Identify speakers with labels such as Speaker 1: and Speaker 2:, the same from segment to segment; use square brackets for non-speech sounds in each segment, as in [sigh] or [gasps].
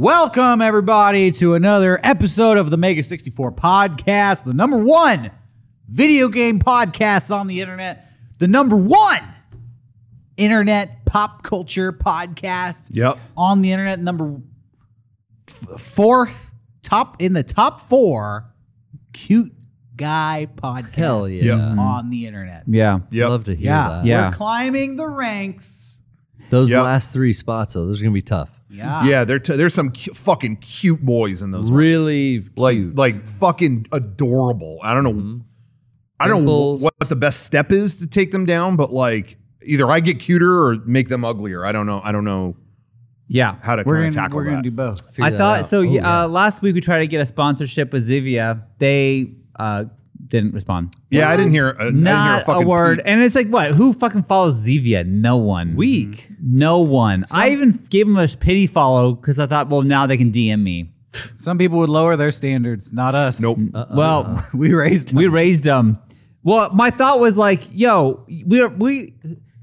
Speaker 1: Welcome, everybody, to another episode of the Mega 64 podcast, the number one video game podcast on the internet, the number one internet pop culture podcast
Speaker 2: Yep.
Speaker 1: on the internet, number f- fourth, top in the top four cute guy podcast
Speaker 3: Hell yeah.
Speaker 1: on the internet.
Speaker 4: Yeah.
Speaker 2: Yep.
Speaker 3: Love to hear
Speaker 1: Yeah,
Speaker 3: that.
Speaker 4: Yeah.
Speaker 1: we're climbing the ranks.
Speaker 3: Those
Speaker 2: Yep.
Speaker 3: last three spots, though, those are going to be tough.
Speaker 4: Ah.
Speaker 1: Yeah,
Speaker 2: Yeah, there t- there's some cu- fucking cute boys in those. ones.
Speaker 3: Really
Speaker 2: like
Speaker 3: cute.
Speaker 2: like fucking adorable. I don't know.
Speaker 4: Mm-hmm.
Speaker 2: I don't know
Speaker 3: Dimples.
Speaker 2: what the best step is to take them down, but like either I get cuter or make them uglier. I don't know. I don't know
Speaker 4: Yeah.
Speaker 2: how to
Speaker 1: we're
Speaker 2: kind of
Speaker 1: gonna
Speaker 2: tackle
Speaker 1: we're gonna
Speaker 2: that.
Speaker 1: do both.
Speaker 3: Figure
Speaker 4: I
Speaker 3: that
Speaker 4: thought
Speaker 3: out.
Speaker 4: so.
Speaker 3: Oh,
Speaker 4: yeah, Uh, last week we tried to get a sponsorship with Zivia. They uh, didn't respond.
Speaker 2: yeah, I didn't hear a, I didn't hear
Speaker 4: Not a,
Speaker 2: fucking
Speaker 4: word.
Speaker 2: peep.
Speaker 4: And it's like, what? Who fucking follows Zevia? No one.
Speaker 3: Weak.
Speaker 4: No one. I even gave them a pity follow because I thought, well, now they can DM me.
Speaker 1: Some people would lower their standards, not us.
Speaker 2: Nope.
Speaker 3: Mm.
Speaker 4: well,
Speaker 1: [laughs] we raised.
Speaker 4: we raised them. Well, my thought was like, yo, we are we.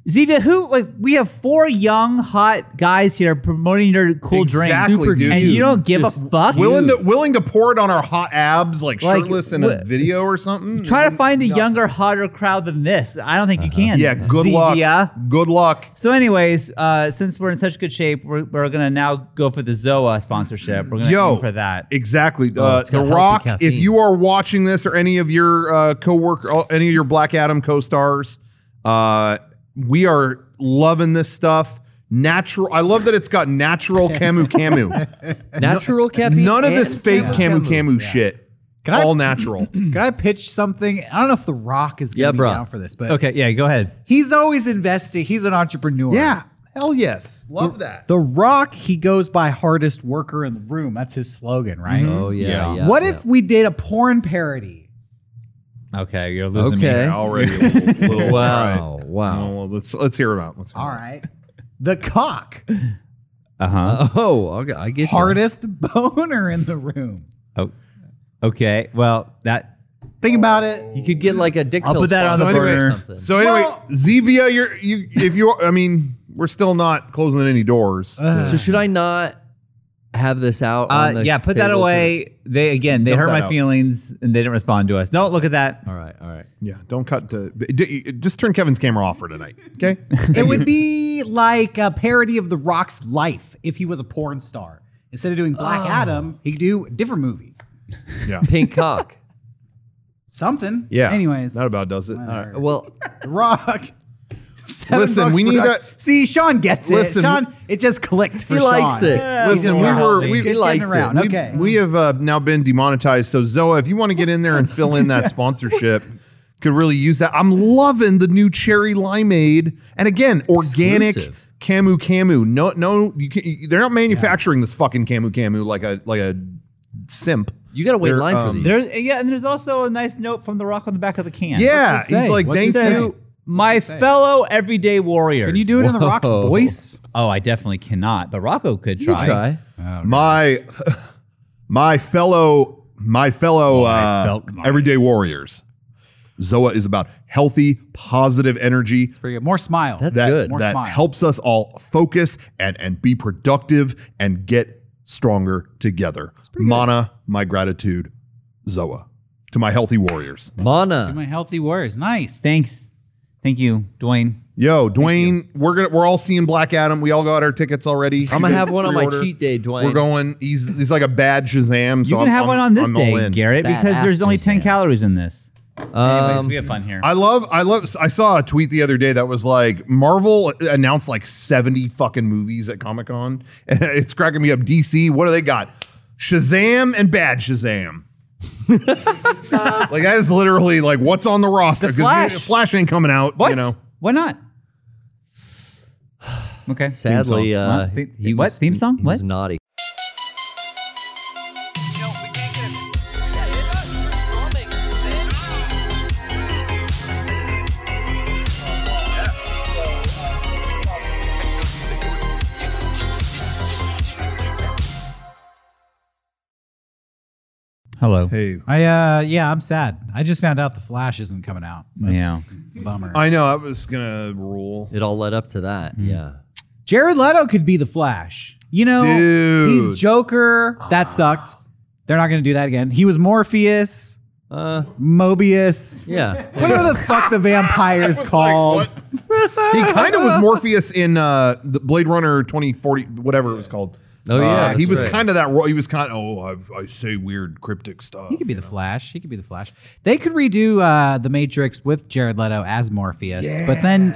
Speaker 4: Zevia, who like we have four young hot guys here promoting your cool
Speaker 2: Exactly,
Speaker 4: drink,
Speaker 2: Super dude.
Speaker 4: and you don't give a
Speaker 3: Just
Speaker 4: fuck.
Speaker 2: willing to willing to pour it on our hot abs like,
Speaker 4: Like,
Speaker 2: shirtless in a
Speaker 4: wh-
Speaker 2: video or something.
Speaker 4: Try to find a
Speaker 2: Nothing.
Speaker 4: younger, hotter crowd than this. I don't think
Speaker 1: Uh-huh.
Speaker 4: you can.
Speaker 2: Yeah, good
Speaker 4: Zevia.
Speaker 2: luck. Good luck.
Speaker 4: So, anyways, uh, since we're in such good shape, we're, we're gonna now go for the Zoa sponsorship. We're gonna
Speaker 2: Yo.
Speaker 4: aim for that.
Speaker 2: Exactly.
Speaker 3: Oh,
Speaker 2: uh,
Speaker 3: it's
Speaker 2: the
Speaker 3: got healthy
Speaker 2: Rock.
Speaker 3: caffeine.
Speaker 2: If you are watching this, or any of your uh, co-worker, uh, any of your Black Adam co-stars, uh, we are loving this stuff. Natural. I love that it's got
Speaker 3: [laughs]
Speaker 2: natural camu camu.
Speaker 3: Natural caffeine.
Speaker 2: None of
Speaker 3: and
Speaker 2: this fake camu
Speaker 3: camu
Speaker 2: camu shit.
Speaker 1: Can I-
Speaker 2: All
Speaker 3: [clears throat]
Speaker 2: natural.
Speaker 1: Can I pitch something? I don't know if The Rock is going
Speaker 3: Yeah,
Speaker 1: to be
Speaker 3: bro.
Speaker 1: down for this, but
Speaker 4: Okay, yeah, go ahead.
Speaker 1: he's always invested. He's an entrepreneur.
Speaker 2: yeah. Hell yes. Love that.
Speaker 1: The Rock, he goes by hardest worker in the room. That's his slogan, right?
Speaker 3: Oh yeah.
Speaker 2: Mm-hmm. Yeah.
Speaker 3: yeah,
Speaker 1: what
Speaker 3: yeah.
Speaker 1: if we did a porn parody?
Speaker 4: Okay, you're losing
Speaker 3: Okay.
Speaker 4: me.
Speaker 2: Already.
Speaker 3: [laughs]
Speaker 2: A little, little, all
Speaker 3: Wow.
Speaker 2: right.
Speaker 3: Oh, Wow.
Speaker 2: Well, let's let's hear about. Let's. Hear
Speaker 1: All
Speaker 2: about it.
Speaker 1: right. The
Speaker 3: [laughs]
Speaker 1: cock,
Speaker 4: Uh huh.
Speaker 3: Oh, okay, I get you.
Speaker 1: hardest boner in the room.
Speaker 4: Oh, okay. Well, that
Speaker 1: Think about it.
Speaker 3: You could get like a dick.
Speaker 4: I'll
Speaker 3: pill
Speaker 4: put that on the
Speaker 3: sponsor or
Speaker 4: burner.
Speaker 3: something.
Speaker 2: So anyway,
Speaker 1: Well-
Speaker 2: Zevia, you're you. If you, I mean, we're still not closing any doors.
Speaker 3: So should I not have this out? on
Speaker 4: uh,
Speaker 3: the
Speaker 4: yeah, put that
Speaker 3: table
Speaker 4: away. They again, they
Speaker 2: Dump
Speaker 4: hurt
Speaker 2: that
Speaker 4: my
Speaker 2: out.
Speaker 4: feelings and they didn't respond to us. No, look at that.
Speaker 3: To, all right. All right.
Speaker 2: Yeah, don't cut to. d- d- Just turn Kevin's camera off for tonight,
Speaker 1: [laughs]
Speaker 2: okay?
Speaker 1: It would be like a parody of The Rock's life if he was a porn star. Instead of doing Black
Speaker 3: Oh.
Speaker 1: Adam, he could do a different movie.
Speaker 2: yeah,
Speaker 3: Pink cock.
Speaker 2: [laughs]
Speaker 1: Something.
Speaker 2: yeah.
Speaker 1: Anyways.
Speaker 2: that about does it.
Speaker 3: Well,
Speaker 1: The Rock. [laughs] Seven
Speaker 2: Listen,
Speaker 1: bucks
Speaker 2: we
Speaker 1: per
Speaker 2: need
Speaker 1: doc-
Speaker 2: a-
Speaker 1: See, Sean gets
Speaker 2: Listen,
Speaker 1: it. Sean, it just clicked for
Speaker 3: he likes
Speaker 1: Sean.
Speaker 3: it.
Speaker 2: Listen, we were
Speaker 3: He
Speaker 2: we,
Speaker 1: It's
Speaker 3: likes
Speaker 1: getting
Speaker 3: it.
Speaker 1: around.
Speaker 2: we,
Speaker 1: okay.
Speaker 2: we have uh, now been demonetized. So Zoa, if you want to get in there and fill
Speaker 1: [laughs]
Speaker 2: in that sponsorship, could really use that. I'm loving the new cherry limeade, and again, organic.
Speaker 3: Exclusive.
Speaker 2: Camu Camu, no, no, you can, you- they're not manufacturing this fucking Camu Camu like a like a simp.
Speaker 3: You gotta wait in
Speaker 2: They're,
Speaker 3: line for
Speaker 2: um,
Speaker 3: these.
Speaker 4: There's yeah, and there's also a nice note from the rock on the back of the can.
Speaker 2: Yeah,
Speaker 1: What's it
Speaker 2: he's
Speaker 1: say?
Speaker 2: like,
Speaker 1: What's it
Speaker 2: thank
Speaker 1: say?
Speaker 2: you.
Speaker 4: my fellow everyday warriors.
Speaker 1: Can you do it in The Rock's
Speaker 3: Whoa.
Speaker 1: voice?
Speaker 4: Oh, I definitely cannot. The Rocco could
Speaker 3: you
Speaker 4: try.
Speaker 3: try.
Speaker 2: my [laughs] my fellow my fellow uh,
Speaker 4: Oh, felt mine.
Speaker 2: everyday warriors zoa is about healthy positive energy
Speaker 1: Pretty good. More smile.
Speaker 3: That's
Speaker 2: that,
Speaker 3: good.
Speaker 1: More
Speaker 2: that
Speaker 1: smile.
Speaker 2: helps us all focus and and be productive and get stronger together mana my gratitude zoa to my healthy warriors
Speaker 1: Do
Speaker 3: Mana.
Speaker 1: my healthy words. Nice.
Speaker 4: Thanks. Thank you, Dwayne.
Speaker 2: yo dwayne we're gonna we're all seeing black adam we all got our tickets already
Speaker 3: I'm gonna have one on my
Speaker 2: Pre-order.
Speaker 3: cheat day, Dwayne.
Speaker 2: we're going he's he's like a bad shazam so
Speaker 4: You
Speaker 2: I'm-
Speaker 4: can have
Speaker 2: I'm-
Speaker 4: one on this
Speaker 2: I'm all
Speaker 4: day,
Speaker 2: in.
Speaker 4: Garrett,
Speaker 3: Bad
Speaker 4: because there's only
Speaker 3: actors,
Speaker 4: 10
Speaker 3: man.
Speaker 4: calories in this. Anyways,
Speaker 3: Um,
Speaker 4: we have fun here.
Speaker 2: I love, I love. I saw a tweet the other day that was like Marvel announced like seventy fucking movies at Comic [laughs] Con. It's cracking me up. DC, what do they got? Shazam and Bad
Speaker 4: [laughs]
Speaker 2: Shazam. like that is literally like what's on the roster
Speaker 4: The
Speaker 2: 'cause
Speaker 4: Flash.
Speaker 2: Flash ain't coming out.
Speaker 4: what?
Speaker 2: You know,
Speaker 3: [sighs]
Speaker 4: Why not? Okay.
Speaker 3: Sadly,
Speaker 4: Theme song.
Speaker 3: uh,
Speaker 4: What? Theme-
Speaker 3: he
Speaker 4: what?
Speaker 3: was,
Speaker 4: Theme song?
Speaker 3: He, he was
Speaker 4: What?
Speaker 3: naughty.
Speaker 5: No, we can't get it. Yeah, it does. Plumbing, sin.
Speaker 4: Hello.
Speaker 2: hey,
Speaker 1: I uh yeah, I'm sad. I just found out the Flash isn't coming out. That's
Speaker 4: Yeah.
Speaker 1: a bummer.
Speaker 2: I know I was gonna rule.
Speaker 4: Hmm.
Speaker 3: It all led up to that. Yeah.
Speaker 1: Jared Leto could be the Flash. You know,
Speaker 2: Dude.
Speaker 1: he's Joker. That sucked. They're not going to do that again. He was Morpheus,
Speaker 3: Uh,
Speaker 1: Mobius,
Speaker 3: yeah.
Speaker 1: whatever the fuck the vampire's called.
Speaker 4: [laughs]
Speaker 2: he kind of was Morpheus in uh, the Blade Runner 2040, whatever it was called.
Speaker 3: Oh, yeah,
Speaker 2: Uh, he
Speaker 3: that's
Speaker 2: was
Speaker 3: right.
Speaker 2: kind of that. ro- He was kind of oh, I, I say weird cryptic stuff.
Speaker 1: he could be the Flash. He could be the Flash. They could redo uh, the Matrix with Jared Leto as Morpheus, but then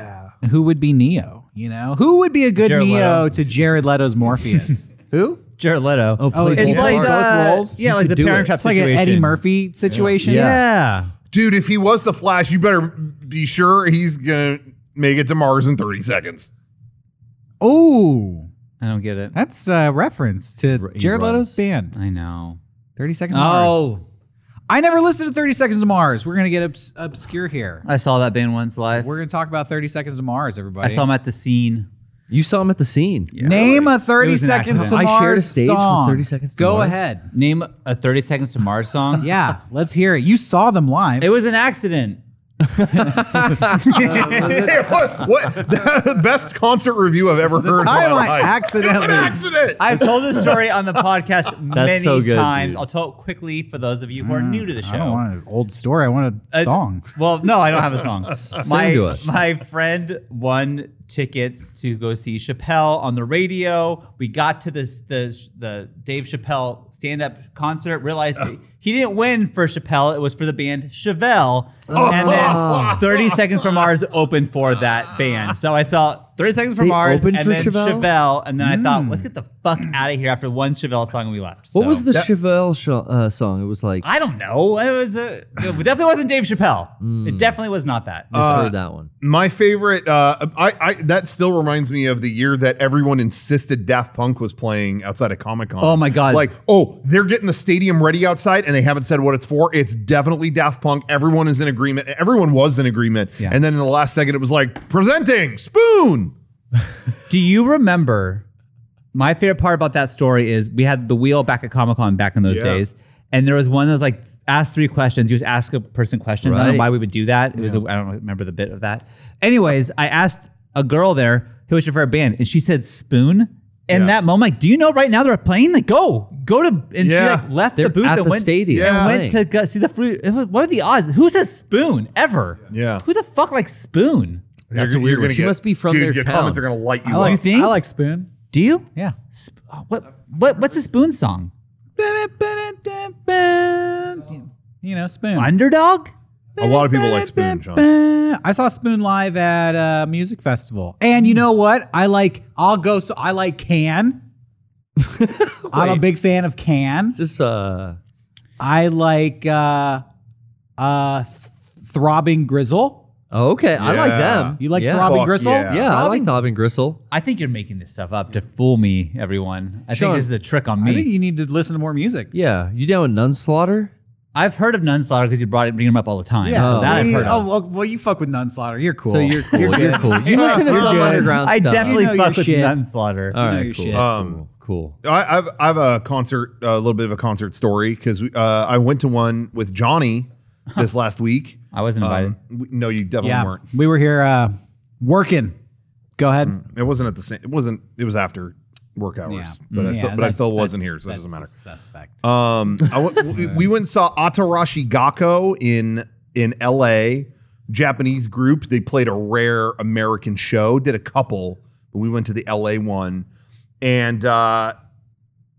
Speaker 1: who would be Neo? You know, who would be a good
Speaker 4: Jared
Speaker 1: Neo
Speaker 4: Leto.
Speaker 1: to Jared Leto's
Speaker 4: [laughs]
Speaker 1: Morpheus? who?
Speaker 4: Jared Leto.
Speaker 3: Oh, play
Speaker 1: it's
Speaker 3: both
Speaker 1: like,
Speaker 3: roles.
Speaker 1: uh,
Speaker 3: Both roles?
Speaker 4: yeah,
Speaker 3: You
Speaker 4: like
Speaker 3: could
Speaker 4: the
Speaker 3: do
Speaker 4: Parent
Speaker 3: it.
Speaker 4: Trap
Speaker 1: It's like
Speaker 4: situation.
Speaker 1: an Eddie Murphy situation.
Speaker 4: Yeah.
Speaker 2: Dude, if he was the Flash, you better be sure he's gonna make it to Mars in 30 seconds. [laughs]
Speaker 1: Oh,
Speaker 4: I don't get it.
Speaker 1: that's a reference to
Speaker 3: he
Speaker 1: Jared
Speaker 3: runs.
Speaker 1: Leto's band.
Speaker 4: I know.
Speaker 1: 30 Seconds to Mars.
Speaker 4: Oh,
Speaker 1: I never listened to 30 Seconds to Mars. We're going to get obs- obscure here.
Speaker 4: I saw that band once live.
Speaker 1: We're going to talk about 30 Seconds to Mars, everybody.
Speaker 4: I saw him at the scene.
Speaker 3: [laughs] You saw him at the scene.
Speaker 1: Name a 30
Speaker 4: It was an
Speaker 1: Seconds to
Speaker 4: accident.
Speaker 1: Mars
Speaker 3: I shared a stage with
Speaker 1: song.
Speaker 3: 30 Seconds to
Speaker 1: Go
Speaker 3: Mars.
Speaker 1: ahead.
Speaker 4: Name a 30 Seconds to Mars song.
Speaker 1: Yeah, let's hear it. You saw them live.
Speaker 4: It was
Speaker 1: [laughs]
Speaker 4: an accident.
Speaker 2: what? what? The [laughs] best concert review I've ever heard. in my [laughs]
Speaker 1: I might
Speaker 2: life.
Speaker 1: accidentally.
Speaker 2: It's an accident.
Speaker 4: I've told this story on the podcast many
Speaker 3: so good,
Speaker 4: times.
Speaker 3: dude.
Speaker 4: I'll tell it quickly for those of you who are new to the show.
Speaker 1: Mm, I don't want an old story. I want a
Speaker 4: Uh,
Speaker 1: song.
Speaker 4: Well, no, I don't have a
Speaker 3: [laughs]
Speaker 4: song. my,
Speaker 3: to us.
Speaker 4: my friend won tickets to go see Chappelle on the radio. We got to this the the Dave Chappelle stand up concert. Realized he- he didn't win for Chappelle; it was for the band Chevelle.
Speaker 3: Oh.
Speaker 4: And
Speaker 3: [laughs]
Speaker 4: then Thirty Seconds from Mars opened for that band. So I saw Thirty Seconds from
Speaker 3: They
Speaker 4: Mars and
Speaker 3: opened
Speaker 4: then
Speaker 3: for
Speaker 4: Chevelle?
Speaker 3: Chevelle? Hmm.
Speaker 4: and then I thought, let's get the fuck out of here after one Chevelle song, and we left.
Speaker 3: What
Speaker 4: So-
Speaker 3: was the Chevelle sh- uh, song? It was like I
Speaker 4: I don't know. It was a, it definitely wasn't Dave Chappelle.
Speaker 3: Hmm.
Speaker 4: It definitely was not that.
Speaker 3: just heard that one.
Speaker 2: My favorite, uh, I, I that still reminds me of the year that everyone insisted Daft Punk was playing outside of Comic Con.
Speaker 4: Oh my God.
Speaker 2: Like, oh, they're getting the stadium ready outside, and they haven't said what it's for. It's definitely Daft Punk. Everyone is in agreement. Everyone was in agreement, and then in the last second, it was like presenting Spoon.
Speaker 4: Do you remember? My favorite part about that story is we had the wheel back at Comic Con back in those
Speaker 2: Yeah.
Speaker 4: days, and there was one that was like ask three questions. You just ask a person questions. I don't know
Speaker 3: Right.
Speaker 4: why we would do that. It was a, I don't remember the bit of that. Anyways, I asked a girl there who was your favorite band, and she said Spoon. In
Speaker 2: Yeah.
Speaker 4: that moment, I'm like, do you know right now they're playing? Like, go, go to, and she
Speaker 2: Yeah.
Speaker 4: like left
Speaker 3: They're
Speaker 4: the booth
Speaker 3: at
Speaker 4: and
Speaker 3: the
Speaker 4: went,
Speaker 3: stadium.
Speaker 4: and
Speaker 2: Yeah.
Speaker 4: went to go see the fruit. It was- What are the odds? Who says Spoon ever?
Speaker 2: Yeah.
Speaker 4: Who the fuck likes Spoon?
Speaker 2: That's
Speaker 3: a
Speaker 2: what you're
Speaker 3: weird one.
Speaker 2: gonna
Speaker 3: She
Speaker 2: get.
Speaker 3: must be from
Speaker 2: Dude,
Speaker 3: their
Speaker 2: your
Speaker 3: town.
Speaker 2: comments are gonna light you
Speaker 1: I
Speaker 2: up.
Speaker 1: like,
Speaker 4: You think?
Speaker 1: I like Spoon.
Speaker 4: Do you?
Speaker 1: Yeah.
Speaker 4: Sp- uh, what what what's a spoon song?
Speaker 1: You know, Spoon.
Speaker 4: Underdog?
Speaker 2: A lot of people
Speaker 1: [laughs]
Speaker 2: like Spoon, Sean.
Speaker 1: I saw Spoon live at a music festival, and you know what? I like. I'll go. So I like Can. I'm a
Speaker 3: Wait.
Speaker 1: big fan of Can.
Speaker 3: Is this uh
Speaker 1: I like uh, uh, Throbbing Grizzle.
Speaker 3: oh, okay. I like
Speaker 2: Yeah.
Speaker 3: them.
Speaker 1: You like
Speaker 3: yeah.
Speaker 1: Throbbing
Speaker 2: Fuck
Speaker 1: Grizzle?
Speaker 2: yeah.
Speaker 3: Yeah, I like Throbbing Gristle.
Speaker 4: I think you're making this stuff up to fool me, everyone. I
Speaker 3: Sean,
Speaker 4: think this is a trick on
Speaker 1: I think
Speaker 4: me.
Speaker 1: you need to listen to more music.
Speaker 3: Yeah. You down with Nunslaughter?
Speaker 4: I've heard of Nunslaughter because you brought it, bring them up all the time.
Speaker 1: Yeah,
Speaker 4: so
Speaker 1: so
Speaker 4: that I've
Speaker 1: see-
Speaker 4: heard
Speaker 1: oh,
Speaker 4: of.
Speaker 1: well, well, you fuck with Nunslaughter. You're cool.
Speaker 3: So you're cool. You're,
Speaker 1: good.
Speaker 3: cool. You listen
Speaker 1: [laughs]
Speaker 3: to
Speaker 1: You're
Speaker 3: some
Speaker 1: good.
Speaker 3: underground
Speaker 4: I
Speaker 3: stuff.
Speaker 4: definitely
Speaker 1: You know
Speaker 4: fuck
Speaker 1: your
Speaker 4: with
Speaker 1: shit.
Speaker 4: Nunslaughter.
Speaker 3: All
Speaker 1: know
Speaker 3: right.
Speaker 1: your
Speaker 3: cool.
Speaker 1: shit. Oh,
Speaker 2: Um,
Speaker 3: cool. cool.
Speaker 2: I, I've I've a concert, a little bit of a concert story because uh, I went to one with Johnny this last week.
Speaker 4: I wasn't invited.
Speaker 2: Um, we- no, you definitely
Speaker 1: yeah,
Speaker 2: weren't.
Speaker 1: we were here uh, working. Go ahead.
Speaker 2: It wasn't at the same. It wasn't. It was after work hours, but I
Speaker 4: Mm,
Speaker 1: Yeah,
Speaker 2: still, but I
Speaker 1: that's-
Speaker 2: still wasn't
Speaker 1: that's-
Speaker 2: here, so it doesn't matter.
Speaker 1: that's Suspect.
Speaker 2: Um, I went, we, we went and saw Atarashi Gakko in in L.A. Japanese group. They played a rare American show. Did a couple, but we went to the L.A. one, and uh,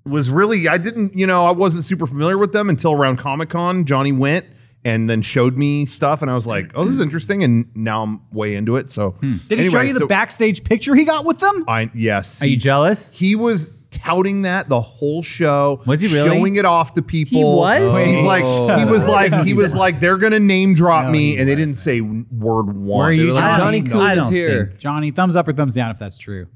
Speaker 2: was really I didn't you know I wasn't super familiar with them until around Comic Con. Johnny went and then showed me stuff, and I was like, oh, this is interesting, and now I'm way into it. So
Speaker 1: Hmm. Did he show
Speaker 2: anyway,
Speaker 1: you the
Speaker 2: so
Speaker 1: backstage picture he got with them?
Speaker 2: I yes.
Speaker 4: Are you jealous?
Speaker 2: He was touting that the whole show.
Speaker 4: Was he really?
Speaker 2: showing it off to people?
Speaker 4: He was?
Speaker 2: He's
Speaker 3: Oh.
Speaker 2: like he was like he was like
Speaker 4: [laughs]
Speaker 2: they're gonna name drop me,
Speaker 1: he
Speaker 2: and they didn't say word one.
Speaker 1: Were you
Speaker 2: They were like,
Speaker 1: I
Speaker 3: Johnny
Speaker 4: don't-
Speaker 3: Coon
Speaker 4: I
Speaker 3: is
Speaker 4: don't
Speaker 3: here.
Speaker 4: think-
Speaker 1: Johnny, thumbs up or thumbs down if that's true.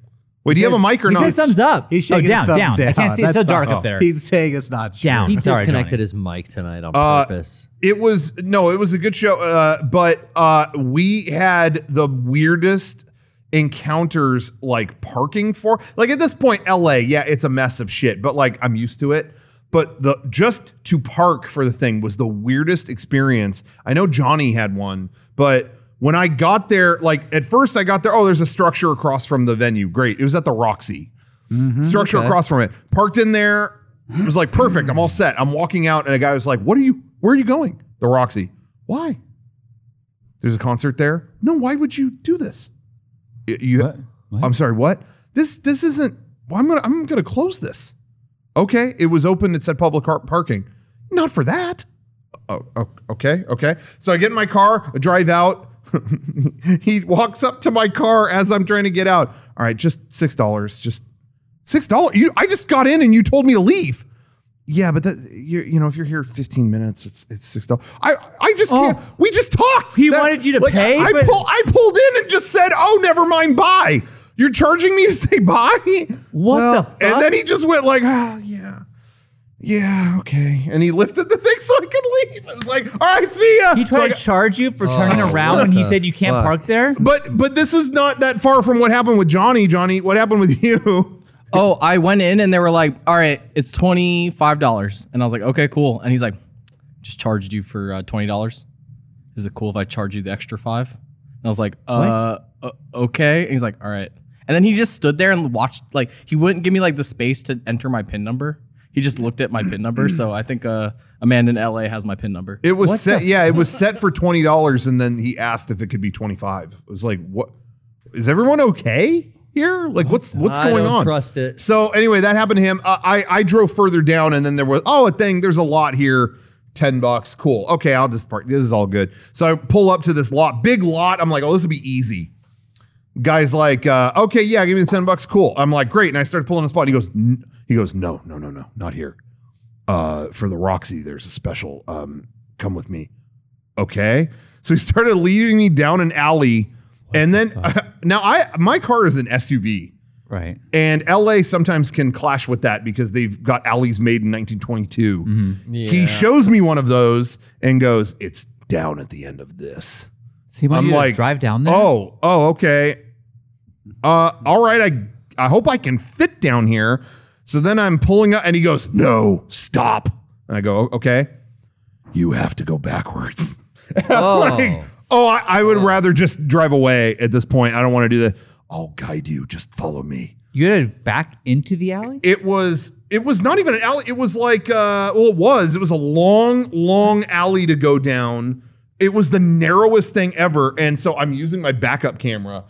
Speaker 2: Wait, do you have a mic or
Speaker 4: He
Speaker 2: not?
Speaker 4: says thumbs up.
Speaker 1: He's
Speaker 4: oh,
Speaker 1: shaking
Speaker 4: down,
Speaker 1: his
Speaker 4: down.
Speaker 1: thumbs down.
Speaker 4: I can't see. It's so
Speaker 1: That's
Speaker 4: dark
Speaker 1: not-
Speaker 4: up
Speaker 1: [laughs]
Speaker 4: there.
Speaker 1: He's saying it's not true.
Speaker 4: down.
Speaker 3: He
Speaker 4: Sorry,
Speaker 3: disconnected
Speaker 4: Johnny.
Speaker 3: his mic tonight on
Speaker 2: Uh,
Speaker 3: purpose.
Speaker 2: It was no, it was a good show, uh, but uh, we had the weirdest encounters like parking for like at this point LA yeah it's a mess of shit but like I'm used to it but the just to park for the thing was the weirdest experience I know Johnny had one but when I got there, like at first I got there, oh, there's a structure across from the venue. Great. It was at the Roxy. structure across from it. Parked in there. It was like perfect. I'm all set. I'm walking out, and a guy was like, What are you? Where are you going? The Roxy. Why? There's a concert there. No, why would you do this? Y- You,
Speaker 1: What? What?
Speaker 2: I'm sorry, what? This this isn't well, I'm gonna I'm gonna close this. Okay, it was open, it said public car- parking. Not for that. Oh, oh, okay, okay. So I get in my car, I drive out. [laughs] he walks up to my car as I'm trying to get out. All right, just six dollars. Just six dollars. You I just got in and you told me to leave. Yeah, but that you you know if you're here 15 minutes, it's it's six dollars. I I just
Speaker 1: Oh.
Speaker 2: can't. We just talked.
Speaker 4: He wanted you to
Speaker 2: like,
Speaker 4: pay,
Speaker 2: I,
Speaker 4: but-
Speaker 2: pull, I pulled in and just said, "Oh, never mind, bye." You're charging me to [laughs] say bye.
Speaker 4: What the fuck?
Speaker 2: And then he just went like, "Ah, yeah." Yeah, okay. And he lifted the [laughs] thing so I could leave. I was like, all right, see ya.
Speaker 4: He
Speaker 2: So I
Speaker 4: tried
Speaker 2: got-
Speaker 4: to charge you for turning
Speaker 3: Oh,
Speaker 4: around
Speaker 3: what
Speaker 4: when he
Speaker 3: the
Speaker 4: said you can't
Speaker 3: fuck.
Speaker 4: park there.
Speaker 2: but but this was not that far from what happened with Johnny. Johnny, what happened with [laughs] you?
Speaker 6: Oh, I went in and they were like, all right, it's $25. And I was like, okay, cool. And he's like, just charged you for uh, $20. Is it cool if I charge you the extra five? And I was like, uh, uh, okay. And he's like, all right. And then he just stood there and watched, like, he wouldn't give me like the space to enter my PIN number. He just looked at my PIN number. So I think uh, a man in LA has my PIN number.
Speaker 2: It was set. yeah, it was set for twenty dollars, and then he asked if it could be twenty five. It was like, what? Is everyone okay here? Like, what's what's
Speaker 3: I
Speaker 2: going
Speaker 3: don't
Speaker 2: on?
Speaker 3: trust it.
Speaker 2: So anyway, that happened to him. Uh, I I drove further down, and then there was oh a thing. There's a lot here. Ten bucks, cool. Okay, I'll just park. This is all good. So I pull up to this lot, big lot. I'm like, oh, this will be easy. Guy's like, uh, okay, yeah, give me the ten bucks, cool. I'm like, great. And I started pulling a spot. And he goes, N-, he goes, no, no, no, no, not here. Uh, for the Roxy, there's a special. Um, come with me okay so he started leading me down an alley and then [laughs] now i my car is an suv
Speaker 4: Right.
Speaker 2: and la sometimes can clash with that because they've got alleys made in 1922 he shows me one of those and goes it's down at the end of this
Speaker 4: So he wanted
Speaker 2: I'm
Speaker 4: you to
Speaker 2: like,
Speaker 4: drive down there.
Speaker 2: Oh, oh, okay. Uh, all right. I I hope I can fit down here. So then I'm pulling up, and he goes, "No, stop." And I go, "Okay, you have to go backwards." [laughs] And I'm
Speaker 3: Oh.
Speaker 2: like, oh, I, I would rather just drive away at this point. I don't want to do that. I'll guide you. Just follow me.
Speaker 4: you had to back into the alley.
Speaker 2: It was. It was not even an alley. It was like, uh, well, it was. It was a long, long alley to go down. It was the narrowest thing ever. And so I'm using my backup camera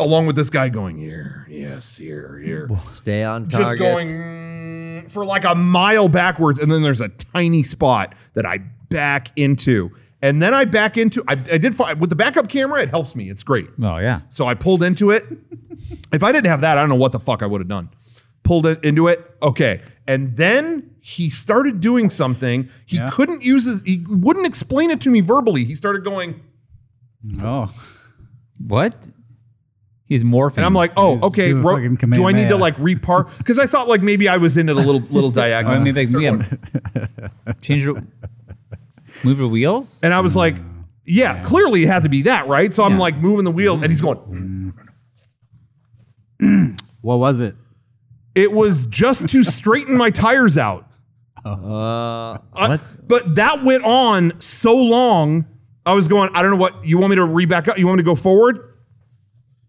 Speaker 2: along with this guy going here, yes, here, here.
Speaker 3: Stay on
Speaker 2: Just
Speaker 3: target.
Speaker 2: going mm, for like a mile backwards. And then there's a tiny spot that I back into. And then I back into, I, I did find with the backup camera, it helps me. It's great.
Speaker 4: Oh yeah.
Speaker 2: So I pulled into it. [laughs] if I didn't have that, I don't know what the fuck I would have done. Pulled it into it. Okay. And then he started doing something. He couldn't use his, he wouldn't explain it to me verbally. He started going,
Speaker 1: Oh,
Speaker 4: What? He's morphing.
Speaker 2: and I'm like, oh,
Speaker 1: He's
Speaker 2: okay.
Speaker 1: doing
Speaker 2: ro-
Speaker 1: fucking
Speaker 2: do I need
Speaker 1: Kamehameha.
Speaker 2: to like repark? Because I thought like maybe I was in it a little little diagonal.
Speaker 4: Oh, I mean, like,
Speaker 2: Start
Speaker 4: yeah.
Speaker 2: going- [laughs]
Speaker 4: change your, move your wheels.
Speaker 2: And I was like, yeah, clearly it had to be that, right? So I'm
Speaker 4: Yeah.
Speaker 2: like moving the wheel and he's going,
Speaker 1: what was it?
Speaker 2: it was just to straighten my tires out.
Speaker 3: Uh,
Speaker 2: I-
Speaker 3: what?
Speaker 2: but that went on so long. I was going, I don't know what you want me to re back up. You want me to go forward?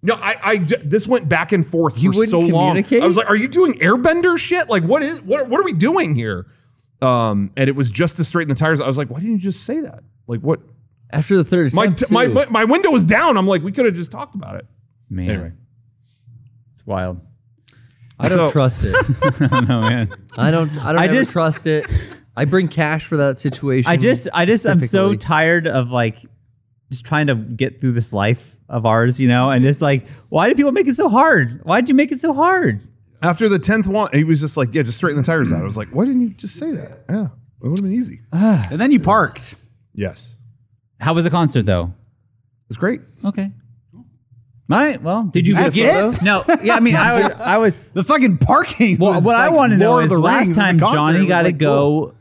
Speaker 2: No, I, I j- this went back and forth
Speaker 3: You
Speaker 2: for so
Speaker 3: wouldn't
Speaker 2: long.
Speaker 3: communicate?
Speaker 2: I was like, are you doing airbender shit? Like, what is what what are we doing here? Um, and it was just to straighten the tires. I was like, why didn't you just say that? Like, what?
Speaker 3: After the third
Speaker 2: My
Speaker 3: attempt,
Speaker 2: t- my
Speaker 3: too.
Speaker 2: my my window was down. I'm like, we could have just talked about it.
Speaker 4: Man, it's wild.
Speaker 3: I don't
Speaker 2: so- [laughs]
Speaker 3: trust it.
Speaker 4: Oh man.
Speaker 3: I don't. I don't
Speaker 4: I
Speaker 3: ever
Speaker 4: just-
Speaker 3: trust it. I bring cash for that situation.
Speaker 4: I just, I just, I'm so
Speaker 3: specifically.
Speaker 4: tired of like just trying to get through this life of ours, you know, and it's like, why do people make it so hard? Why did you make it so hard?
Speaker 2: After the tenth one, he was just like, yeah, just straighten the tires out. I was like, why didn't you just say that? Yeah, it would have been easy.
Speaker 1: And then you parked.
Speaker 2: Yes,
Speaker 4: How was the concert though?
Speaker 2: it's great.
Speaker 4: Okay. All right. Well, did
Speaker 1: you get a
Speaker 4: it? No. Yeah. I mean, I was, I was.
Speaker 1: The fucking parking.
Speaker 4: Well,
Speaker 1: was
Speaker 4: what I
Speaker 1: like
Speaker 4: want to know
Speaker 1: Lord of
Speaker 4: is
Speaker 1: the
Speaker 4: last
Speaker 1: Rings in
Speaker 4: time
Speaker 1: the concert. It
Speaker 4: Johnny
Speaker 1: was
Speaker 4: got to
Speaker 1: like, cool.
Speaker 4: go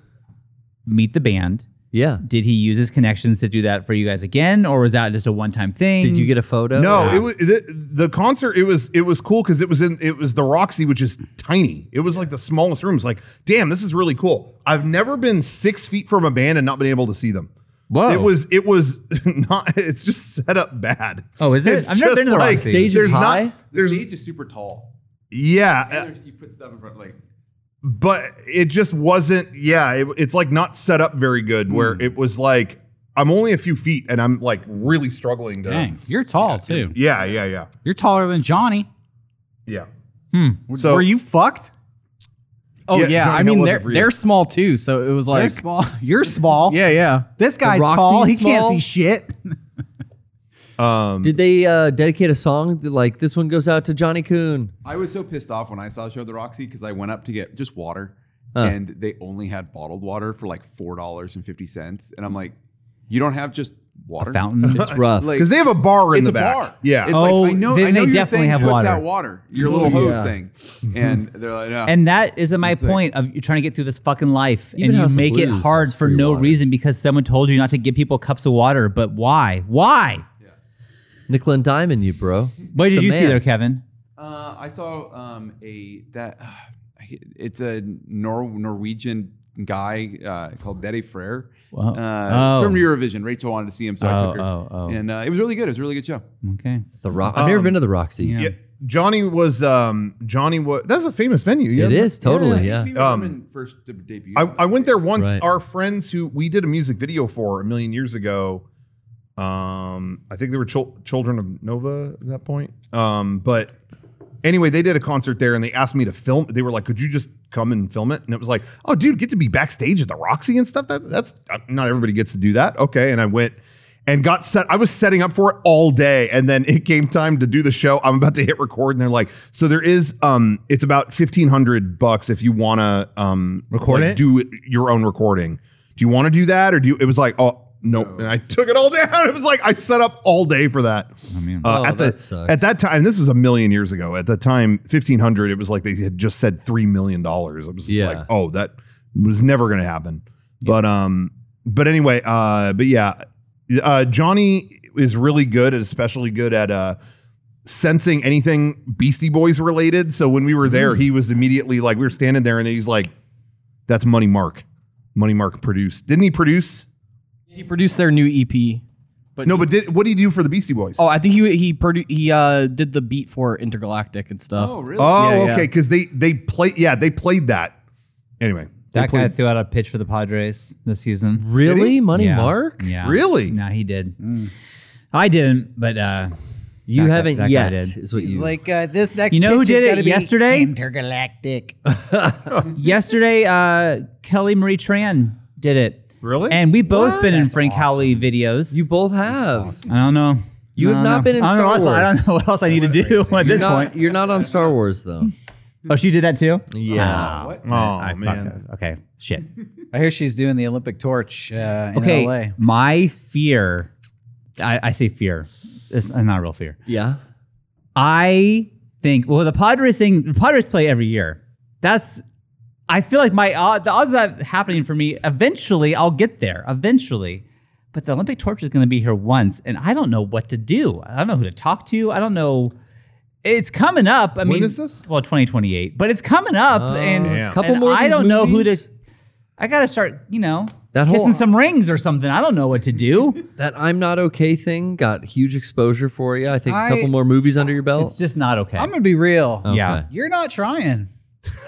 Speaker 4: meet the band.
Speaker 3: Yeah.
Speaker 4: Did he use his connections to do that for you guys again, or was that just a one-time thing?
Speaker 3: Did you get a photo?
Speaker 2: No, it was the, the concert. It was it was cool because it was in it was the Roxy, which is tiny. It was like the smallest rooms. Like, damn, this is really cool. I've never been six feet from a band and not been able to see them.
Speaker 6: Whoa.
Speaker 2: It was it was [laughs] not. It's just set up bad.
Speaker 4: Oh, is it?
Speaker 2: It's
Speaker 4: I've never
Speaker 2: just
Speaker 4: been to the
Speaker 2: like-
Speaker 4: Rock Stage
Speaker 3: is
Speaker 2: there's
Speaker 3: high?
Speaker 2: Not,
Speaker 7: The
Speaker 2: there's
Speaker 7: stage is super tall. And
Speaker 2: yeah, uh,
Speaker 7: there's- you put stuff in front, like
Speaker 2: but it just wasn't. Yeah, it, it's like not set up very good. Where
Speaker 4: Hmm.
Speaker 2: it was like I'm only a few feet and I'm like really struggling to.
Speaker 1: Dang, you're tall too.
Speaker 2: Yeah, yeah, yeah,
Speaker 1: You're taller than Johnny.
Speaker 2: yeah.
Speaker 1: W-
Speaker 2: So-
Speaker 1: were you fucked?
Speaker 6: Oh
Speaker 2: Yeah,
Speaker 6: yeah,
Speaker 2: Johnny,
Speaker 6: I
Speaker 2: how
Speaker 6: mean
Speaker 2: was it
Speaker 6: they're
Speaker 2: for you?
Speaker 6: they're small too, so it was
Speaker 1: You're
Speaker 6: like
Speaker 1: small. You're small.
Speaker 6: [laughs] yeah, yeah.
Speaker 1: This guy's
Speaker 3: Roxy's
Speaker 1: tall. He can't
Speaker 3: small.
Speaker 1: see shit. [laughs]
Speaker 2: Um,
Speaker 3: Did they uh, dedicate a song that, like this one goes out to Johnny Coon?
Speaker 7: I was so pissed off when I saw the show at the Roxy because I went up to get just water, and they only had bottled water for like four dollars and fifty cents, and I'm like, you don't have just
Speaker 4: [laughs]
Speaker 7: water
Speaker 4: fountain.
Speaker 3: It's rough.
Speaker 7: Like,
Speaker 2: because they have a bar in
Speaker 7: it's
Speaker 2: the
Speaker 7: a
Speaker 2: back.
Speaker 7: bar.
Speaker 2: Yeah.
Speaker 7: It's
Speaker 4: Oh,
Speaker 7: like, I know,
Speaker 4: then
Speaker 7: I know
Speaker 4: they
Speaker 7: your
Speaker 4: definitely
Speaker 7: thing
Speaker 4: have
Speaker 7: puts
Speaker 4: water. Mm-hmm.
Speaker 7: out water, your little hose
Speaker 3: yeah.
Speaker 7: thing, and they're like, no.
Speaker 4: And that is my point of you trying to get through this fucking life,
Speaker 3: Even
Speaker 4: and
Speaker 3: House
Speaker 4: you
Speaker 3: of
Speaker 4: make it
Speaker 3: Blues
Speaker 4: hard
Speaker 3: is
Speaker 4: for
Speaker 3: free
Speaker 4: no
Speaker 3: water.
Speaker 4: reason because someone told you not to give people cups of water. But why? Why?
Speaker 3: Nickel and Diamond, you bro.
Speaker 4: What did
Speaker 3: the
Speaker 4: you see
Speaker 3: man.
Speaker 4: there, Kevin?
Speaker 7: Uh, I saw um, a that I can't- it's a Nor- Norwegian guy uh, called Dede Frere.
Speaker 4: Wow.
Speaker 7: Uh,
Speaker 4: Oh.
Speaker 7: From Eurovision, Rachel wanted to see him, so I
Speaker 4: Oh,
Speaker 7: took her.
Speaker 4: oh, oh.
Speaker 7: And uh, it was really good. It was a really good show.
Speaker 4: Okay.
Speaker 3: The Rock. I've
Speaker 2: Um,
Speaker 3: never been to the Roxy.
Speaker 2: Yeah. Johnny was um Johnny was that's a famous venue. Yeah.
Speaker 3: It is totally. Yeah.
Speaker 7: He was
Speaker 2: Um,
Speaker 7: German first de- debut.
Speaker 2: I, I went there once.
Speaker 3: Right.
Speaker 2: Our friends who we did a music video for a million years ago. Um, I think they were chil- children of Nova at that point. Um, but anyway, they did a concert there and they asked me to film. They were like, "Could you just come and film it?" And it was like, "Oh, dude, get to be backstage at the Roxy and stuff. That that's uh, not everybody gets to do that." Okay, and I went. And got set. I was setting up for it all day, and then it came time to do the show. I'm about to hit record, and they're like, "So there is, um, it's about fifteen hundred bucks if you wanna, um,
Speaker 4: Record
Speaker 2: like,
Speaker 4: it?
Speaker 2: do it, your own recording. Do you want to do that or do you, it was like, oh, no. And I took it all [laughs] down. It was like, I set up all day for that. I mean,
Speaker 3: Oh,
Speaker 2: at,
Speaker 3: that
Speaker 2: the,
Speaker 3: sucks.
Speaker 2: at that time, this was a million years ago. At the time, 1500, it was like they had just said $3 million. I was just
Speaker 3: Yeah.
Speaker 2: like, oh, that was never going to happen. But, um, but anyway, uh, but yeah, uh, Johnny is really good, especially good at, uh, sensing anything Beastie Boys related. So when we were there, he was immediately like, we were standing there and he's like, that's Money Mark. Money Mark produced. Didn't he produce?
Speaker 6: He produced their new E EP. But
Speaker 2: No, but did what did he do for the Beastie Boys?
Speaker 6: Oh, I think he he produ- he uh, did the beat for Intergalactic and stuff.
Speaker 7: Oh, really?
Speaker 2: Oh,
Speaker 6: Yeah, yeah.
Speaker 2: okay, because they they play. Yeah, they played that. Anyway, they
Speaker 4: That guy
Speaker 2: played-
Speaker 4: threw out a pitch for the Padres this season.
Speaker 3: Really, Money
Speaker 4: Yeah.
Speaker 3: Mark?
Speaker 4: Yeah.
Speaker 2: Really?
Speaker 4: Nah, he did.
Speaker 3: Mm.
Speaker 4: Oh, I didn't, but uh,
Speaker 3: You
Speaker 4: That guy-
Speaker 3: haven't
Speaker 4: that guy
Speaker 3: yet.
Speaker 4: did.
Speaker 3: Is what you
Speaker 1: like uh, this next.
Speaker 4: You know who pitch is did it gonna be yesterday?
Speaker 1: Intergalactic.
Speaker 4: yesterday, uh, Kelly Marie Tran did it.
Speaker 2: Really?
Speaker 4: And we both been in Frank Howley videos.
Speaker 3: You both have.
Speaker 4: I don't know.
Speaker 3: You
Speaker 4: I
Speaker 3: have
Speaker 4: don't
Speaker 3: not
Speaker 4: know.
Speaker 3: been in
Speaker 4: I don't, know what
Speaker 3: Star
Speaker 4: else- I
Speaker 3: Wars.
Speaker 4: don't know what else I need to do at
Speaker 3: You're
Speaker 4: this
Speaker 3: not,
Speaker 4: point.
Speaker 3: you're not on Star Wars
Speaker 4: [laughs]
Speaker 3: though.
Speaker 4: Oh, she did that too. Ah,
Speaker 3: Yeah.
Speaker 7: What?
Speaker 2: Oh
Speaker 4: I
Speaker 2: man,
Speaker 4: fucked up. Okay. Shit.
Speaker 1: I hear she's doing the Olympic torch uh, in
Speaker 4: Okay.
Speaker 1: LA.
Speaker 4: My fear. I, I say fear. It's not real fear.
Speaker 3: yeah.
Speaker 4: I think well the Padres thing the Padres play every year. That's I feel like my odd the odds of that happening for me eventually I'll get there eventually. But the Olympic torch is going to be here once and I don't know what to do. I don't know who to talk to. I don't know it's coming up. I
Speaker 2: When
Speaker 4: mean
Speaker 2: is this?
Speaker 4: Well, 2028. But it's coming up and,
Speaker 2: Damn.
Speaker 4: couple
Speaker 3: Oh, Couple
Speaker 4: more
Speaker 3: more of
Speaker 4: I
Speaker 3: these
Speaker 4: don't know who
Speaker 3: movies?
Speaker 4: to I got to start, you know,
Speaker 3: That whole-
Speaker 4: kissing some rings or something. I don't know what to do.
Speaker 3: That I'm not okay thing got huge exposure for you. I think
Speaker 1: I-
Speaker 3: a couple more movies under your belt.
Speaker 4: it's just not okay.
Speaker 1: I'm gonna be real. [laughs]
Speaker 4: yeah.
Speaker 1: You're not trying.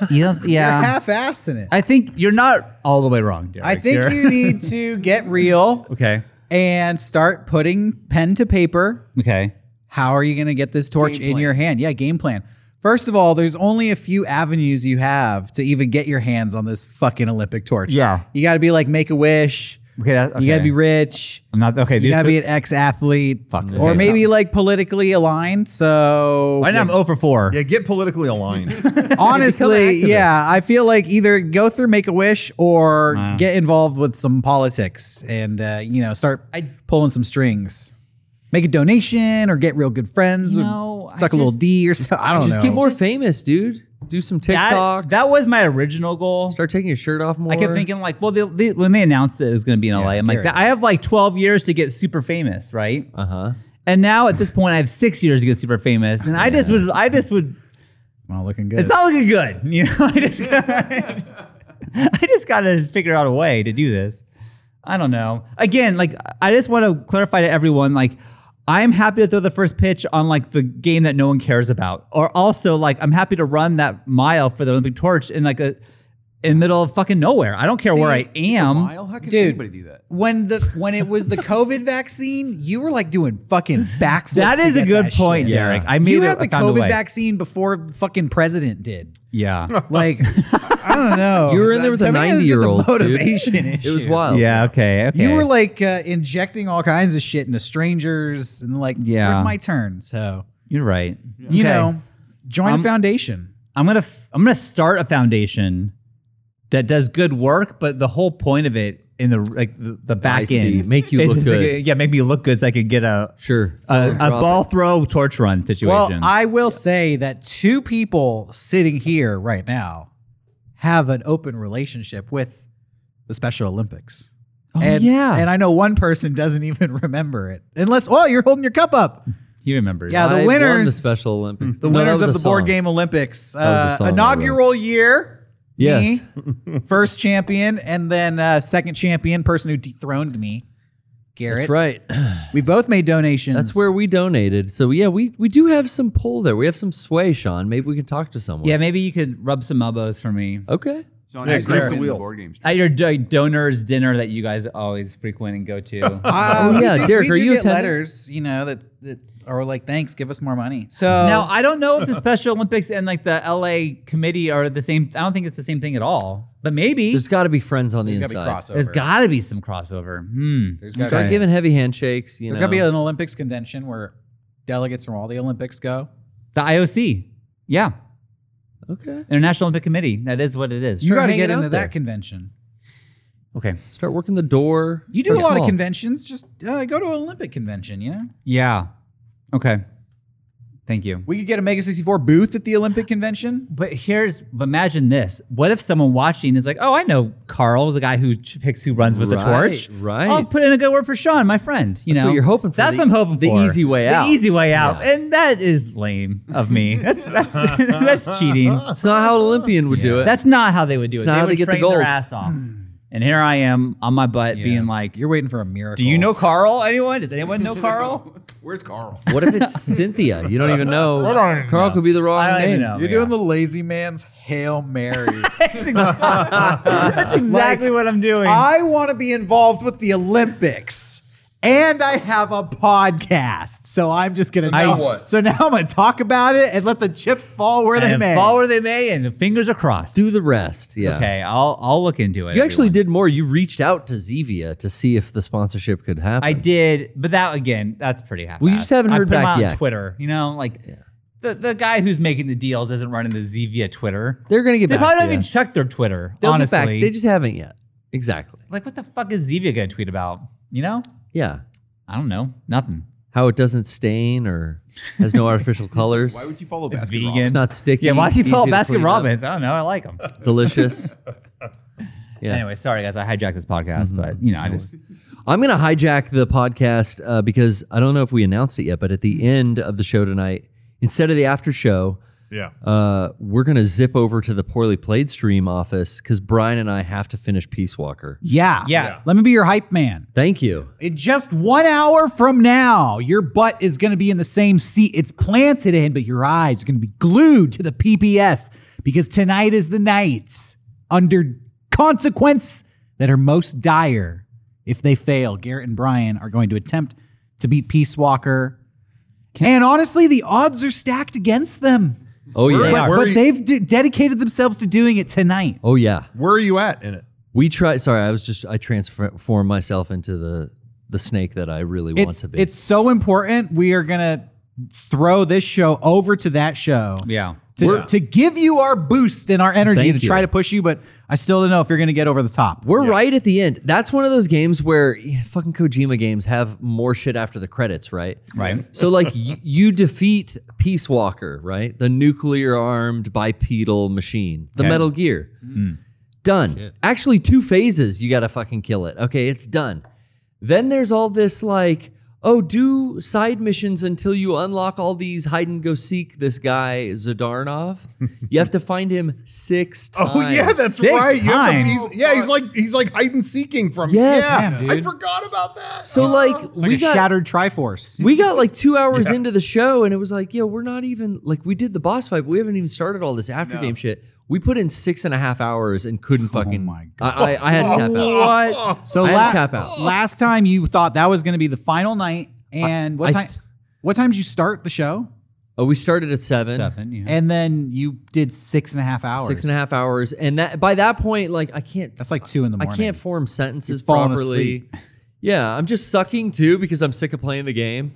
Speaker 4: You don't- Oh. yeah.
Speaker 1: You're half-assing it. I,
Speaker 4: I think you're not all the way wrong, Derek.
Speaker 1: think
Speaker 4: You're-
Speaker 1: you need to get real
Speaker 4: [laughs] Okay.
Speaker 1: and start putting pen to paper.
Speaker 4: Okay.
Speaker 1: How are you gonna get this torch in your hand? Yeah, game plan. First of all, there's only a few avenues you have to even get your hands on this fucking Olympic torch.
Speaker 4: Yeah.
Speaker 1: You gotta be like make a wish.
Speaker 4: Okay. That,
Speaker 1: You gotta be rich.
Speaker 4: I'm not okay.
Speaker 1: You
Speaker 4: these
Speaker 1: gotta
Speaker 4: three-
Speaker 1: be an ex athlete.
Speaker 4: Fuck.
Speaker 1: Or
Speaker 4: Okay.
Speaker 1: maybe like politically aligned. So
Speaker 4: Right now I'm 0 for 4.
Speaker 2: yeah, get politically aligned.
Speaker 1: Honestly,
Speaker 4: activist.
Speaker 1: yeah, I feel like either go through Make a Wish or
Speaker 4: Wow.
Speaker 1: get involved with some politics and uh, you know start
Speaker 4: I-
Speaker 1: pulling some strings. Make a donation or get real good friends.
Speaker 4: You
Speaker 1: with-
Speaker 4: know, I
Speaker 1: suck a little
Speaker 4: just-
Speaker 1: D or something. I don't
Speaker 3: just
Speaker 1: know.
Speaker 3: get more famous, dude. Do some TikToks.
Speaker 4: That, that was my original goal.
Speaker 3: start taking your shirt off more.
Speaker 4: I kept thinking like, well, they, they, when they announced that it was Uh-huh. going to be in LA, I'm like,
Speaker 1: Derek
Speaker 4: I have like 12 years to get super famous, right?
Speaker 3: Uh huh.
Speaker 4: And now at this point, I have six years to get super famous, and I just would, I just would.
Speaker 1: Not looking good.
Speaker 4: It's not looking good,
Speaker 1: [laughs]
Speaker 4: [laughs] you know. I just, got, I just got to figure out a way to do this. I don't know. Again, like I just want to clarify to everyone, like I'm happy to throw the first pitch on like the game that no one cares about, or also like I'm happy to run that mile for the Olympic torch in like a in the middle of fucking nowhere. I don't care where I am.
Speaker 7: Mile? How can
Speaker 1: Dude.
Speaker 7: anybody do that?
Speaker 1: When the when it was the COVID vaccine, you were like doing fucking backflips.
Speaker 4: That
Speaker 1: to
Speaker 4: is a
Speaker 1: get
Speaker 4: good
Speaker 1: that
Speaker 4: point,
Speaker 1: shit.
Speaker 4: Derek. I made
Speaker 1: You
Speaker 4: it-
Speaker 1: had
Speaker 4: I
Speaker 1: the
Speaker 4: found a
Speaker 1: COVID
Speaker 4: way.
Speaker 1: vaccine before the fucking president did.
Speaker 4: Yeah. [laughs]
Speaker 1: Like, I don't know.
Speaker 6: You were in there with
Speaker 1: To
Speaker 6: a
Speaker 1: me, it's just
Speaker 6: 90-year-old, dude.
Speaker 1: Motivation [laughs]
Speaker 3: It was
Speaker 1: issue.
Speaker 3: wild.
Speaker 4: yeah. Okay. Okay.
Speaker 1: You were like uh, injecting all kinds of shit into strangers, and like,
Speaker 4: Yeah.
Speaker 1: here's my turn. So
Speaker 4: You're right.
Speaker 1: you
Speaker 4: Okay.
Speaker 1: know, join
Speaker 4: Um,
Speaker 1: a foundation.
Speaker 4: I'm gonna f- I'm gonna start a foundation that does good work, but the whole point of it in the like the, the back
Speaker 3: I see.
Speaker 4: end
Speaker 3: Make you
Speaker 4: is
Speaker 3: look
Speaker 4: just,
Speaker 3: good.
Speaker 4: Like, yeah, make me look good so I could get a
Speaker 3: Sure.
Speaker 4: a, a
Speaker 3: Drop
Speaker 4: ball throw torch run
Speaker 1: Well,
Speaker 4: situation.
Speaker 1: I will say that two people sitting here right now have an open relationship with the Special Olympics. Oh, and,
Speaker 3: yeah.
Speaker 1: And I know one person doesn't even [laughs] remember it. Unless, well, you're holding your cup up.
Speaker 4: he remembers.
Speaker 3: it.
Speaker 1: Yeah,
Speaker 3: I
Speaker 1: the
Speaker 3: won
Speaker 1: winners. Mm.
Speaker 3: the Special Olympics.
Speaker 1: The
Speaker 3: No, that
Speaker 1: winners
Speaker 3: was
Speaker 1: of
Speaker 3: a
Speaker 1: the board
Speaker 3: song.
Speaker 1: game Olympics.
Speaker 3: was a
Speaker 1: Uh,
Speaker 3: song I
Speaker 1: inaugural year.
Speaker 3: Yes.
Speaker 1: Me, [laughs] first champion, and then uh, second champion, person who dethroned me, Garrett.
Speaker 3: That's right.
Speaker 1: [clears throat] We both made donations.
Speaker 3: That's where we donated. So yeah, we we do have some pull there. We have some sway, Sean. Maybe we can talk to someone.
Speaker 4: yeah. Maybe you could rub some elbows for me
Speaker 3: Okay.
Speaker 7: John,
Speaker 2: Yeah,
Speaker 7: yeah,
Speaker 2: grease the
Speaker 7: the
Speaker 2: wheels.
Speaker 7: board games.
Speaker 4: at your do- donors dinner that you guys always frequent and
Speaker 1: [laughs]
Speaker 4: go to.
Speaker 1: Uh,
Speaker 3: Oh,
Speaker 1: we
Speaker 3: yeah,
Speaker 1: do-
Speaker 3: Derek,
Speaker 1: we do
Speaker 3: are you
Speaker 1: get
Speaker 3: attending?
Speaker 1: letters? You know that that are like, thanks, give us more money. So
Speaker 4: now I don't know if the Special Olympics and like the LA committee are the same. I don't think it's the same thing at all. But maybe
Speaker 3: There's got to be friends on
Speaker 1: there's
Speaker 3: the
Speaker 1: gotta be
Speaker 3: inside.
Speaker 1: crossover.
Speaker 4: there's got to be some crossover. Hmm.
Speaker 1: There's
Speaker 3: Start
Speaker 1: gotta be-
Speaker 3: giving heavy handshakes. You
Speaker 1: there's
Speaker 3: know.
Speaker 1: gotta be an Olympics convention where delegates from all the Olympics go.
Speaker 4: The IOC. Yeah.
Speaker 3: okay.
Speaker 4: International Olympic Committee. That is what it is.
Speaker 1: You got to
Speaker 3: hang
Speaker 1: get
Speaker 3: it out
Speaker 1: into
Speaker 3: there.
Speaker 1: that convention.
Speaker 4: Okay.
Speaker 3: Start working the door.
Speaker 1: You do
Speaker 3: Start
Speaker 1: a lot of
Speaker 3: small.
Speaker 1: conventions. Just uh, go to an Olympic convention. You know,
Speaker 4: Yeah. Okay. Thank you.
Speaker 1: we could get a Mega 64 booth at the Olympic convention.
Speaker 4: But here's imagine this. What if someone watching is like, "Oh, I know Carl, the guy who ch- picks who runs with the
Speaker 3: Right,
Speaker 4: torch.
Speaker 3: right.
Speaker 4: I'll put in a good word for Sean, my friend. You
Speaker 3: That's
Speaker 4: know
Speaker 3: what you're hoping for,
Speaker 4: That's
Speaker 3: the-
Speaker 4: what I'm hoping
Speaker 3: the
Speaker 4: for.
Speaker 3: easy way out.
Speaker 4: The easy way out.
Speaker 3: Yeah.
Speaker 4: And that is lame of me. [laughs] That's that's that's cheating.
Speaker 3: It's not how an Olympian would do it.
Speaker 4: That's not how they would do it.
Speaker 3: not
Speaker 4: they
Speaker 3: how
Speaker 4: would
Speaker 3: they get the
Speaker 4: train
Speaker 3: gold.
Speaker 4: their ass off. And here I am on my butt, being like,
Speaker 1: You're waiting for a miracle.
Speaker 3: Oh.
Speaker 4: "Do you know Carl? Anyone? Does
Speaker 3: [laughs]
Speaker 4: anyone know Carl?"
Speaker 7: Where's Carl?
Speaker 3: what if it's Cynthia? You don't even know.
Speaker 2: don't even
Speaker 3: Carl
Speaker 2: know.
Speaker 3: could be the wrong
Speaker 4: I don't
Speaker 3: name.
Speaker 4: even know.
Speaker 1: [laughs] You're
Speaker 4: Yeah.
Speaker 1: doing the lazy man's Hail
Speaker 4: [laughs]
Speaker 1: Mary.
Speaker 4: That's exactly what I'm doing.
Speaker 1: I want to be involved with the Olympics. And I have a podcast, so I'm just gonna.
Speaker 2: So now
Speaker 1: I-
Speaker 2: what?
Speaker 1: So now I'm gonna talk about it and let the chips fall where they
Speaker 4: and
Speaker 1: may.
Speaker 4: fall where they may, and fingers are crossed.
Speaker 3: Do the rest. Yeah.
Speaker 4: okay, I'll I'll look into it.
Speaker 3: You actually
Speaker 4: everyone.
Speaker 3: did more. You reached out to Zevia to see if the sponsorship could happen.
Speaker 4: I did, but that again, that's pretty half.
Speaker 3: Well, you just haven't heard
Speaker 4: I put him
Speaker 3: back
Speaker 4: out
Speaker 3: yet.
Speaker 4: On Twitter, you know, like the the guy who's making the deals isn't running the Zevia Twitter.
Speaker 3: They're gonna get
Speaker 4: They
Speaker 3: back.
Speaker 4: probably
Speaker 3: to
Speaker 4: don't
Speaker 3: you.
Speaker 4: even check their Twitter.
Speaker 3: They'll get
Speaker 4: honestly,
Speaker 3: back. They just haven't yet. Exactly.
Speaker 4: like what the fuck is Zevia gonna tweet about? You know,
Speaker 3: Yeah.
Speaker 4: I don't know, nothing.
Speaker 3: How it doesn't stain or has no
Speaker 7: [laughs]
Speaker 3: artificial colors.
Speaker 7: Why would you follow
Speaker 4: It's
Speaker 7: Baskin
Speaker 4: vegan.
Speaker 7: Robbins?
Speaker 3: It's not sticky.
Speaker 4: Yeah, why do you
Speaker 3: easy
Speaker 4: follow
Speaker 3: to
Speaker 4: Baskin
Speaker 3: clean up,
Speaker 4: Robbins? I don't know. I like them. [laughs]
Speaker 3: Delicious. Yeah. Mm-hmm.
Speaker 4: Anyway, sorry guys, I hijacked this podcast, but you know, I just
Speaker 3: I'm going to hijack the podcast uh, because I don't know if we announced it yet, but at the end of the show tonight, instead of the after show,
Speaker 2: Yeah.
Speaker 3: uh, we're going to zip over to the poorly played stream office because Brian and I have to finish Peace Walker.
Speaker 1: yeah,
Speaker 4: Yeah.
Speaker 1: Let me be your hype man.
Speaker 3: Thank you.
Speaker 1: In just one hour from now, your butt is going to be in the same seat it's planted in, but your eyes are going to be glued to the PPS because tonight is the night under consequence that are most dire. If they fail, Garrett and Brian are going to attempt to beat Peace Walker. and honestly, the odds are stacked against them.
Speaker 3: Oh,
Speaker 2: We're- we're-
Speaker 3: yeah.
Speaker 1: But
Speaker 2: are you-
Speaker 1: they've d- dedicated themselves to doing it tonight.
Speaker 3: Oh, yeah.
Speaker 2: Where are you at in it?
Speaker 3: We tried. Sorry, I was just, I transformed myself into the the snake that I really want
Speaker 1: It's,
Speaker 3: to be.
Speaker 1: it's so important. We are going to throw this show over to that show.
Speaker 4: yeah.
Speaker 1: to, to give you our boost and our energy
Speaker 3: Thank
Speaker 1: to try
Speaker 3: you.
Speaker 1: to push you, but I still don't know if you're going to get over the top.
Speaker 3: We're right at the end. That's one of those games where [sighs] yeah, fucking Kojima games have more shit after the credits, right?
Speaker 4: Right.
Speaker 3: So like y- [laughs] you defeat Peace Walker, right? The nuclear armed bipedal machine, the
Speaker 4: Okay.
Speaker 3: Metal Gear. Done. Actually, two phases. You got to fucking kill it. Okay, it's done. Then there's all this like, oh, do side missions until you unlock all these hide and go seek this guy Zadarnov. you have to find him six times.
Speaker 2: Oh yeah, that's
Speaker 4: Six
Speaker 2: right. You have to-
Speaker 4: times.
Speaker 2: he's- yeah, he's like he's like hide and seeking from.
Speaker 3: Yes.
Speaker 2: yeah,
Speaker 1: Damn,
Speaker 2: I
Speaker 1: dude.
Speaker 2: forgot about that.
Speaker 3: so
Speaker 2: Ah.
Speaker 3: like
Speaker 1: It's
Speaker 3: we
Speaker 1: like a
Speaker 3: got
Speaker 1: shattered Triforce.
Speaker 3: we got like two hours into the show, and it was like, yo, we're not even like we did the boss fight, but we haven't even started all this after game shit. We put in six and a half hours and couldn't fucking.
Speaker 1: my
Speaker 3: I, I, I had to tap out.
Speaker 4: What?
Speaker 1: So
Speaker 3: I had
Speaker 1: la-
Speaker 3: to tap out.
Speaker 1: last time you thought that was going to be the final night, and what
Speaker 3: I
Speaker 1: time?
Speaker 3: th-
Speaker 1: What time did you start the show?
Speaker 3: Oh, we started at seven.
Speaker 4: Seven, yeah.
Speaker 1: And then you did six and a half hours.
Speaker 3: Six and a half hours, and that by that point, like I can't.
Speaker 1: That's like two in the
Speaker 3: I
Speaker 1: morning.
Speaker 3: can't form sentences
Speaker 1: You're falling
Speaker 3: properly.
Speaker 1: asleep.
Speaker 3: Yeah, I'm just sucking too because I'm sick of playing the game.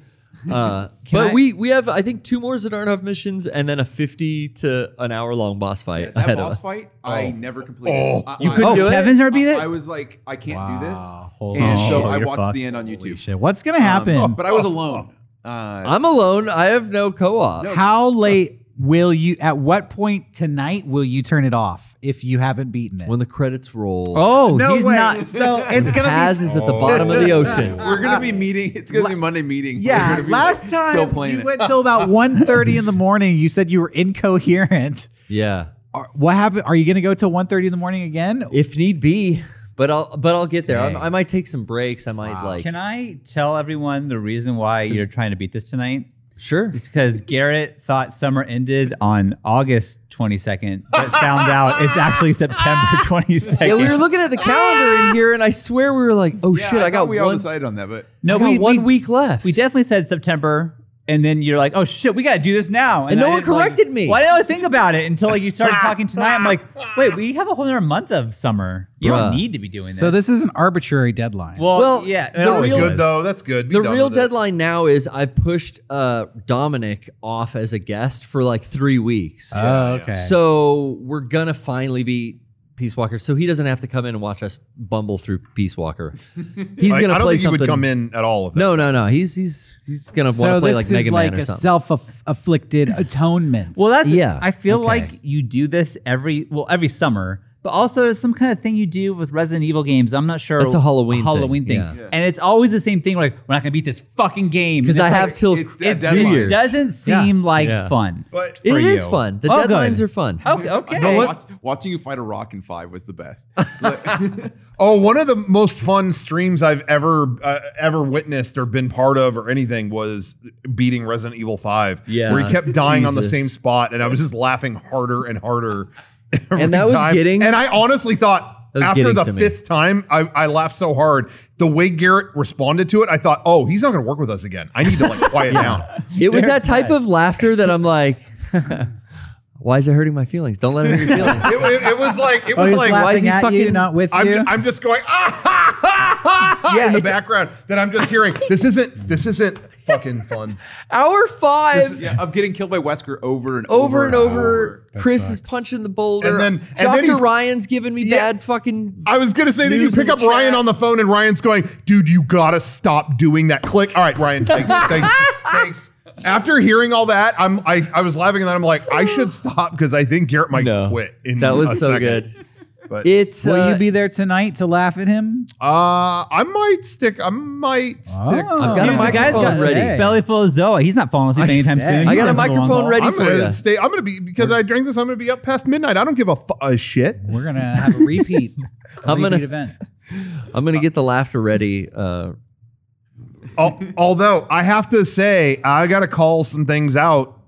Speaker 3: Uh, but
Speaker 4: I-
Speaker 3: we we have I think two more Zadarnov missions and then a 50 to an hour long boss fight
Speaker 7: That
Speaker 3: ahead of
Speaker 7: boss
Speaker 3: us.
Speaker 7: fight, I never completed.
Speaker 2: Oh.
Speaker 7: I-
Speaker 3: You
Speaker 7: I-
Speaker 3: couldn't
Speaker 4: Oh,
Speaker 3: do it?
Speaker 4: Kevin's never beat
Speaker 7: I,
Speaker 4: it.
Speaker 7: I was like, I can't do this.
Speaker 1: Holy
Speaker 7: and
Speaker 1: shit.
Speaker 7: so I
Speaker 4: You're
Speaker 7: watched
Speaker 4: fucked.
Speaker 7: the end on YouTube. Um,
Speaker 1: Shit, What's
Speaker 3: Um,
Speaker 1: going to happen?
Speaker 3: oh,
Speaker 7: But I was alone. Uh,
Speaker 3: I'm alone. I have no co-op.
Speaker 1: How late will you? At what point tonight will you turn it off if you haven't beaten it?
Speaker 3: When the credits roll,
Speaker 4: Oh,
Speaker 2: No
Speaker 4: he's
Speaker 2: way.
Speaker 4: not. [laughs] So
Speaker 3: [laughs]
Speaker 4: it's gonna be
Speaker 3: Paz is at the bottom
Speaker 7: [laughs]
Speaker 3: of the ocean.
Speaker 7: we're gonna be meeting. It's gonna be Monday meeting. We're
Speaker 1: yeah,
Speaker 7: gonna
Speaker 3: [laughs]
Speaker 7: be,
Speaker 1: last
Speaker 7: like,
Speaker 1: time
Speaker 7: [laughs] still playing
Speaker 1: you
Speaker 7: it.
Speaker 1: went till about 1.30 in the morning. You said you were incoherent.
Speaker 3: Yeah,
Speaker 1: Are- what happened? Are you going to go till 1.30 in the morning again?
Speaker 3: if need be, but I'll but I'll get there. I'm, I might take some breaks. I might like
Speaker 4: Can I tell everyone the reason why you're trying to beat this tonight?
Speaker 3: sure.
Speaker 4: It's because Garrett thought summer ended on August 22nd, but found out it's actually [laughs] September 22nd.
Speaker 3: Yeah, we were looking at the calendar in here, and I swear we were like, oh
Speaker 7: Yeah,
Speaker 3: shit, I,
Speaker 7: thought
Speaker 3: got
Speaker 7: we all
Speaker 3: one.
Speaker 7: decided on that, but
Speaker 4: no,
Speaker 3: I got
Speaker 4: we,
Speaker 3: one
Speaker 4: we,
Speaker 3: week left.
Speaker 4: we definitely said September. And then you're like, oh shit, we gotta do this now.
Speaker 3: And no
Speaker 4: I
Speaker 3: one
Speaker 4: didn't, like-
Speaker 3: corrected me.
Speaker 4: Why didn't I think about it until like you started talking tonight? I'm like, wait, we have a whole other month of summer. You
Speaker 3: Bruh.
Speaker 4: don't need to be doing this.
Speaker 1: So this is an arbitrary deadline.
Speaker 4: well,
Speaker 3: Well,
Speaker 4: yeah,
Speaker 3: the
Speaker 2: That's
Speaker 4: always
Speaker 3: real-
Speaker 2: good
Speaker 4: was.
Speaker 2: though. That's good. Be
Speaker 3: the
Speaker 2: done
Speaker 3: real
Speaker 2: with it.
Speaker 3: deadline now is I've pushed uh, Dominic off as a guest for like three weeks.
Speaker 1: oh, okay.
Speaker 3: So we're gonna finally beat Peace Walker, so he doesn't have to come in and watch us bumble through Peace Walker. He's
Speaker 2: Like,
Speaker 3: gonna
Speaker 2: I don't
Speaker 3: play
Speaker 2: think
Speaker 3: something.
Speaker 2: you would come in at all. If that.
Speaker 3: No, no, no. He's he's he's gonna want
Speaker 1: so
Speaker 3: to play
Speaker 1: this
Speaker 3: like
Speaker 1: is
Speaker 3: Mega
Speaker 1: like
Speaker 3: Man or
Speaker 1: a
Speaker 3: something. [laughs]
Speaker 1: self-afflicted atonement.
Speaker 4: Well, that's
Speaker 3: Yeah.
Speaker 4: yeah. I feel like you do this every well every summer, but also it's some kind of thing you do with Resident Evil games. I'm not sure.
Speaker 3: That's a Halloween
Speaker 4: Halloween
Speaker 3: thing,
Speaker 4: thing,
Speaker 3: yeah.
Speaker 4: and it's always the same thing. Like we're not gonna beat this fucking game
Speaker 3: Because
Speaker 4: And
Speaker 3: I
Speaker 4: it's
Speaker 3: have
Speaker 4: like,
Speaker 3: till
Speaker 7: it's
Speaker 3: New
Speaker 7: that deadline.
Speaker 3: Year's.
Speaker 4: Doesn't seem like
Speaker 3: Yeah.
Speaker 4: fun.
Speaker 2: but
Speaker 3: It
Speaker 2: for
Speaker 3: is
Speaker 2: you.
Speaker 3: fun. The
Speaker 4: Oh, good.
Speaker 3: deadlines are fun.
Speaker 4: Okay, okay.
Speaker 7: watch- watching you fight a rock in five was the best.
Speaker 2: Oh, one of the most fun streams I've ever uh, ever witnessed or been part of or anything was beating Resident Evil Five.
Speaker 3: Yeah.
Speaker 2: where he kept dying on the
Speaker 3: Jesus.
Speaker 2: same spot, and I was just laughing harder and harder. [laughs] every
Speaker 3: And that was
Speaker 2: time.
Speaker 3: getting-
Speaker 2: And I honestly thought
Speaker 3: That was
Speaker 2: after
Speaker 3: getting
Speaker 2: the
Speaker 3: to me.
Speaker 2: fifth time, I, I laughed so hard. The way Garrett responded to it, I thought, oh, he's not going to work with us again. I need to
Speaker 3: [laughs]
Speaker 2: like quiet down.
Speaker 3: It was that type of laughter that I'm like, [laughs] why is it hurting my feelings? Don't let it [laughs] hurt your feelings.
Speaker 2: It, it- it was like it
Speaker 1: oh,
Speaker 2: was
Speaker 1: he's
Speaker 2: like
Speaker 1: laughing
Speaker 3: why is he
Speaker 1: at you,
Speaker 3: fucking-
Speaker 1: not with you.
Speaker 2: I'm, I'm just going [laughs] ah ha, ha, ha, ha,
Speaker 3: Yeah,
Speaker 2: in the
Speaker 3: it's-
Speaker 2: background that I'm just hearing. This isn't this isn't fucking fun.
Speaker 3: Hour five.
Speaker 7: yeah, of getting killed by Wesker over and
Speaker 3: over and over.
Speaker 7: over.
Speaker 3: Chris is punching the boulder.
Speaker 2: And then- and then
Speaker 3: Dr.
Speaker 2: he's-
Speaker 3: Ryan's giving me
Speaker 2: Yeah.
Speaker 3: bad fucking.
Speaker 2: I was gonna say that you
Speaker 3: News in
Speaker 2: pick
Speaker 3: the
Speaker 2: up Ryan
Speaker 3: chat.
Speaker 2: on the phone and Ryan's going, dude, you gotta stop doing that. Click. All right, Ryan, thanks,
Speaker 3: [laughs]
Speaker 2: thanks, thanks. After hearing all that, I'm I, I was laughing and then I'm like, I should stop because I think Garrett might quit. In
Speaker 3: that
Speaker 2: a
Speaker 3: was so
Speaker 2: second.
Speaker 3: good.
Speaker 2: But
Speaker 3: It's
Speaker 1: Will
Speaker 3: uh,
Speaker 1: you be there tonight to laugh at him?
Speaker 2: uh, I might stick. I might stick.
Speaker 1: I've
Speaker 3: Ah. got a
Speaker 4: Dude, the guy's
Speaker 3: microphone
Speaker 4: got
Speaker 3: ready.
Speaker 4: a belly full of Zoa. He's not falling asleep anytime soon.
Speaker 3: I
Speaker 4: He's
Speaker 3: got a
Speaker 4: in for the long
Speaker 3: microphone
Speaker 4: haul.
Speaker 3: ready
Speaker 2: I'm
Speaker 3: for ya.
Speaker 2: gonna stay. I'm gonna be because I drank this. I'm gonna be up past midnight. I don't give a, fu- a shit.
Speaker 1: We're gonna have
Speaker 3: [laughs]
Speaker 1: a repeat. a
Speaker 3: I'm
Speaker 1: repeat
Speaker 3: gonna-
Speaker 1: event.
Speaker 3: I'm gonna get the laughter ready. Uh, [laughs]
Speaker 2: Al- although I have to say, I got to call some things out.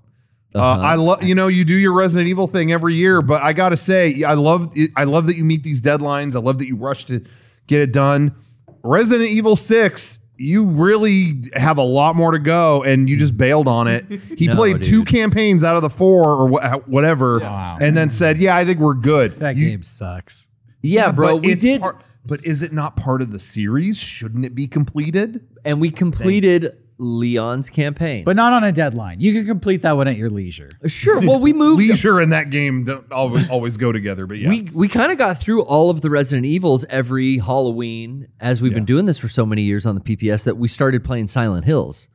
Speaker 2: uh
Speaker 3: Uh-huh.
Speaker 2: I love you know you do your Resident Evil thing every year, but I got to say I love I love that you meet these deadlines. I love that you rush to get it done. Resident Evil Six, you really have a lot more to go, and you just bailed on it. He
Speaker 3: [laughs] No,
Speaker 2: played two
Speaker 3: dude.
Speaker 2: campaigns out of the four or wha- whatever,
Speaker 1: Wow.
Speaker 2: and then said, "Yeah, I think we're good."
Speaker 1: That
Speaker 2: You-
Speaker 1: game sucks.
Speaker 3: yeah, bro,
Speaker 2: but
Speaker 3: we
Speaker 2: it's
Speaker 3: did,
Speaker 2: part- but is it not part of the series? Shouldn't it be completed?
Speaker 3: and we completed Leon's campaign.
Speaker 1: But not on a deadline. You can complete that one at your leisure.
Speaker 3: sure, well, [laughs]
Speaker 2: [laughs]
Speaker 3: we moved.
Speaker 2: leisure and that game don't always, always go together. But yeah,
Speaker 3: We we kind of got through all of the Resident Evils every Halloween as we've been doing this for so many years on the PPS that we started playing Silent Hills.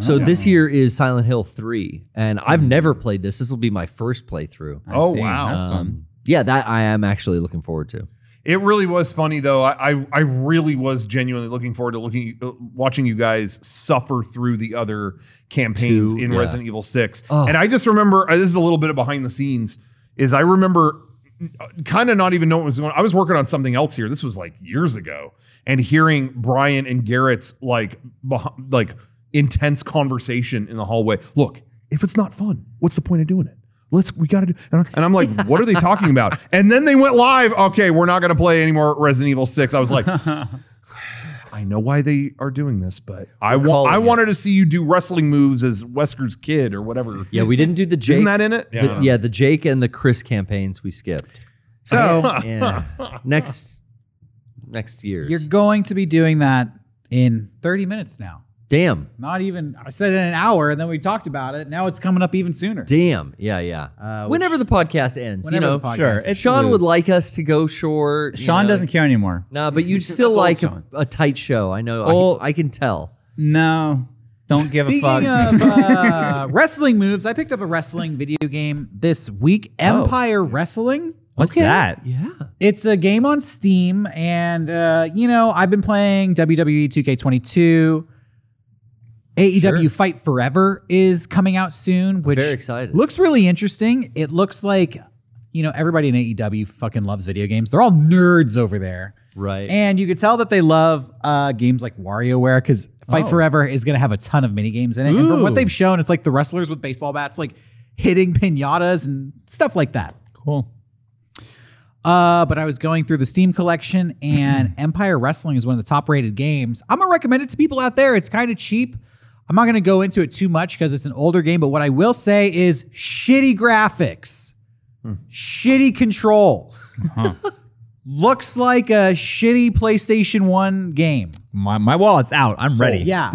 Speaker 3: So this year is Silent Hill 3 and I've never played this. This will be my first playthrough.
Speaker 2: oh
Speaker 4: See,
Speaker 2: wow,
Speaker 4: that's fun.
Speaker 3: Um, yeah, that I am actually looking forward to.
Speaker 2: It really was funny though. I I, I really was genuinely looking forward to looking uh, watching you guys suffer through the other campaigns
Speaker 3: Two,
Speaker 2: in
Speaker 3: yeah.
Speaker 2: Resident Evil Six. And I just remember uh, this is a little bit of behind the scenes. Is I remember kind of not even know what was going on. I was working on something else here. This was like years ago. And hearing Brian and Garrett's like beh- like intense conversation in the hallway. Look, if it's not fun, what's the point of doing it? Let's we got to do and I'm- and [laughs] I'm like, what are they talking about? And then they went live. Okay, we're not going to play any more Resident Evil 6. I was like, [laughs] I know why they are doing this, but I wa-
Speaker 3: calling
Speaker 2: I
Speaker 3: it.
Speaker 2: wanted to see you do wrestling moves as Wesker's kid or [laughs] whatever.
Speaker 3: Yeah, we didn't do the Jake.
Speaker 2: Isn't that in it?
Speaker 3: the- yeah. the Jake and the Chris campaigns we [laughs] skipped.
Speaker 1: So
Speaker 3: Yeah. next next year's.
Speaker 1: you're going to be doing that in 30 minutes now.
Speaker 3: damn.
Speaker 1: Not even I said in an hour, and then we talked about it. Now it's coming up even sooner.
Speaker 3: Damn. Yeah, yeah. whenever the podcast ends, you
Speaker 1: Whenever
Speaker 3: know.
Speaker 1: the podcast
Speaker 4: Sure.
Speaker 1: is.
Speaker 4: It's
Speaker 3: Sean
Speaker 4: loose.
Speaker 3: would like us to go short. you
Speaker 4: Sean
Speaker 3: know.
Speaker 4: doesn't care anymore.
Speaker 3: [laughs] Nah, but you still
Speaker 7: old
Speaker 3: like a,
Speaker 7: Sean.
Speaker 3: a tight show. I know.
Speaker 4: Old-
Speaker 3: I, I can tell.
Speaker 4: No, don't give a
Speaker 1: Speaking
Speaker 4: fuck. [laughs]
Speaker 1: of uh, [laughs] wrestling moves, I picked up a wrestling video game this week, Empire Wrestling.
Speaker 4: Oh. What's that?
Speaker 3: Yeah.
Speaker 1: It's a game on Steam, and uh, you know I've been playing E WWE 2K22. AEW E Fight Forever is coming out soon, which
Speaker 3: Very excited.
Speaker 1: looks really interesting. It looks like you know everybody in AEW fucking loves video games. They're all nerds over there.
Speaker 3: Right.
Speaker 1: And you could tell that they love uh, games like WarioWare because
Speaker 3: Oh.
Speaker 1: Fight Forever is going to have a ton of mini games in it. And from what
Speaker 4: Ooh.
Speaker 1: they've shown, it's like the wrestlers with baseball bats, like hitting pinatas and stuff like that.
Speaker 4: Cool.
Speaker 1: Uh, but I was going through the Steam collection, and Empire Wrestling is one of the top rated games. I'm gonna recommend it to people out there. It's kind of cheap. I'm not gonna go into it too much because it's an older game, but what I will say is shitty graphics, shitty controls. [laughs] Looks like a shitty PlayStation 1 game.
Speaker 4: My my wallet's out. I'm ready.
Speaker 1: Oh, Yeah.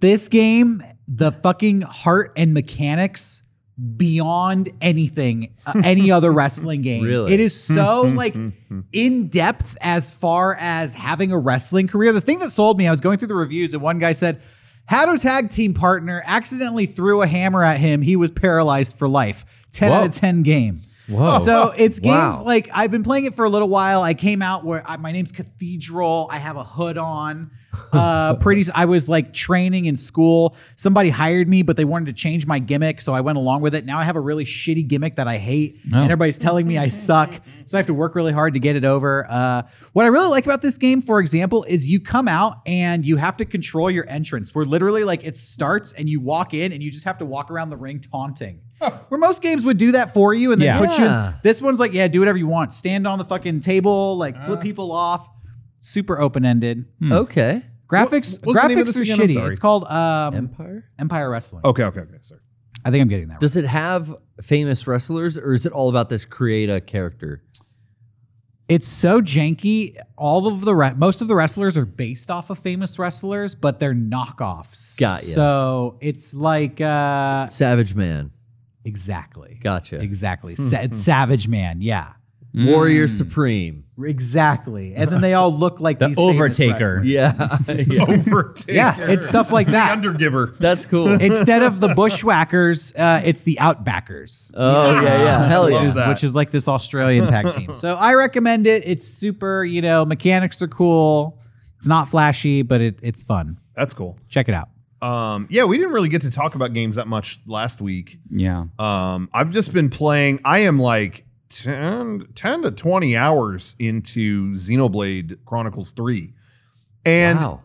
Speaker 1: this game, the fucking heart and mechanics beyond anything, uh, any
Speaker 3: [laughs]
Speaker 1: other wrestling game.
Speaker 3: Really?
Speaker 1: It is
Speaker 3: [laughs]
Speaker 1: so like in depth as far as having a wrestling career. The thing that sold me, I was going through the reviews and one guy said, had a tag team partner accidentally threw a hammer at him. He was paralyzed for life. 10 out of 10 game. Whoa. So it's games
Speaker 3: Wow.
Speaker 1: like I've been playing it for a little while. I came out where I, my name's Cathedral. I have a hood on. Uh, pretty. I was like training in school. Somebody hired me, but they wanted to change my gimmick, so I went along with it. Now I have a really shitty gimmick that I hate, and everybody's telling me I suck. So I have to work really hard to get it over. Uh, what I really like about this game, for example, is you come out and you have to control your entrance. Where literally like it starts and you walk in and you just have to walk around the ring taunting. Where most games would do that for you and then
Speaker 4: Yeah.
Speaker 1: put you in
Speaker 3: Yeah.
Speaker 1: this one's like, yeah, do whatever you want. Stand on the fucking table, like flip
Speaker 2: Uh.
Speaker 1: people off. Super open ended.
Speaker 2: Hmm.
Speaker 3: Okay.
Speaker 1: Graphics
Speaker 2: what's the name of
Speaker 1: graphics
Speaker 2: this
Speaker 1: are
Speaker 2: again? I'm
Speaker 1: shitty.
Speaker 2: sorry. Oh.
Speaker 1: It's called um,
Speaker 3: Empire.
Speaker 1: Empire Wrestling.
Speaker 2: [laughs] Okay, okay, okay, sorry.
Speaker 1: I think I'm getting that. Right.
Speaker 3: Does it have famous wrestlers, or is it all about this create a character?
Speaker 1: It's so janky. All of the re- most of the wrestlers are based off of famous wrestlers, but they're knockoffs.
Speaker 3: Got ya.
Speaker 1: So it's like uh,
Speaker 3: Savage Man.
Speaker 1: exactly,
Speaker 3: Gotcha.
Speaker 1: exactly.
Speaker 3: Hmm,
Speaker 1: Sa- it's Savage Man, yeah,
Speaker 3: Warrior Supreme.
Speaker 1: exactly. And then they all look like
Speaker 4: The
Speaker 1: these famous
Speaker 4: Overtaker.
Speaker 1: wrestlers.
Speaker 3: [laughs] [laughs] Yeah.
Speaker 2: [laughs] Overtaker.
Speaker 1: Yeah, it's stuff like
Speaker 2: the
Speaker 1: that.
Speaker 2: undergiver.
Speaker 3: That's
Speaker 2: [laughs]
Speaker 3: cool.
Speaker 1: Instead of the bushwhackers, uh, it's the outbackers,
Speaker 3: oh yeah, yeah. Hell
Speaker 2: Love
Speaker 3: yeah.
Speaker 2: that.
Speaker 1: which is like this Australian tag team. So I recommend it. It's super, you know, mechanics are cool. It's not flashy, but it, it's fun.
Speaker 2: That's cool.
Speaker 1: Check it out.
Speaker 2: Um, yeah, we didn't really get to talk about games that much last week.
Speaker 4: Yeah.
Speaker 2: Um, I've just been playing. I am like 10, 10 to 20 hours into Xenoblade Chronicles 3. And
Speaker 3: wow.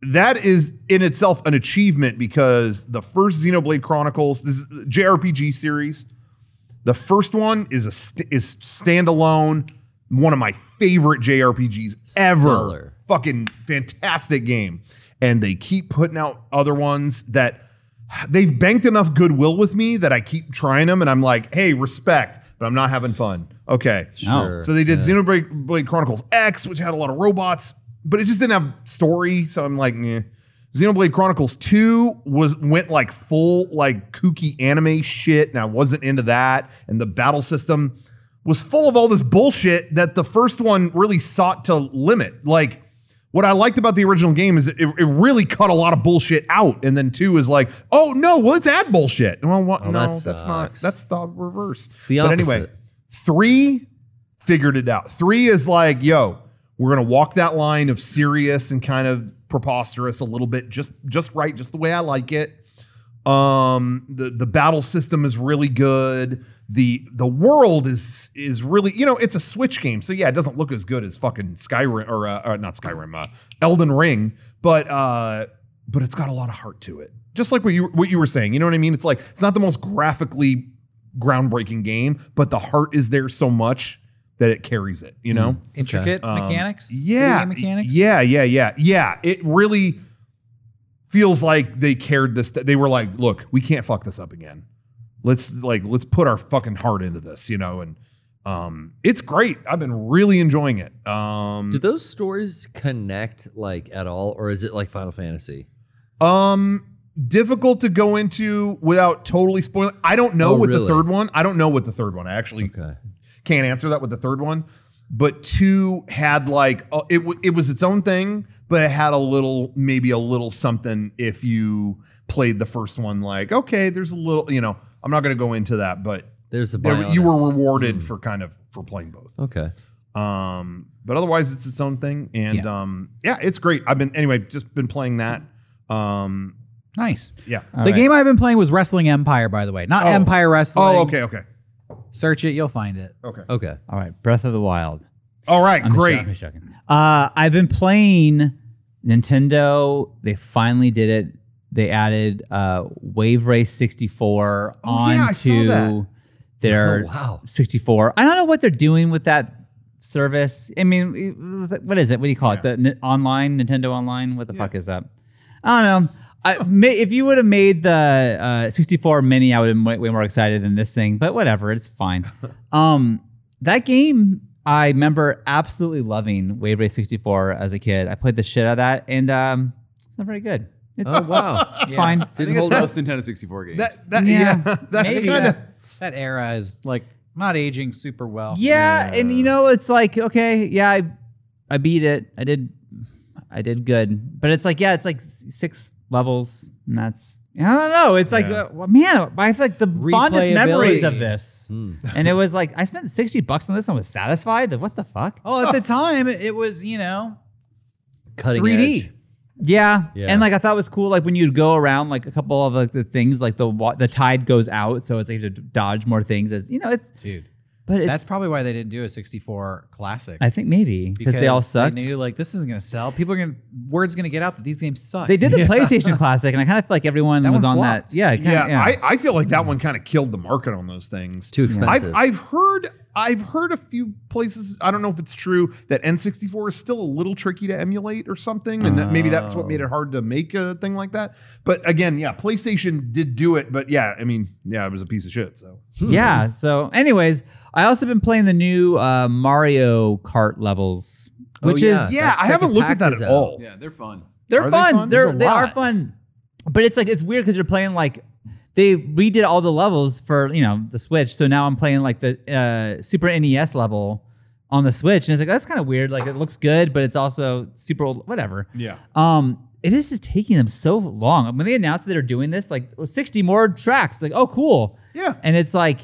Speaker 2: that is in itself an achievement because the first Xenoblade Chronicles, this is the JRPG series, the first one is a st- is standalone, one of my favorite JRPGs ever.
Speaker 3: Stellar.
Speaker 2: Fucking fantastic game. And they keep putting out other ones that they've banked enough goodwill with me that I keep trying them and I'm like, "Hey, respect, but I'm not having fun." Okay.
Speaker 3: Sure.
Speaker 2: So they did Xenoblade Blade Chronicles X, which had a lot of robots, but it just didn't have story. So I'm like, eh. Xenoblade Chronicles 2 was went like full like kooky anime shit, and I wasn't into that. And the battle system was full of all this bullshit that the first one really sought to limit. Like what I liked about the original game is it, it really cut a lot of bullshit out. And then two is like, oh no, well, let's add bullshit. Well, what,
Speaker 3: Well,
Speaker 2: no,
Speaker 3: that
Speaker 2: that's not
Speaker 3: sucks.
Speaker 2: that's the reverse.
Speaker 3: the
Speaker 2: but anyway,
Speaker 3: opposite.
Speaker 2: three figured it out. Three is like, yo, we're gonna walk that line of serious and kind of preposterous a little bit, just just right, just the way I like it. Um, the the battle system is really good. The the world is is really you know it's a Switch game, so yeah, it doesn't look as good as fucking Skyrim or, uh, or not Skyrim, uh, Elden Ring, but uh, but it's got a lot of heart to it. Just like what you what you were saying, you know what I mean? It's like it's not the most graphically groundbreaking game, but the heart is there so much that it carries it. You
Speaker 3: Mm.
Speaker 2: know?
Speaker 1: Intricate mechanics?
Speaker 2: Um, Yeah.
Speaker 1: Video game mechanics?
Speaker 2: Yeah, yeah, yeah. Yeah. It really feels like they cared this they were like, look, we can't fuck this up again. Let's like let's put our fucking heart into this, you know, and um it's great. I've been really enjoying it. Um
Speaker 3: Do those stories connect like at all, or is it like Final Fantasy?
Speaker 2: um difficult to go into without totally spoiling. I don't know
Speaker 3: Oh,
Speaker 2: what
Speaker 3: really?
Speaker 2: the third one. I don't know what the third one. I actually
Speaker 3: Okay.
Speaker 2: can't answer that with the third one. But two had like uh, it. W- it was its own thing, but it had a little, maybe a little something. If you played the first one, like okay, there's a little. You know, I'm not going to go into that, but
Speaker 3: There's the
Speaker 2: there, you were
Speaker 3: Bionis.
Speaker 2: rewarded for kind of for playing both.
Speaker 3: Okay.
Speaker 2: Um, but otherwise, it's its own thing, and yeah. um, yeah, it's great. I've been anyway, just been playing that. Um,
Speaker 1: Nice.
Speaker 2: yeah.
Speaker 1: the
Speaker 4: right.
Speaker 1: game I've been playing was Wrestling Empire, by the way. Not
Speaker 2: Oh.
Speaker 1: Empire Wrestling.
Speaker 2: oh, okay, okay,
Speaker 1: Search it, you'll find it.
Speaker 2: okay.
Speaker 3: Okay.
Speaker 4: All right, Breath of the Wild.
Speaker 2: All right,
Speaker 4: I'm just
Speaker 2: great.
Speaker 4: joking, I'm just joking. Uh, I've been playing Nintendo. They finally did it. They added uh, Wave Race 64
Speaker 2: Oh, yeah, I saw
Speaker 4: onto
Speaker 2: that.
Speaker 3: Oh,
Speaker 4: their
Speaker 3: wow.
Speaker 4: 64. I don't know what they're doing with that service. I mean, what is it? What do you call it? The n- online Nintendo Online? What the fuck is that? I don't know. I, ma- if you would have made the uh, 64 mini, I would have been way, way more excited than this thing. But whatever,
Speaker 3: [laughs]
Speaker 4: it's fine. um, that game, I remember absolutely loving Wave Race 64 as a kid. I played the shit out of that, and um, it's not very good. It's,
Speaker 3: Oh wow.
Speaker 4: it's
Speaker 3: [laughs]
Speaker 4: fine.
Speaker 7: I think [laughs] it's most Nintendo 64 games.
Speaker 2: That, that,
Speaker 4: Yeah,
Speaker 2: yeah, [laughs] that's
Speaker 4: maybe.
Speaker 2: kind of.
Speaker 1: That era is like not aging super well.
Speaker 4: Yeah, and you know, it's like okay, yeah, I, I beat it. I did, I did good. But it's like yeah, it's like s- six levels, and that's I don't know. It's like
Speaker 2: Yeah.
Speaker 4: uh, well, man, I have like the fondest memories
Speaker 1: Replayability. [laughs]
Speaker 4: of this. and it was like I spent sixty bucks on this and was satisfied. Like, What the fuck?
Speaker 1: Oh, at the time, it it was, you know,
Speaker 3: Cutting
Speaker 1: 3D.
Speaker 3: edge.
Speaker 4: Yeah.
Speaker 3: Yeah.
Speaker 4: and like I thought it was cool. Like when you'd go around, like a couple of like the things, like the wa- the tide goes out, so it's like you have to dodge more things. As you know, it's
Speaker 1: Dude.
Speaker 4: but it's,
Speaker 1: That's probably why they didn't do a 64 classic.
Speaker 4: I think maybe because they all sucked.
Speaker 1: They knew like this isn't going to sell. People are going to word's going to get out that these games suck.
Speaker 4: They did the PlayStation Classic, and I kind of feel like everyone
Speaker 1: That
Speaker 4: was
Speaker 1: one
Speaker 4: on
Speaker 1: flopped.
Speaker 4: that. Yeah, kinda,
Speaker 2: yeah,
Speaker 4: yeah.
Speaker 2: I, I feel like that one kind of killed the market on those things.
Speaker 3: Too expensive.
Speaker 2: I've, I've heard I've heard a few places. I don't know if it's true that N64 is still a little tricky to emulate or something, and that maybe that's what made
Speaker 3: Oh.
Speaker 2: it hard to make a thing like that. But again, yeah, PlayStation did do it, but yeah, I mean, yeah, it was a piece of shit. So
Speaker 4: yeah. So, anyways, I also been playing the new uh, Mario Kart levels,
Speaker 3: Oh,
Speaker 4: which
Speaker 3: yeah.
Speaker 4: is
Speaker 2: yeah,
Speaker 3: that
Speaker 2: I haven't
Speaker 3: second
Speaker 2: looked at
Speaker 3: pack
Speaker 2: that
Speaker 3: is
Speaker 2: at
Speaker 3: out.
Speaker 2: all.
Speaker 7: yeah, they're fun.
Speaker 4: they're
Speaker 2: Are they
Speaker 4: fun.
Speaker 2: fun?
Speaker 4: They are
Speaker 3: There's a
Speaker 4: they are
Speaker 3: lot.
Speaker 4: fun, but it's like it's weird because you're playing like they redid all the levels for you know the Switch, so now I'm playing like the uh, Super NES level on the Switch, and it's like that's kind of weird. Like it looks good, but it's also super old, whatever.
Speaker 2: Yeah.
Speaker 4: Um, it is just taking them so long. When they announced that they're doing this, like 60 more tracks, like, oh, cool.
Speaker 2: Yeah.
Speaker 4: And it's like,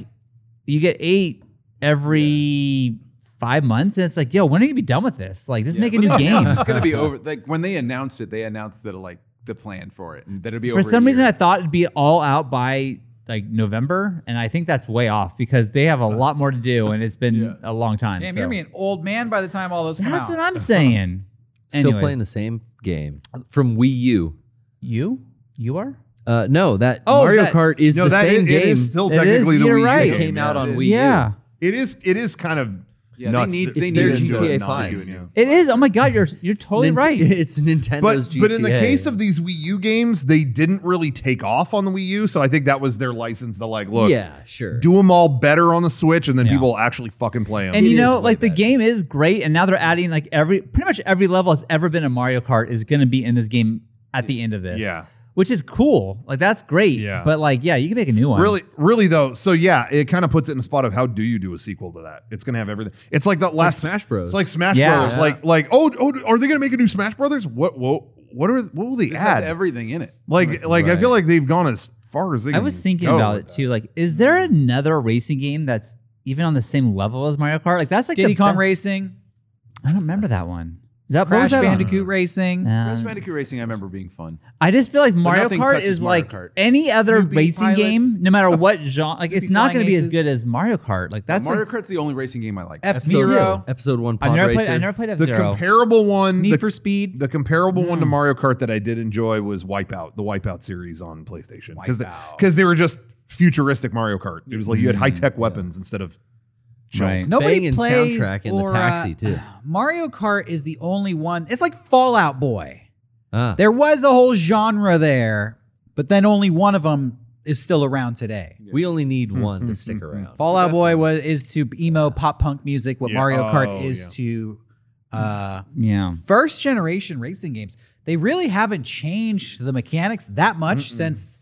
Speaker 4: you get eight every five months. And it's like, yo, when are you going to be done with this? Like, just make a new game.
Speaker 7: [laughs] it's gonna be [laughs] over. Like when they announced it, they announced that like the plan for it, and that it'd be
Speaker 4: For
Speaker 7: over
Speaker 4: some
Speaker 7: a
Speaker 4: reason,
Speaker 7: year.
Speaker 4: I thought it'd be all out by like November. And I think that's way off because they have a lot more to do. And it's been a long time.
Speaker 1: Damn,
Speaker 4: so.
Speaker 1: you're gonna be an old man by the time all those come
Speaker 4: That's
Speaker 1: out.
Speaker 4: what I'm saying.
Speaker 3: Still
Speaker 4: Anyways.
Speaker 3: playing the same game from Wii U.
Speaker 4: You? You are?
Speaker 3: Uh, no, that
Speaker 4: Oh,
Speaker 3: Mario
Speaker 4: that-
Speaker 3: Kart is
Speaker 2: No,
Speaker 3: the
Speaker 2: that
Speaker 3: same
Speaker 2: is,
Speaker 3: game.
Speaker 2: it is still
Speaker 4: It is,
Speaker 2: technically the
Speaker 4: you're
Speaker 2: Wii U
Speaker 4: right.
Speaker 3: it
Speaker 2: game,
Speaker 3: came
Speaker 2: yeah,
Speaker 3: out on
Speaker 7: it is.
Speaker 3: Wii
Speaker 4: yeah.
Speaker 3: U.
Speaker 2: It is it is kind of
Speaker 7: yeah,
Speaker 2: nuts
Speaker 7: they need
Speaker 2: that-
Speaker 7: they
Speaker 3: It's
Speaker 7: need
Speaker 3: their
Speaker 7: to do
Speaker 3: GTA
Speaker 7: it, not to
Speaker 3: 5.
Speaker 7: do it, yeah.
Speaker 4: It is. Oh my God, you're you're totally
Speaker 3: Nint- [laughs]
Speaker 4: right.
Speaker 3: It's Nintendo's
Speaker 2: but
Speaker 3: GTA.
Speaker 2: but in the case of these Wii U games, they didn't really take off on the Wii U, so I think that was their license to like, look,
Speaker 3: yeah, sure.
Speaker 2: do them all better on the Switch, and then people will actually fucking play them.
Speaker 4: And
Speaker 3: It
Speaker 4: you
Speaker 3: is
Speaker 4: know,
Speaker 3: way
Speaker 4: like the
Speaker 3: better.
Speaker 4: game is great, and now they're adding like every pretty much every level that's ever been in Mario Kart is going to be in this game at the end of this.
Speaker 2: Yeah.
Speaker 4: which is cool. Like that's great.
Speaker 2: Yeah.
Speaker 4: but like yeah, you can make a new one.
Speaker 2: really, really though, so yeah, it kind of puts it in a spot of how do you do a sequel to that? It's gonna have everything. It's like that last
Speaker 3: Smash Bros.
Speaker 2: It's like Smash
Speaker 4: Yeah.
Speaker 2: Brothers.
Speaker 4: Yeah.
Speaker 2: Like like oh oh, are they gonna make a new Smash Brothers? What what what are what will they
Speaker 7: It has
Speaker 2: add?
Speaker 7: everything in it.
Speaker 2: like like I feel like they've gone as far as they.
Speaker 4: I was
Speaker 2: can
Speaker 4: thinking
Speaker 2: go
Speaker 4: about
Speaker 2: with
Speaker 4: it too. Like, is there another racing game that's even on the same level as Mario Kart? Like that's like
Speaker 1: Diddy
Speaker 4: the
Speaker 1: Kong
Speaker 4: best-
Speaker 1: Racing,
Speaker 4: I don't remember that one. Is that what
Speaker 1: Crash
Speaker 4: was that on?
Speaker 1: Bandicoot Racing.
Speaker 4: Um,
Speaker 7: Crash Bandicoot Racing, I remember being fun.
Speaker 4: I just feel like Mario
Speaker 7: nothing
Speaker 4: Kart
Speaker 7: touches
Speaker 4: is
Speaker 7: Mario
Speaker 4: like
Speaker 7: Kart.
Speaker 4: any other
Speaker 1: Snoopy
Speaker 4: racing
Speaker 1: pilots.
Speaker 4: game, no matter what genre. Like it's
Speaker 1: [laughs] Snoopy
Speaker 4: not going to be as
Speaker 1: flying
Speaker 4: good
Speaker 1: aces.
Speaker 4: as Mario Kart. Like that's
Speaker 7: Mario
Speaker 4: like-
Speaker 7: Kart's the only racing game I like.
Speaker 1: F
Speaker 3: Episode-
Speaker 1: Zero,
Speaker 3: episode one.
Speaker 4: I've
Speaker 3: Pod
Speaker 4: never played.
Speaker 3: Racer.
Speaker 4: I never played F
Speaker 2: The
Speaker 4: Zero.
Speaker 2: comparable one,
Speaker 1: Need
Speaker 2: the,
Speaker 1: for Speed.
Speaker 2: the comparable one
Speaker 4: Hmm.
Speaker 2: to Mario Kart that I did enjoy was Wipeout, the Wipeout series on PlayStation, because because they, were just futuristic Mario Kart. It was like
Speaker 4: Hmm.
Speaker 2: you had high tech weapons instead of shells.
Speaker 4: Right.
Speaker 1: Nobody
Speaker 3: Banging
Speaker 1: plays
Speaker 3: soundtrack in the
Speaker 1: or, uh,
Speaker 3: taxi, too.
Speaker 1: [sighs] Mario Kart is the only one. It's like Fallout Boy.
Speaker 3: Ah.
Speaker 1: There was a whole genre there, but then only one of them is still around today.
Speaker 3: We only need
Speaker 4: Hmm,
Speaker 3: one to stick around.
Speaker 1: Fallout Boy was is to emo pop punk music what
Speaker 2: Yeah.
Speaker 1: Mario
Speaker 2: Oh,
Speaker 1: Kart is
Speaker 2: yeah.
Speaker 1: to uh,
Speaker 4: Yeah.
Speaker 1: first generation racing games. They really haven't changed the mechanics that much since.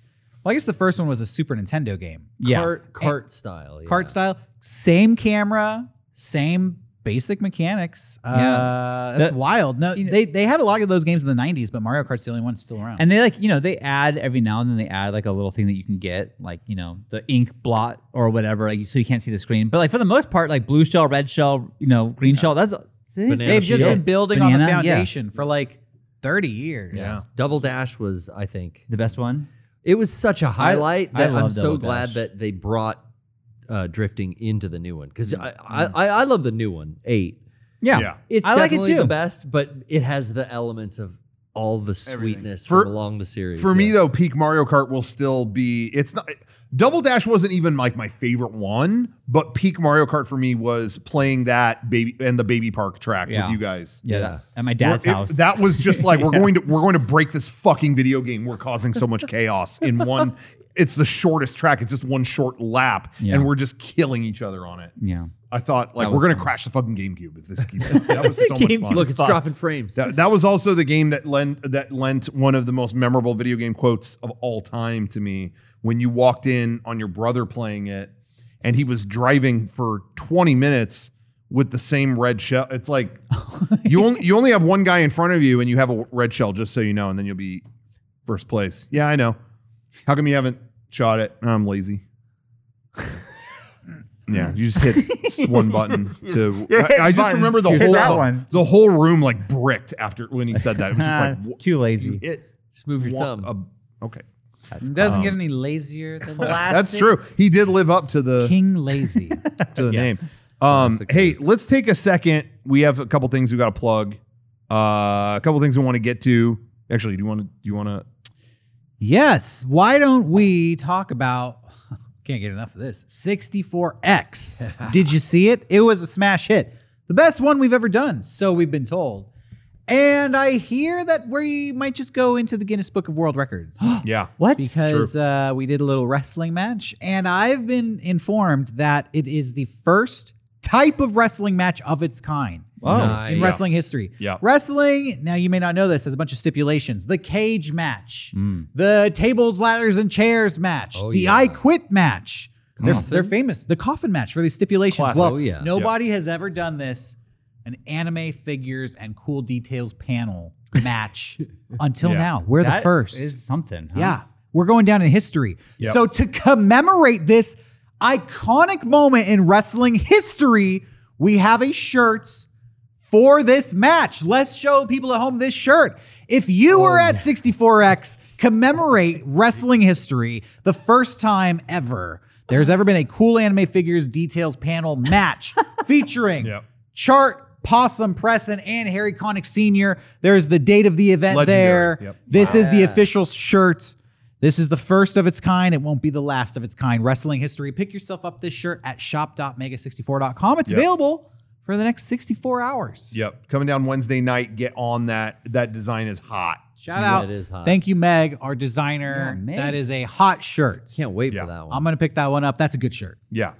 Speaker 1: Well, I guess the first one was a Super Nintendo game,
Speaker 4: Yeah.
Speaker 3: Cart, cart style. Yeah.
Speaker 1: kart style, same camera, same basic mechanics. Uh, that's
Speaker 4: The-
Speaker 1: wild. No,
Speaker 4: you know-
Speaker 1: they they had a lot of those games in the '90s, but Mario Kart's the only one still around.
Speaker 4: And they like, you know, they add every now and then they add like a little thing that you can get, like, you know, the ink blot or whatever, like so you can't see the screen. But like for the most part, like blue shell, red shell, you know, green shell, that's
Speaker 3: Banana
Speaker 1: They've just
Speaker 3: Shield.
Speaker 1: been building on the
Speaker 4: Banana, yeah.
Speaker 1: foundation for like 30 years.
Speaker 2: Yeah.
Speaker 3: Double Dash was, I think,
Speaker 4: the best one.
Speaker 3: it was such a highlight
Speaker 4: I
Speaker 3: that
Speaker 4: love
Speaker 3: I'm so
Speaker 4: Double
Speaker 3: glad
Speaker 4: Dash.
Speaker 3: that they brought uh, drifting into the new one
Speaker 4: Hmm,
Speaker 3: because I, I, I I love the new one eight.
Speaker 4: Yeah.
Speaker 2: Yeah.
Speaker 3: It's
Speaker 4: I like it
Speaker 3: definitely the
Speaker 4: too.
Speaker 3: best, but it has the elements of all the sweetness
Speaker 2: For-
Speaker 3: from along the series.
Speaker 2: For me
Speaker 3: yeah.
Speaker 2: though, peak Mario Kart will still be. It's not. Double Dash wasn't even like my favorite one, but peak Mario Kart for me was playing that baby and the baby park track
Speaker 4: Yeah.
Speaker 2: with you guys.
Speaker 4: Yeah.
Speaker 3: Yeah.
Speaker 4: At my dad's
Speaker 2: We're- it-
Speaker 4: house.
Speaker 2: that was just like
Speaker 4: [laughs]
Speaker 2: we're going to we're going to break this fucking video game. We're causing so much chaos
Speaker 4: [laughs]
Speaker 2: in one. It's the shortest track. It's just one short lap,
Speaker 4: Yeah.
Speaker 2: and we're just killing each other on it.
Speaker 4: yeah.
Speaker 2: I thought like
Speaker 4: That
Speaker 2: we're
Speaker 4: was
Speaker 2: going to
Speaker 4: fun.
Speaker 2: crash the fucking GameCube if this keeps up.
Speaker 4: [laughs]
Speaker 2: That was so much
Speaker 4: GameCube.
Speaker 2: fun.
Speaker 3: look, it's
Speaker 4: fucked. [laughs]
Speaker 3: dropping frames.
Speaker 2: That, that was also the game that lent that lent one of the most memorable video game quotes of all time to me when you walked in on your brother playing it and he was driving for 20 minutes with the same red shell. It's like you only you only have one guy in front of you and you have a red shell just so you know and then you'll be first place. Yeah, I know. How come you haven't shot it? I'm lazy. [laughs] Yeah, you just hit one button to.
Speaker 4: [laughs] You're
Speaker 2: I, I just
Speaker 4: hitting buttons
Speaker 2: remember the
Speaker 4: to hit
Speaker 2: whole
Speaker 4: that one.
Speaker 2: the whole room like bricked after when he said that. It was just
Speaker 3: [laughs]
Speaker 2: like what,
Speaker 4: Too
Speaker 2: you
Speaker 4: lazy.
Speaker 2: hit
Speaker 3: Just move your
Speaker 2: one,
Speaker 3: thumb.
Speaker 2: a- okay,
Speaker 1: It doesn't get any lazier
Speaker 4: [laughs]
Speaker 1: than that.
Speaker 2: that's true. He did live up to the
Speaker 1: King Lazy.
Speaker 2: to the name. Um, hey, let's take a second. We have a couple things we got to plug. Uh, a couple things we want to get to. Actually, do you want to? Do you want to?
Speaker 1: yes. Why don't we talk about? [laughs] Can't get enough of this. 64X. Did you see it? It was a smash hit. The best one we've ever done, so we've been told. And I hear that we might just go into the Guinness Book of World Records. [gasps]
Speaker 2: Yeah.
Speaker 4: What?
Speaker 1: because uh, we did a little wrestling match, and I've been informed that it is the first type of wrestling match of its kind in
Speaker 3: Nice.
Speaker 1: wrestling history.
Speaker 2: Yeah.
Speaker 1: Wrestling, now you may not know this, has a bunch of stipulations. The cage match,
Speaker 2: Mm.
Speaker 1: the tables, ladders, and chairs match,
Speaker 3: Oh,
Speaker 1: the
Speaker 3: yeah.
Speaker 1: I quit match. They're, they're famous. The coffin match for these stipulations.
Speaker 2: Classic.
Speaker 1: Well,
Speaker 3: Oh, yeah.
Speaker 1: nobody has ever done this an anime figures and cool details panel
Speaker 2: [laughs]
Speaker 1: match until
Speaker 2: Yeah.
Speaker 1: now. We're
Speaker 4: That
Speaker 1: the first.
Speaker 4: is something. Huh?
Speaker 1: Yeah. We're going down in history.
Speaker 2: Yep.
Speaker 1: So to commemorate this iconic moment in wrestling history, we have a shirt for this match. Let's show people at home this shirt. If you
Speaker 2: Oh,
Speaker 1: were at 64X, commemorate wrestling history the first time ever. There's ever been a cool anime figures details panel
Speaker 2: [laughs]
Speaker 1: match featuring
Speaker 2: Yep.
Speaker 1: Chart, Possum Presson, and Harry Connick Sr. There's the date of the event
Speaker 2: Legendary.
Speaker 1: there.
Speaker 2: Yep.
Speaker 1: This is the official shirt. This is the first of its kind. It won't be the last of its kind. Wrestling history. Pick yourself up this shirt at shop.mega64.com. It's
Speaker 2: Yep.
Speaker 1: available for the next 64 hours.
Speaker 2: Yep. Coming down Wednesday night. Get on that. That design is hot.
Speaker 1: Shout
Speaker 3: See,
Speaker 1: out.
Speaker 3: that is hot.
Speaker 1: Thank you, Meg, our designer.
Speaker 4: Yeah, Meg.
Speaker 1: That is a hot shirt.
Speaker 3: Can't wait
Speaker 2: Yeah.
Speaker 3: for that one.
Speaker 1: I'm going to pick that one up. That's a good shirt.
Speaker 2: Yeah.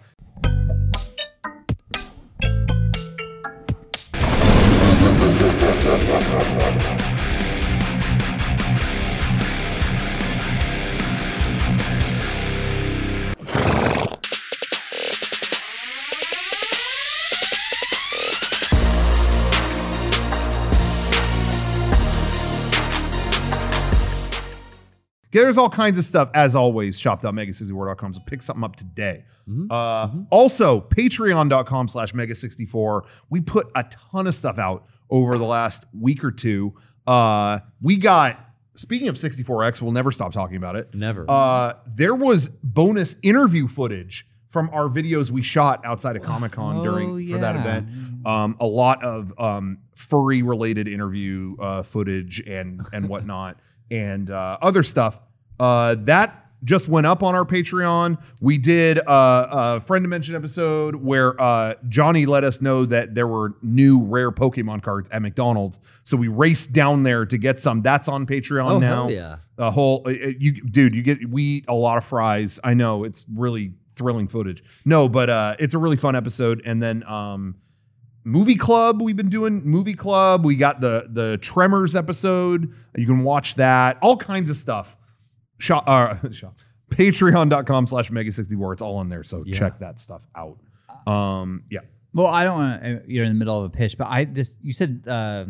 Speaker 2: There's all kinds of stuff, as always, shop.mega64.com. So pick something up today. Uh, Also, patreon.com slash mega64. We put a ton of stuff out over the last week or two. Uh, we got, speaking of 64X, we'll never stop talking about it.
Speaker 3: Never.
Speaker 2: Uh, there was bonus interview footage from our videos we shot outside of Comic Con during for that event. Um, a lot of um, furry related interview uh, footage and
Speaker 3: [laughs]
Speaker 2: and whatnot and uh, other stuff. Uh, that just went up on our Patreon. We did uh, a friend dimension episode where uh, Johnny let us know that there were new rare Pokemon cards at McDonald's, so we raced down there to get some. That's on Patreon
Speaker 3: Oh,
Speaker 2: now
Speaker 3: hell yeah.
Speaker 2: a whole it- it- you dude you get we eat a lot of fries i know it's really thrilling footage no but uh it's a really fun episode and then um movie club we've been doing movie club we got the the tremors episode you can watch that all kinds of stuff shop uh [laughs] shop patreon.com slash mega 64 it's all on there so check that stuff out um yeah
Speaker 4: Well, I don't want to. You're in the middle of a pitch, but I just you said uh,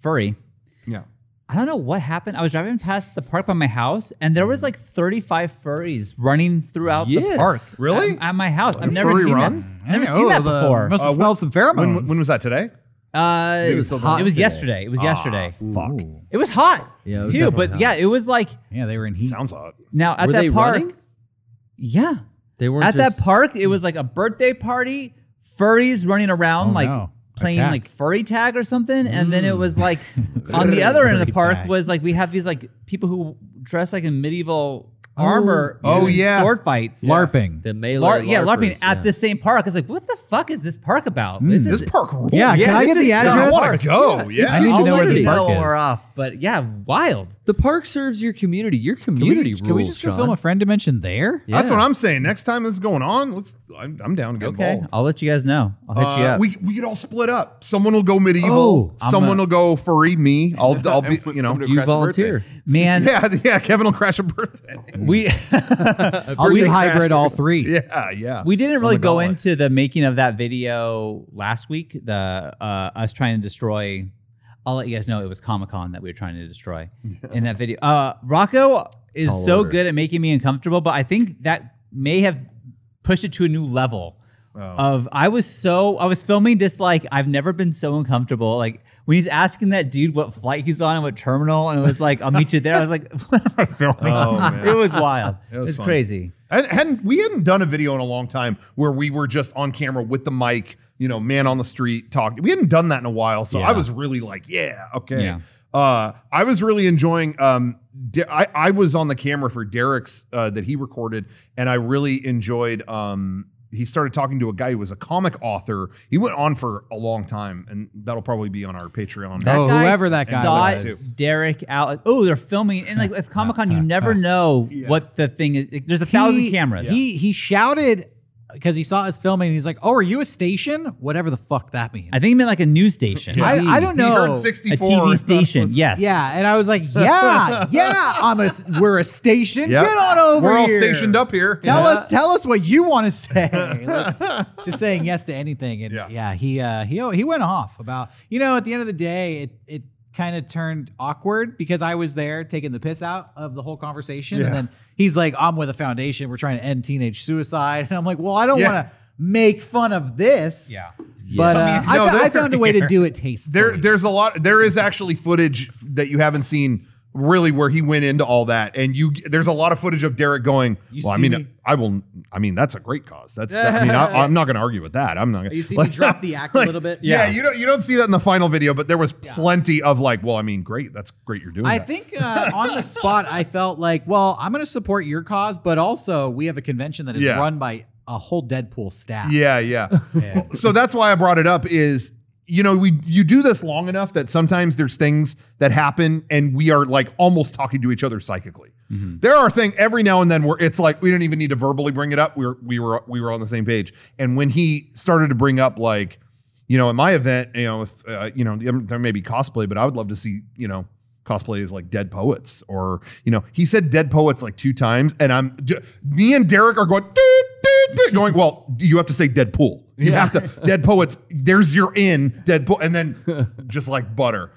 Speaker 4: furry.
Speaker 2: yeah
Speaker 4: I don't know what happened. I was driving past the park by my house, and there was like 35 furries running throughout the
Speaker 3: Yeah.
Speaker 4: park.
Speaker 2: Really?
Speaker 4: At, at my house. I've
Speaker 2: a
Speaker 4: never
Speaker 2: furry
Speaker 4: seen
Speaker 2: run?
Speaker 4: that. I've never
Speaker 1: Hey,
Speaker 4: seen
Speaker 1: oh,
Speaker 4: that
Speaker 1: the-
Speaker 4: before.
Speaker 1: Must have smelled some pheromones.
Speaker 2: uh, when,
Speaker 4: Um,
Speaker 2: when was that today
Speaker 4: Uh,
Speaker 3: It was hot
Speaker 4: It was
Speaker 3: today. Ah,
Speaker 4: yesterday. It was yesterday.
Speaker 2: fuck
Speaker 4: It was hot.
Speaker 3: Yeah, it was
Speaker 4: too.
Speaker 3: definitely
Speaker 4: But
Speaker 3: hot.
Speaker 4: yeah, it was like
Speaker 1: Yeah, they were in heat.
Speaker 2: sounds hot
Speaker 4: now at
Speaker 3: Were
Speaker 4: that
Speaker 3: they
Speaker 4: park.
Speaker 3: running?
Speaker 4: Yeah.
Speaker 3: They weren't
Speaker 4: at that
Speaker 3: just-
Speaker 4: park. It was like a birthday party. Furries running around
Speaker 1: Oh,
Speaker 4: like
Speaker 1: no.
Speaker 4: playing
Speaker 1: Attack.
Speaker 4: like furry tag or something, and then it was like on the other end of the
Speaker 1: Furry
Speaker 4: park
Speaker 1: tag.
Speaker 4: was like we have these like people who dress like in medieval armor.
Speaker 2: Oh,
Speaker 4: doing
Speaker 2: yeah.
Speaker 4: sword fights.
Speaker 1: LARPing.
Speaker 3: The melee.
Speaker 4: Lar- yeah, LARPing
Speaker 3: larpers,
Speaker 4: at
Speaker 3: yeah.
Speaker 4: the same park. I was like, what the fuck is this park about? this is
Speaker 2: this park rules.
Speaker 1: Yeah, can I
Speaker 4: this
Speaker 1: get the
Speaker 4: is some
Speaker 2: i
Speaker 1: address?
Speaker 2: want to go yeah
Speaker 1: I need
Speaker 4: I'll
Speaker 1: to know
Speaker 4: let
Speaker 1: where this
Speaker 4: you
Speaker 1: park
Speaker 4: know
Speaker 1: is.
Speaker 4: We're off, but yeah, wild.
Speaker 3: The park serves your community. Your
Speaker 1: Can we-
Speaker 3: community
Speaker 1: can we,
Speaker 3: rules.
Speaker 1: just go
Speaker 3: Sean.
Speaker 1: film a friend dimension there?
Speaker 3: Yeah.
Speaker 2: That's what I'm saying. Next time this is going on, let's. I'm, I'm down to get
Speaker 4: Okay,
Speaker 2: involved.
Speaker 4: I'll let you guys know. I'll hit you
Speaker 2: Uh,
Speaker 4: up.
Speaker 2: We we could all split up. Someone will go medieval.
Speaker 4: Oh, I'm
Speaker 2: someone
Speaker 4: a-
Speaker 2: will go furry. Me.
Speaker 4: [laughs]
Speaker 2: I'll I'll be. You know.
Speaker 7: Somebody
Speaker 3: You
Speaker 7: crashed a birthday.
Speaker 3: volunteer.
Speaker 2: [laughs]
Speaker 4: Man,
Speaker 2: Yeah, yeah. Kevin will crash a birthday.
Speaker 4: we
Speaker 1: I'll
Speaker 4: we
Speaker 1: do hybrid all three.
Speaker 2: [laughs] Yeah, yeah.
Speaker 4: we didn't really
Speaker 2: the
Speaker 4: go
Speaker 2: gauntlet.
Speaker 4: into the making of that video last week. The uh, us trying to destroy. I'll let you guys know it was Comic Con that we were trying to destroy in that video. Uh, Rocco is
Speaker 3: Tall
Speaker 4: so
Speaker 3: order.
Speaker 4: good at making me uncomfortable, but I think that may have pushed it to a new level.
Speaker 2: Oh.
Speaker 4: Of I was so I was filming just like I've never been so uncomfortable. Like when he's asking that dude what flight he's on and what terminal, and it was like I'll meet you there. I was like, [laughs] what am I filming?
Speaker 2: Oh, man.
Speaker 4: It was wild.
Speaker 2: It
Speaker 4: It
Speaker 2: was
Speaker 4: was
Speaker 2: fun.
Speaker 4: crazy.
Speaker 2: And hadn't we hadn't done a video in a long time where we were just on camera with the mic, you know, man on the street talking. We hadn't done that in a while, so I was really like, yeah, okay.
Speaker 4: Yeah.
Speaker 2: Uh, I was really enjoying. Um, De- I I was on the camera for Derek's uh, that he recorded, and I really enjoyed. Um, he started talking to a guy who was a comic author. He went on for a long time, and that'll probably be on our Patreon.
Speaker 4: That
Speaker 1: Oh,
Speaker 4: guy
Speaker 1: whoever that guy
Speaker 4: saw
Speaker 2: was.
Speaker 4: it, Derek out. like, oh, they're filming, and like with Comic Con,
Speaker 1: [laughs]
Speaker 4: you never know what the thing is. Like, There's a thousand
Speaker 1: He-
Speaker 4: cameras.
Speaker 1: He he shouted because he saw us filming. and He's like, "Oh, are you a station? Whatever the fuck that means."
Speaker 4: I think he meant like a news station,
Speaker 1: I, I don't
Speaker 2: he
Speaker 1: know.
Speaker 2: heard sixty
Speaker 4: a
Speaker 2: four
Speaker 4: TV station.
Speaker 1: [laughs]
Speaker 4: Yes.
Speaker 1: Yeah, and I was like, "Yeah, yeah, I'm a s- we're a station.
Speaker 2: Yep.
Speaker 1: Get on over.
Speaker 2: We're all
Speaker 1: here.
Speaker 2: stationed up here.
Speaker 1: Tell us, tell us what you want to
Speaker 2: [laughs]
Speaker 1: say. Like, just saying yes to anything, and
Speaker 2: Yeah.
Speaker 1: yeah, he uh, he he went off about you know at the end of the day it it kind of turned awkward because I was there taking the piss out of the whole conversation,
Speaker 2: Yeah.
Speaker 1: and then he's like, "I'm with a foundation. We're trying to end teenage suicide," and I'm like, "Well, I don't
Speaker 2: Yeah.
Speaker 1: want to make fun of this."
Speaker 4: Yeah.
Speaker 1: But uh,
Speaker 2: I
Speaker 1: I,
Speaker 2: mean, no,
Speaker 1: fo-
Speaker 2: they're
Speaker 1: I found a way to
Speaker 2: fair.
Speaker 1: do it tastefully.
Speaker 2: There, there's a lot. There is actually footage that you haven't seen, really, where he went into all that, and you. There's a lot of footage of Derek going. well, I
Speaker 1: see
Speaker 2: mean,
Speaker 1: me-
Speaker 2: I will. I mean, that's a great cause. That's. I mean, I, I'm not going to argue with that. I'm not. Gonna,
Speaker 1: Oh, you see
Speaker 2: [laughs] like-
Speaker 1: me drop the act a little bit.
Speaker 2: Yeah. you don't. You don't see that in the final video, but there was plenty of like. Well, I mean, great. That's great. You're doing.
Speaker 1: I
Speaker 2: that.
Speaker 1: think uh, on the spot, I felt like, well, I'm going to support your cause, but also we have a convention that is
Speaker 2: Yeah.
Speaker 1: run by a whole Deadpool staff.
Speaker 2: Yeah, [laughs] yeah. Well, so that's why I brought it up is you know we you do this long enough that sometimes there's things that happen and we are like almost talking to each other psychically. There are things every now and then where it's like we don't even need to verbally bring it up. We were we were we were on the same page. And when he started to bring up like you know, at my event, you know, if uh, you know, there may be cosplay, but I would love to see, you know, cosplay as like dead poets or you know, he said dead poets like two times, and I'm j- me and Derek are going, "Doot, doot, doot," going, well, you have to say Deadpool. You have to dead poets. There's your in Deadpool, and then just like butter.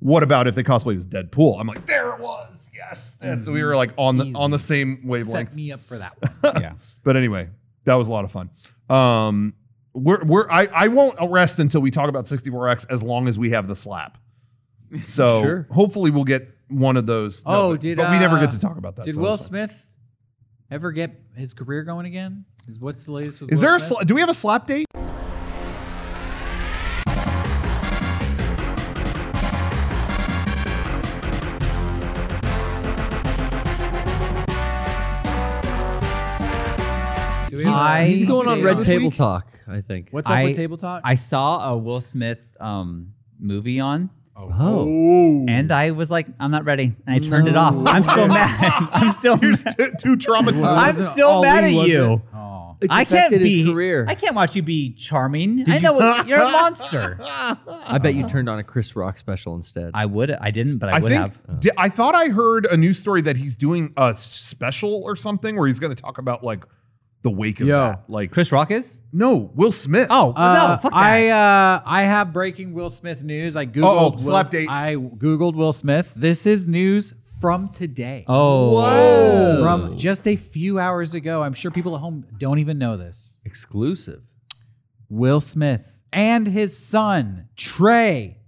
Speaker 2: What about if they cosplay as Deadpool? I'm like, there it it was. Yes. That's- so we were like on the on the same wavelength.
Speaker 1: Set me up for that one.
Speaker 4: yeah.
Speaker 2: But anyway, that was a lot of fun. Um, we're we're I, I won't rest until we talk about 64x as long as we have the
Speaker 1: [laughs]
Speaker 2: slap. So
Speaker 3: Sure.
Speaker 2: hopefully we'll get one of those.
Speaker 1: Oh,
Speaker 2: but-
Speaker 1: did,
Speaker 2: but we never
Speaker 1: uh,
Speaker 2: get to talk about that.
Speaker 1: Did
Speaker 2: so
Speaker 1: Will
Speaker 2: it's fine.
Speaker 1: Smith ever get his career going again? Is what's the latest? With
Speaker 2: Is
Speaker 1: Will
Speaker 2: there a
Speaker 1: Smith?
Speaker 2: sla- do we have a slap date?
Speaker 1: Do we have a-
Speaker 4: I,
Speaker 3: He's going on
Speaker 1: Jay
Speaker 3: Red
Speaker 1: this
Speaker 3: Table
Speaker 2: week?
Speaker 3: Talk, I think.
Speaker 1: What's up
Speaker 4: I-
Speaker 1: with table talk?
Speaker 4: I saw a Will Smith um, movie on,
Speaker 3: Oh,
Speaker 2: [laughs]
Speaker 4: and I was like, I'm not ready. And I turned it off. I'm
Speaker 1: [laughs]
Speaker 4: still mad. [laughs] I'm still mad.
Speaker 2: Too, too
Speaker 4: I'm
Speaker 2: traumatized.
Speaker 1: Wasn't
Speaker 4: still
Speaker 1: Ali,
Speaker 4: mad at
Speaker 1: was
Speaker 4: you.
Speaker 1: it? Oh.
Speaker 3: it's
Speaker 4: I can't
Speaker 3: affected
Speaker 4: be
Speaker 3: his career.
Speaker 4: I can't watch you be charming. I
Speaker 1: [laughs]
Speaker 4: know you're a monster.
Speaker 3: I bet you turned on a Chris Rock special instead.
Speaker 4: I would. I didn't, but I,
Speaker 2: I
Speaker 4: would
Speaker 2: think
Speaker 4: have.
Speaker 1: uh,
Speaker 2: di- I thought I heard a news story that he's doing a special or something where he's going to talk about like the wake of
Speaker 1: Yo.
Speaker 2: that. Like
Speaker 4: Chris Rock is.
Speaker 2: no, Will Smith.
Speaker 4: Oh
Speaker 1: Uh,
Speaker 4: no! Fuck that.
Speaker 1: I uh, I have breaking Will Smith news. I googled
Speaker 2: Uh-oh,
Speaker 1: Will-
Speaker 2: slap date.
Speaker 1: I googled Will Smith. This is news from today.
Speaker 4: oh.
Speaker 1: From just a few hours ago. I'm sure people at home don't even know this.
Speaker 3: Exclusive.
Speaker 1: Will Smith and his son Trey.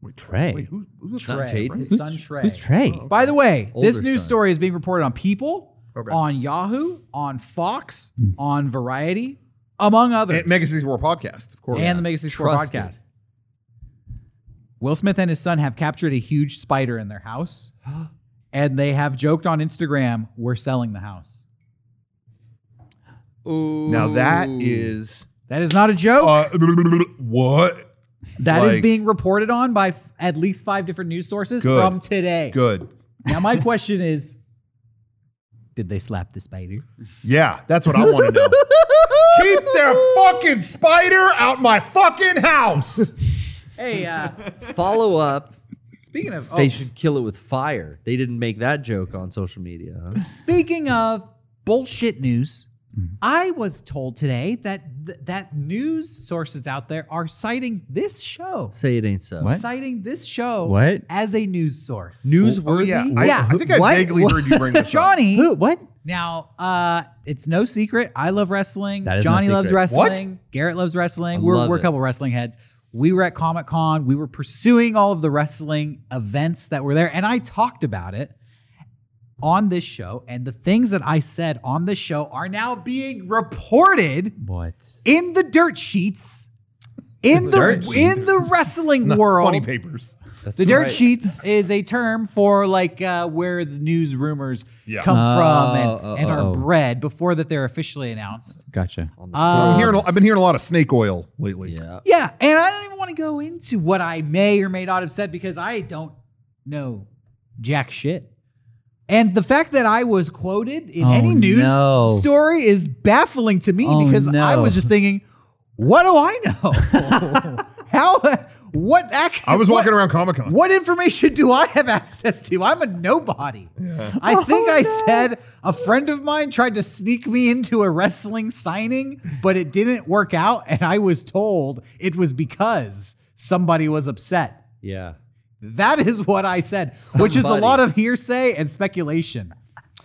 Speaker 2: Wait,
Speaker 3: Trey.
Speaker 2: Wait, who, who's
Speaker 3: Not
Speaker 2: Trey?
Speaker 3: Jade.
Speaker 1: His
Speaker 3: Who's-
Speaker 1: son Trey.
Speaker 3: Who's Trey?
Speaker 1: By the way,
Speaker 3: Older
Speaker 1: this news
Speaker 3: son.
Speaker 1: story is being reported on People,
Speaker 2: Okay.
Speaker 1: on Yahoo, on Fox,
Speaker 3: Hmm.
Speaker 1: on Variety, among others.
Speaker 2: And Mega 64 podcast, of course.
Speaker 1: and the Mega 64
Speaker 3: Trusted.
Speaker 1: podcast. Will Smith and his son have captured a huge spider in their
Speaker 3: [gasps]
Speaker 1: house, and they have joked on Instagram, "We're selling the house."
Speaker 2: now that is
Speaker 1: That is not a joke.
Speaker 2: uh, what?
Speaker 1: that is
Speaker 2: like-
Speaker 1: being reported on by f- at least five different news sources
Speaker 2: Good.
Speaker 1: from today.
Speaker 2: Good.
Speaker 1: Now,
Speaker 2: [laughs]
Speaker 1: my question is, did they slap the spider?
Speaker 2: Yeah, that's what I
Speaker 1: [laughs]
Speaker 2: want to know. Keep their fucking spider out my fucking house.
Speaker 1: Hey, uh,
Speaker 2: [laughs]
Speaker 3: Follow up.
Speaker 1: speaking of,
Speaker 3: They
Speaker 1: oh,
Speaker 3: should kill it with fire. They didn't make that joke on social media. Huh?
Speaker 1: Speaking of bullshit news, I was told today that th- that news sources out there are citing this show,
Speaker 3: Say it ain't so.
Speaker 1: citing this show
Speaker 4: What?
Speaker 1: as a news source.
Speaker 3: Newsworthy.
Speaker 2: Oh, yeah. I,
Speaker 1: Yeah.
Speaker 2: I think I
Speaker 4: What?
Speaker 2: vaguely heard you bring this
Speaker 1: [laughs]
Speaker 2: up.
Speaker 1: Johnny,
Speaker 4: Who? What?
Speaker 1: now uh, it's no secret. I love wrestling.
Speaker 4: That is no
Speaker 1: Johnny loves
Speaker 4: secret.
Speaker 1: wrestling. Garrett loves wrestling.
Speaker 3: I
Speaker 1: we're
Speaker 3: love
Speaker 1: we're a
Speaker 3: it.
Speaker 1: couple wrestling heads. We were at Comic Con. We were pursuing all of the wrestling events that were there, and I talked about it on this show. And the things that I said on this show are now being reported
Speaker 4: What?
Speaker 1: in the dirt sheets, in the,
Speaker 4: Dirt
Speaker 1: in the wrestling
Speaker 2: Not
Speaker 1: world.
Speaker 2: Funny papers.
Speaker 1: The dirt sheets is a term for like uh, where the news rumors
Speaker 2: Yeah.
Speaker 1: come
Speaker 4: Oh,
Speaker 1: from and,
Speaker 4: oh,
Speaker 1: and are
Speaker 4: oh.
Speaker 1: bred before that they're officially announced.
Speaker 4: Gotcha.
Speaker 2: I'm
Speaker 1: Um,
Speaker 2: hearing, I've been hearing a lot of snake oil lately.
Speaker 3: Yeah.
Speaker 1: yeah, and I don't even want to go into what I may or may not have said because I don't know jack shit. And the fact that I was quoted in
Speaker 4: Oh,
Speaker 1: any news
Speaker 4: no.
Speaker 1: story is baffling to me
Speaker 4: Oh,
Speaker 1: because I
Speaker 4: no.
Speaker 1: was just thinking, what do I
Speaker 4: [laughs]
Speaker 1: know? How? What? Act,
Speaker 2: I was
Speaker 1: what-
Speaker 2: walking around Comic Con.
Speaker 1: What information do I have access to? I'm a nobody. I
Speaker 4: Oh,
Speaker 1: think I said a friend of mine tried to sneak me into a wrestling signing, but it didn't work out. And I was told it was because somebody was upset.
Speaker 3: Yeah.
Speaker 1: That is what I said, which is a
Speaker 3: Somebody.
Speaker 1: lot of hearsay and speculation.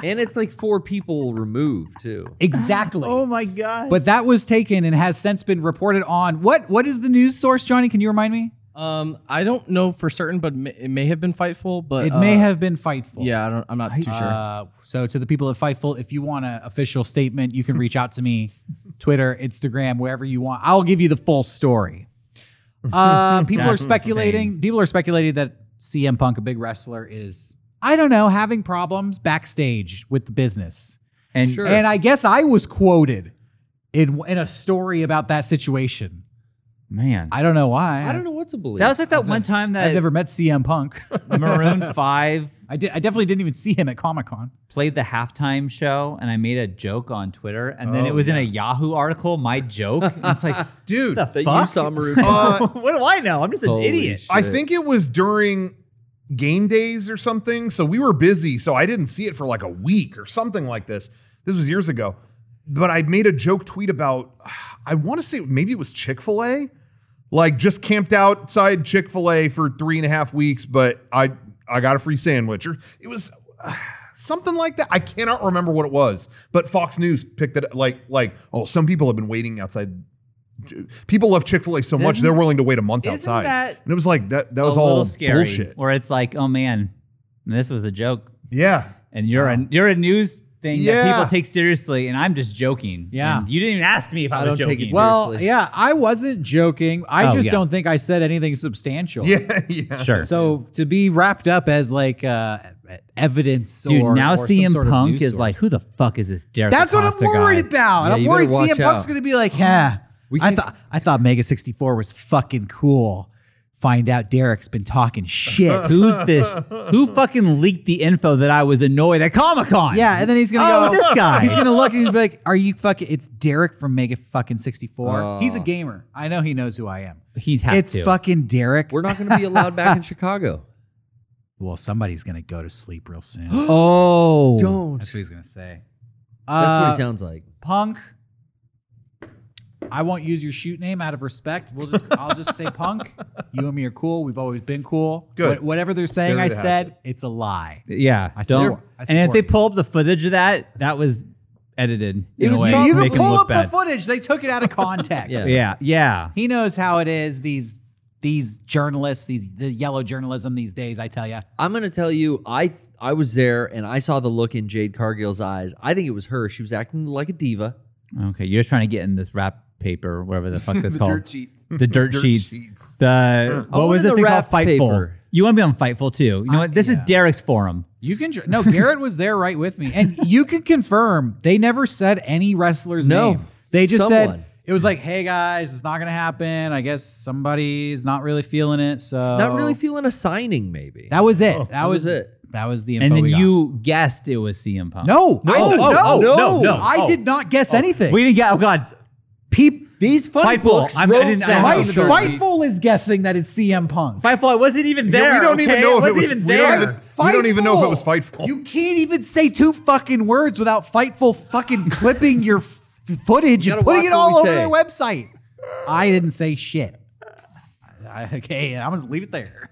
Speaker 3: And it's like four people removed too.
Speaker 1: Exactly.
Speaker 4: Oh my god.
Speaker 1: but that was taken and has since been reported on. What what is the news source, Johnny? Can you remind me?
Speaker 6: Um, I don't know for certain, but ma- it may have been Fightful. But
Speaker 1: It may
Speaker 6: uh,
Speaker 1: have been Fightful.
Speaker 6: Yeah, I don't, I'm not too sure.
Speaker 1: Uh, so to the people at Fightful, if you want an official statement, you can reach out to me, [laughs] Twitter, Instagram, wherever you want. I'll give you the full story.
Speaker 3: [laughs]
Speaker 1: Uh, people are
Speaker 4: That's
Speaker 1: speculating. People are speculating that CM Punk, a big wrestler, is I don't know having problems backstage with the business.
Speaker 4: and
Speaker 3: Sure.
Speaker 1: And I guess I was quoted in in a story about that situation.
Speaker 4: man,
Speaker 1: I don't know why.
Speaker 3: I don't know what to believe.
Speaker 4: that was like that one time that
Speaker 1: I've
Speaker 4: [laughs]
Speaker 1: never met CM Punk. [laughs]
Speaker 4: Maroon Five
Speaker 1: I did. I definitely didn't even see him at Comic Con.
Speaker 4: played the halftime show, and I made a joke on Twitter, and then it was in a Yahoo article. My joke. and it's like,
Speaker 2: Dude,
Speaker 4: the
Speaker 3: that
Speaker 4: fuck?
Speaker 3: you saw
Speaker 4: [laughs]
Speaker 3: Maroon.
Speaker 2: uh,
Speaker 4: what do I know? I'm just an
Speaker 3: Holy
Speaker 4: idiot.
Speaker 3: shit.
Speaker 2: I think it was during game days or something. So we were busy, so I didn't see it for like a week or something like this. This was years ago. But I made a joke tweet about [sighs] I want to say maybe it was Chick-fil-A. Like just camped outside Chick-fil-A for three and a half weeks, but I I got a free sandwich or it was uh, something like that. I cannot remember what it was, but Fox News picked it like like oh, some people have been waiting outside. People love Chick Fil A so much
Speaker 4: Isn't-
Speaker 2: they're willing to wait a month
Speaker 4: isn't
Speaker 2: outside,
Speaker 4: that
Speaker 2: and it was like that. That
Speaker 4: a
Speaker 2: was all
Speaker 4: little scary.
Speaker 2: bullshit.
Speaker 4: Where it's like, oh man, this was a joke,
Speaker 2: Yeah, [laughs]
Speaker 4: and you're a you're a news thing that
Speaker 2: Yeah.
Speaker 4: people take seriously, and I'm just joking.
Speaker 1: Yeah.
Speaker 4: And you didn't even ask me if I,
Speaker 3: I
Speaker 4: was
Speaker 3: don't
Speaker 4: joking.
Speaker 3: take it
Speaker 1: Well,
Speaker 3: Seriously.
Speaker 1: yeah, I wasn't joking. I
Speaker 4: Oh,
Speaker 1: just
Speaker 4: yeah.
Speaker 1: don't think I said anything substantial.
Speaker 2: yeah, yeah.
Speaker 4: sure.
Speaker 1: So to be wrapped up as like uh, evidence,
Speaker 4: Dude,
Speaker 1: or,
Speaker 4: now
Speaker 1: or some
Speaker 4: CM
Speaker 1: sort of
Speaker 4: Punk
Speaker 1: news
Speaker 4: is
Speaker 1: source.
Speaker 4: like, who the fuck is this Derek?
Speaker 1: That's what I'm
Speaker 4: Acosta guy?
Speaker 1: worried about.
Speaker 3: Yeah,
Speaker 1: I'm
Speaker 3: you
Speaker 1: worried
Speaker 3: better watch
Speaker 1: CM Punk's
Speaker 3: out.
Speaker 1: gonna be like, yeah.
Speaker 3: We
Speaker 1: I
Speaker 3: can-
Speaker 1: thought I thought Mega 64 was fucking cool. Find out Derek's been talking shit.
Speaker 4: Who's this? Who fucking leaked the info that I was annoyed at Comic
Speaker 1: [laughs]
Speaker 4: Con?
Speaker 1: yeah, and then he's gonna
Speaker 4: Oh,
Speaker 1: go.
Speaker 4: this guy.
Speaker 1: He's gonna look and he's be like, "Are you fucking?" It's Derek from Mega fucking 64.
Speaker 3: Oh.
Speaker 1: he's a gamer. I know he knows who I am.
Speaker 4: He'd have
Speaker 1: it's
Speaker 4: to.
Speaker 1: fucking Derek.
Speaker 3: We're not going to be allowed back in
Speaker 4: [laughs]
Speaker 3: Chicago.
Speaker 1: well, somebody's gonna go to sleep real
Speaker 4: [gasps]
Speaker 1: soon.
Speaker 4: Oh,
Speaker 3: Don't.
Speaker 1: That's what he's gonna say.
Speaker 3: That's what
Speaker 1: Uh,
Speaker 3: he sounds like.
Speaker 1: Punk. I won't use your shoot name out of respect. We'll just I'll just say Punk. You and me are cool. We've always been cool.
Speaker 2: Good.
Speaker 1: Wha- whatever they're saying,
Speaker 2: There
Speaker 1: I
Speaker 2: it has
Speaker 1: said it's a lie.
Speaker 4: Yeah,
Speaker 1: I
Speaker 4: don't.
Speaker 1: support- I
Speaker 4: and if
Speaker 1: support
Speaker 4: they
Speaker 1: you.
Speaker 4: pull up the footage of that, that was edited in
Speaker 3: was
Speaker 4: a way
Speaker 3: probably-
Speaker 4: to
Speaker 1: you can
Speaker 4: make him
Speaker 1: pull
Speaker 4: look
Speaker 1: up
Speaker 4: bad.
Speaker 1: the footage. They took it
Speaker 4: [laughs]
Speaker 1: out of context.
Speaker 3: Yeah.
Speaker 4: yeah, yeah.
Speaker 1: He knows how it is. These these journalists, these the yellow journalism these days. I tell you,
Speaker 3: I'm going to tell you, I I was there and I saw the look in Jade Cargill's eyes. I think it was her. She was acting like a diva.
Speaker 4: Okay, you're just trying to get in this wrap paper, whatever
Speaker 1: [laughs]
Speaker 4: the fuck that's
Speaker 7: the
Speaker 4: called,
Speaker 7: dirt sheets.
Speaker 4: the dirt,
Speaker 2: Dirt
Speaker 4: sheets.
Speaker 2: sheets.
Speaker 4: The
Speaker 3: I
Speaker 4: what was
Speaker 3: wanted the
Speaker 4: the thing called
Speaker 3: wrap
Speaker 4: Fightful?
Speaker 3: paper.
Speaker 4: You want to be on Fightful too? You know what? This is Derek's forum.
Speaker 1: you can. dr- No, Garrett was there right with me, and you can confirm they never said any wrestler's
Speaker 3: No.
Speaker 1: name. They just
Speaker 3: Someone.
Speaker 1: said it was like, "Hey guys, it's not gonna happen. I guess somebody's not really feeling it." So
Speaker 3: Not
Speaker 4: Oh.
Speaker 3: really feeling a signing, maybe.
Speaker 1: That was it. That
Speaker 3: was
Speaker 1: was
Speaker 3: it.
Speaker 1: That was the info.
Speaker 4: And then
Speaker 1: we got.
Speaker 4: you guessed it was CM Punk.
Speaker 1: No, I,
Speaker 4: oh,
Speaker 1: no,
Speaker 4: oh,
Speaker 1: no,
Speaker 4: no, no,
Speaker 1: I
Speaker 4: oh.
Speaker 1: did not guess anything.
Speaker 4: we didn't get. Oh God,
Speaker 1: Peep.
Speaker 3: These funny
Speaker 4: Fightful.
Speaker 3: books
Speaker 4: I'm- I
Speaker 3: wrote
Speaker 4: didn't- I
Speaker 3: that.
Speaker 4: didn't-
Speaker 1: Fight,
Speaker 4: was sure.
Speaker 1: Fightful is guessing that it's CM Punk.
Speaker 4: Fightful. I wasn't even
Speaker 2: we
Speaker 4: there.
Speaker 2: don't even
Speaker 4: okay?
Speaker 2: know
Speaker 4: I
Speaker 2: if it
Speaker 4: wasn't
Speaker 2: was-
Speaker 4: even
Speaker 2: we don't
Speaker 4: there.
Speaker 2: even- We don't even know if it was Fightful.
Speaker 1: You can't even say two fucking words without Fightful fucking clipping your f- footage
Speaker 3: You
Speaker 1: and
Speaker 3: gotta
Speaker 1: putting
Speaker 3: watch
Speaker 1: it
Speaker 3: what
Speaker 1: all over
Speaker 3: we say.
Speaker 1: their website. I didn't say shit. I, okay, I'm just leave it there.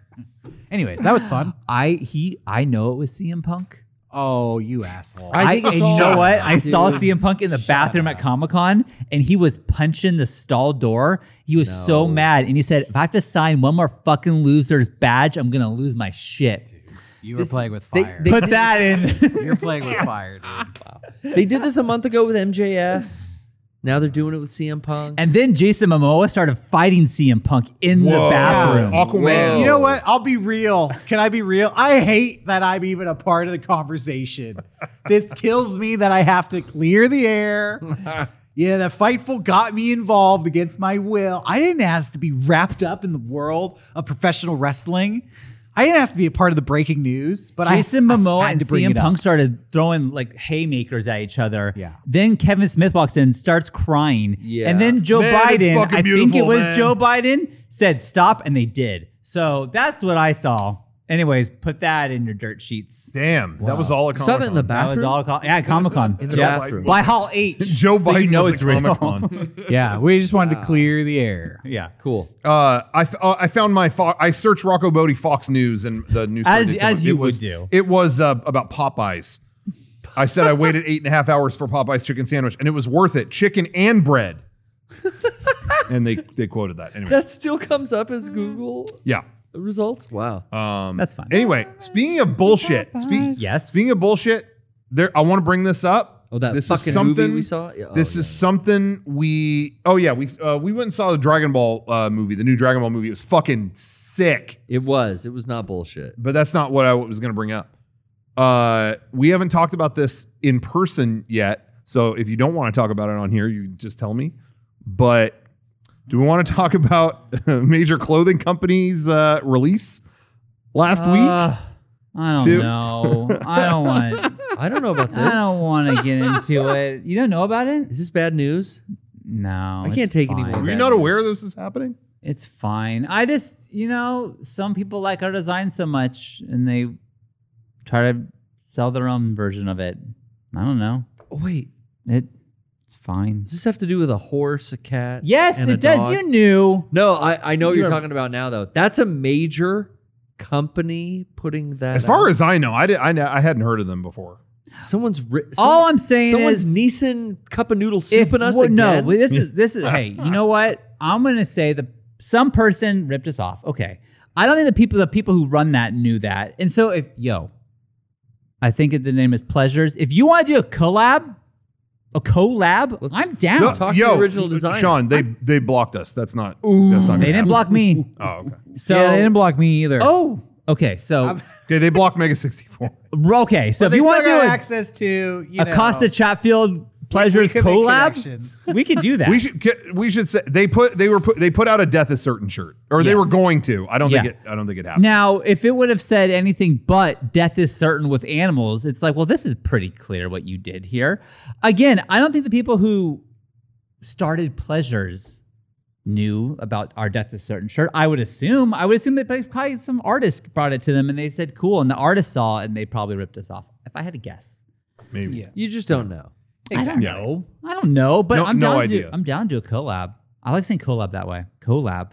Speaker 1: Anyways, that was fun.
Speaker 4: I he I know it was CM Punk.
Speaker 1: Oh, you asshole.
Speaker 4: I,
Speaker 3: think it's
Speaker 4: and you
Speaker 3: all-
Speaker 4: know what? I
Speaker 3: Dude.
Speaker 4: saw CM Punk in the bathroom at Comic Con, and he was punching the stall door. He was so mad, and he said, "If I have to sign one more fucking loser's badge, I'm gonna lose my shit."
Speaker 1: you were playing with
Speaker 3: they-
Speaker 1: fire.
Speaker 3: they-
Speaker 4: Put that in. [laughs]
Speaker 1: You're playing with fire, dude.
Speaker 3: They did this a month ago with MJF. Now they're doing it with CM Punk.
Speaker 4: and then Jason Momoa started fighting CM Punk in the bathroom.
Speaker 2: Aquaman.
Speaker 1: You know what? I'll be real. Can I be real? I hate that I'm even a part of the conversation. this kills me that I have to clear the air. Yeah, that Fightful got me involved against my will. I didn't ask to be wrapped up in the world of professional wrestling. I didn't ask to be a part of the breaking news, but
Speaker 4: Jason
Speaker 1: I, I
Speaker 4: Momoa
Speaker 1: had
Speaker 4: and
Speaker 1: to bring
Speaker 4: CM
Speaker 1: it up.
Speaker 4: Punk started throwing like haymakers at each other.
Speaker 1: Yeah.
Speaker 4: Then Kevin Smith walks in, starts crying.
Speaker 3: Yeah.
Speaker 4: And then Joe
Speaker 2: Man, it's
Speaker 4: Biden,
Speaker 2: fucking
Speaker 4: I think it
Speaker 2: beautiful,
Speaker 4: was
Speaker 2: man.
Speaker 4: Joe Biden, said stop, and they did. So that's what I saw. Anyways, put that in your dirt sheets.
Speaker 2: Damn, that was all a
Speaker 3: saw that in the
Speaker 2: Comic-Con.
Speaker 4: That
Speaker 3: bathroom.
Speaker 4: was all. Co- yeah, Comic Con.
Speaker 3: In the
Speaker 4: yeah.
Speaker 3: bathroom.
Speaker 4: By Hall
Speaker 2: [laughs]
Speaker 4: H.
Speaker 2: Joe
Speaker 4: so
Speaker 2: Biden
Speaker 4: You know
Speaker 2: was
Speaker 4: it's
Speaker 2: at
Speaker 4: real. [laughs]
Speaker 2: Comic-Con.
Speaker 1: Yeah, we just wanted to clear the air.
Speaker 4: yeah.
Speaker 3: cool.
Speaker 2: Uh, I, f- uh, I found my fo- I searched Rocco Bodie Fox News and the news
Speaker 4: As-
Speaker 2: story did come
Speaker 4: as
Speaker 2: up.
Speaker 4: you
Speaker 2: it was,
Speaker 4: would do.
Speaker 2: It was uh, about Popeyes. I said I waited eight and a half hours for Popeyes chicken sandwich and it was worth it, chicken and
Speaker 3: [laughs]
Speaker 2: bread. and they they quoted that anyway.
Speaker 3: That still comes up as Google
Speaker 2: yeah.
Speaker 3: results. Wow.
Speaker 4: Uh.
Speaker 2: Um,
Speaker 4: That's fine.
Speaker 2: Anyway, speaking of bullshit, spe-
Speaker 4: Yes.
Speaker 2: Speaking of bullshit, there I want to bring this up.
Speaker 3: Oh, that
Speaker 2: this
Speaker 3: fucking
Speaker 2: is something
Speaker 3: movie we saw? Yeah, oh,
Speaker 2: this
Speaker 3: yeah.
Speaker 2: is something we. Oh yeah, we uh, we went and saw the Dragon Ball uh, movie, the new Dragon Ball movie. It was fucking sick.
Speaker 3: It was. It was not bullshit.
Speaker 2: but that's not what I was going to bring up. Uh, we haven't talked about this in person yet, so if you don't want to talk about it on here, you just tell me. But do we want to [laughs] talk about [laughs] major clothing companies' uh, release last
Speaker 4: Uh,
Speaker 2: week?
Speaker 4: I don't
Speaker 2: Two.
Speaker 4: know. I don't want.
Speaker 3: I don't know about [laughs] this.
Speaker 4: I don't want to get into it. You don't know about it?
Speaker 3: Is this bad news?
Speaker 4: No,
Speaker 3: I can't
Speaker 4: it's
Speaker 3: take
Speaker 4: fine.
Speaker 3: anymore.
Speaker 2: Were you
Speaker 3: bad
Speaker 2: not aware
Speaker 3: news.
Speaker 2: this is happening?
Speaker 4: It's fine. I just, you know, some people like our design so much, and they try to sell their own version of it. I don't know.
Speaker 3: Oh, wait.
Speaker 4: It, it's fine.
Speaker 3: Does this have to do with a horse, a cat?
Speaker 4: Yes,
Speaker 3: and a
Speaker 4: it does.
Speaker 3: dog?
Speaker 4: You knew.
Speaker 3: No, I, I know what you're
Speaker 4: You're-
Speaker 3: talking about now, though. That's a major company putting that?
Speaker 2: As far
Speaker 3: out?
Speaker 2: as I know, I did. I, kn- I hadn't heard of them before.
Speaker 3: someone's ri-
Speaker 4: All I'm saying
Speaker 3: someone's
Speaker 4: is-
Speaker 3: Nissan cup of noodle soup and us
Speaker 4: well,
Speaker 3: again.
Speaker 4: No, well, this
Speaker 1: [laughs]
Speaker 4: is this is. hey, you know what? I'm gonna say the some person ripped us off. Okay, I don't think the people the people who run that knew that. And so if yo, I think the name is Pleasures. If you want to do a collab, a collab, I'm down.
Speaker 2: No,
Speaker 3: talk to the original designer.
Speaker 2: uh, Sean, they they blocked us. That's not. that's not
Speaker 4: they
Speaker 2: gonna
Speaker 4: didn't
Speaker 2: happen.
Speaker 4: block me.
Speaker 2: Oh, okay.
Speaker 4: So
Speaker 1: yeah, they didn't block me either.
Speaker 4: oh, okay. So
Speaker 2: Okay, they blocked Mega sixty four.
Speaker 4: okay. So
Speaker 1: But
Speaker 4: if you
Speaker 1: they
Speaker 4: want to
Speaker 1: still
Speaker 4: do
Speaker 1: got
Speaker 4: a,
Speaker 1: access to you know,
Speaker 4: Acosta Chatfield Pleasures
Speaker 1: could make connections.
Speaker 4: collab, we could do that.
Speaker 2: We should get- we should say they put they were put they put out a death is certain shirt or they
Speaker 4: Yes.
Speaker 2: were going to. I don't
Speaker 4: Yeah.
Speaker 2: think it. I don't think it happened.
Speaker 4: Now, if it would have said anything but death is certain with animals, it's like, well, this is pretty clear what you did here. Again, I don't think the people who started Pleasures knew about our death is certain shirt. I would assume, I would assume that probably some artist brought it to them and they said, cool. And the artist saw it and they probably ripped us off. If I had to guess,
Speaker 2: Maybe.
Speaker 3: you just don't know.
Speaker 4: I don't know. I don't know, but
Speaker 2: No-
Speaker 4: I'm,
Speaker 2: no
Speaker 4: down
Speaker 2: idea.
Speaker 4: To, I'm down to a collab. I like saying collab that way. Collab.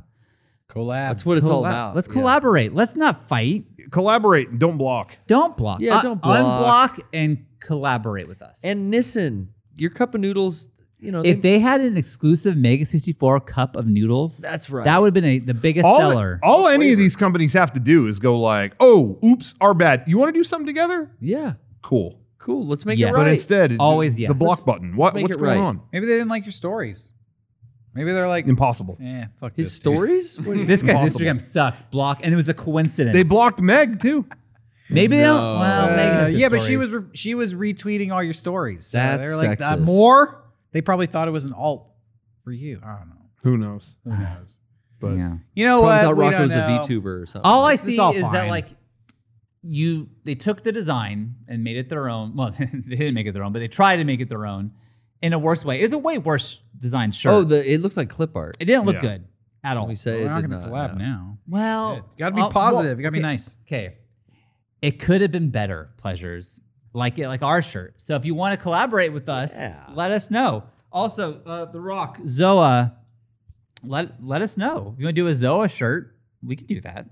Speaker 1: collab.
Speaker 3: That's what it's all
Speaker 4: Collab.
Speaker 3: about.
Speaker 4: Let's collaborate. Let's not fight.
Speaker 2: Collaborate. Don't block.
Speaker 4: Don't block.
Speaker 3: Yeah,
Speaker 4: Uh,
Speaker 3: don't block.
Speaker 4: Unblock and collaborate with us.
Speaker 3: And Nissan, your cup of noodles. You know,
Speaker 4: if they had an exclusive Mega 64 cup of noodles,
Speaker 3: That's right.
Speaker 4: That would have been a, the biggest
Speaker 2: All,
Speaker 4: seller.
Speaker 2: all any of these companies have to do is go like, oh, oops, our bad. You want to do something together?
Speaker 3: yeah,
Speaker 2: Cool.
Speaker 3: cool. Let's make
Speaker 4: Yeah.
Speaker 3: it
Speaker 4: But
Speaker 2: But
Speaker 3: right.
Speaker 2: instead, it-
Speaker 4: Always
Speaker 2: the
Speaker 4: yes.
Speaker 2: block button. What
Speaker 3: make
Speaker 2: what's
Speaker 3: it
Speaker 2: going
Speaker 3: right.
Speaker 2: on?
Speaker 1: Maybe they didn't like your stories. Maybe they're like,
Speaker 2: Impossible.
Speaker 1: eh, fuck
Speaker 3: His
Speaker 1: this.
Speaker 3: stories. What do you-
Speaker 4: this guy's
Speaker 2: Impossible.
Speaker 4: Instagram sucks. Block, and it was a coincidence.
Speaker 2: They blocked Meg too.
Speaker 4: Maybe they don't.
Speaker 6: No.
Speaker 4: Well,
Speaker 1: Uh,
Speaker 4: Mega's
Speaker 1: yeah, but she
Speaker 4: stories.
Speaker 1: was re- she was retweeting all your stories. So
Speaker 3: That's
Speaker 1: they're like "Uh,
Speaker 3: sexist.
Speaker 1: more. They probably thought it was an alt for you. I don't know.
Speaker 2: Who knows?
Speaker 1: Who knows?
Speaker 2: But
Speaker 4: Yeah.
Speaker 1: You know
Speaker 3: Probably
Speaker 1: what?
Speaker 3: thought
Speaker 1: We
Speaker 3: Rocco
Speaker 1: don't
Speaker 3: was a
Speaker 1: know.
Speaker 3: VTuber or something.
Speaker 4: All I
Speaker 1: It's
Speaker 4: see
Speaker 1: all
Speaker 4: is that
Speaker 1: fine.
Speaker 4: like you, they took the design and made it their own. Well, [laughs] they didn't make it their own, but they tried to make it their own in a worse way. It was a way worse designed shirt.
Speaker 3: Oh, the it looks like clip art.
Speaker 4: it didn't look
Speaker 2: Yeah.
Speaker 4: good at all.
Speaker 3: We say
Speaker 1: We're
Speaker 3: it
Speaker 1: not
Speaker 3: did
Speaker 1: going to collab
Speaker 3: no.
Speaker 1: now.
Speaker 4: Well,
Speaker 1: You gotta be
Speaker 4: uh, well,
Speaker 1: positive. you gotta be
Speaker 4: okay.
Speaker 1: nice.
Speaker 4: Okay. It could have been better pleasures, like it, like our shirt. So if you want to collaborate with us,
Speaker 3: Yeah.
Speaker 4: let us know. Also, uh, The Rock Zoa, let let us know. If you want to do a Zoa shirt, we can do that.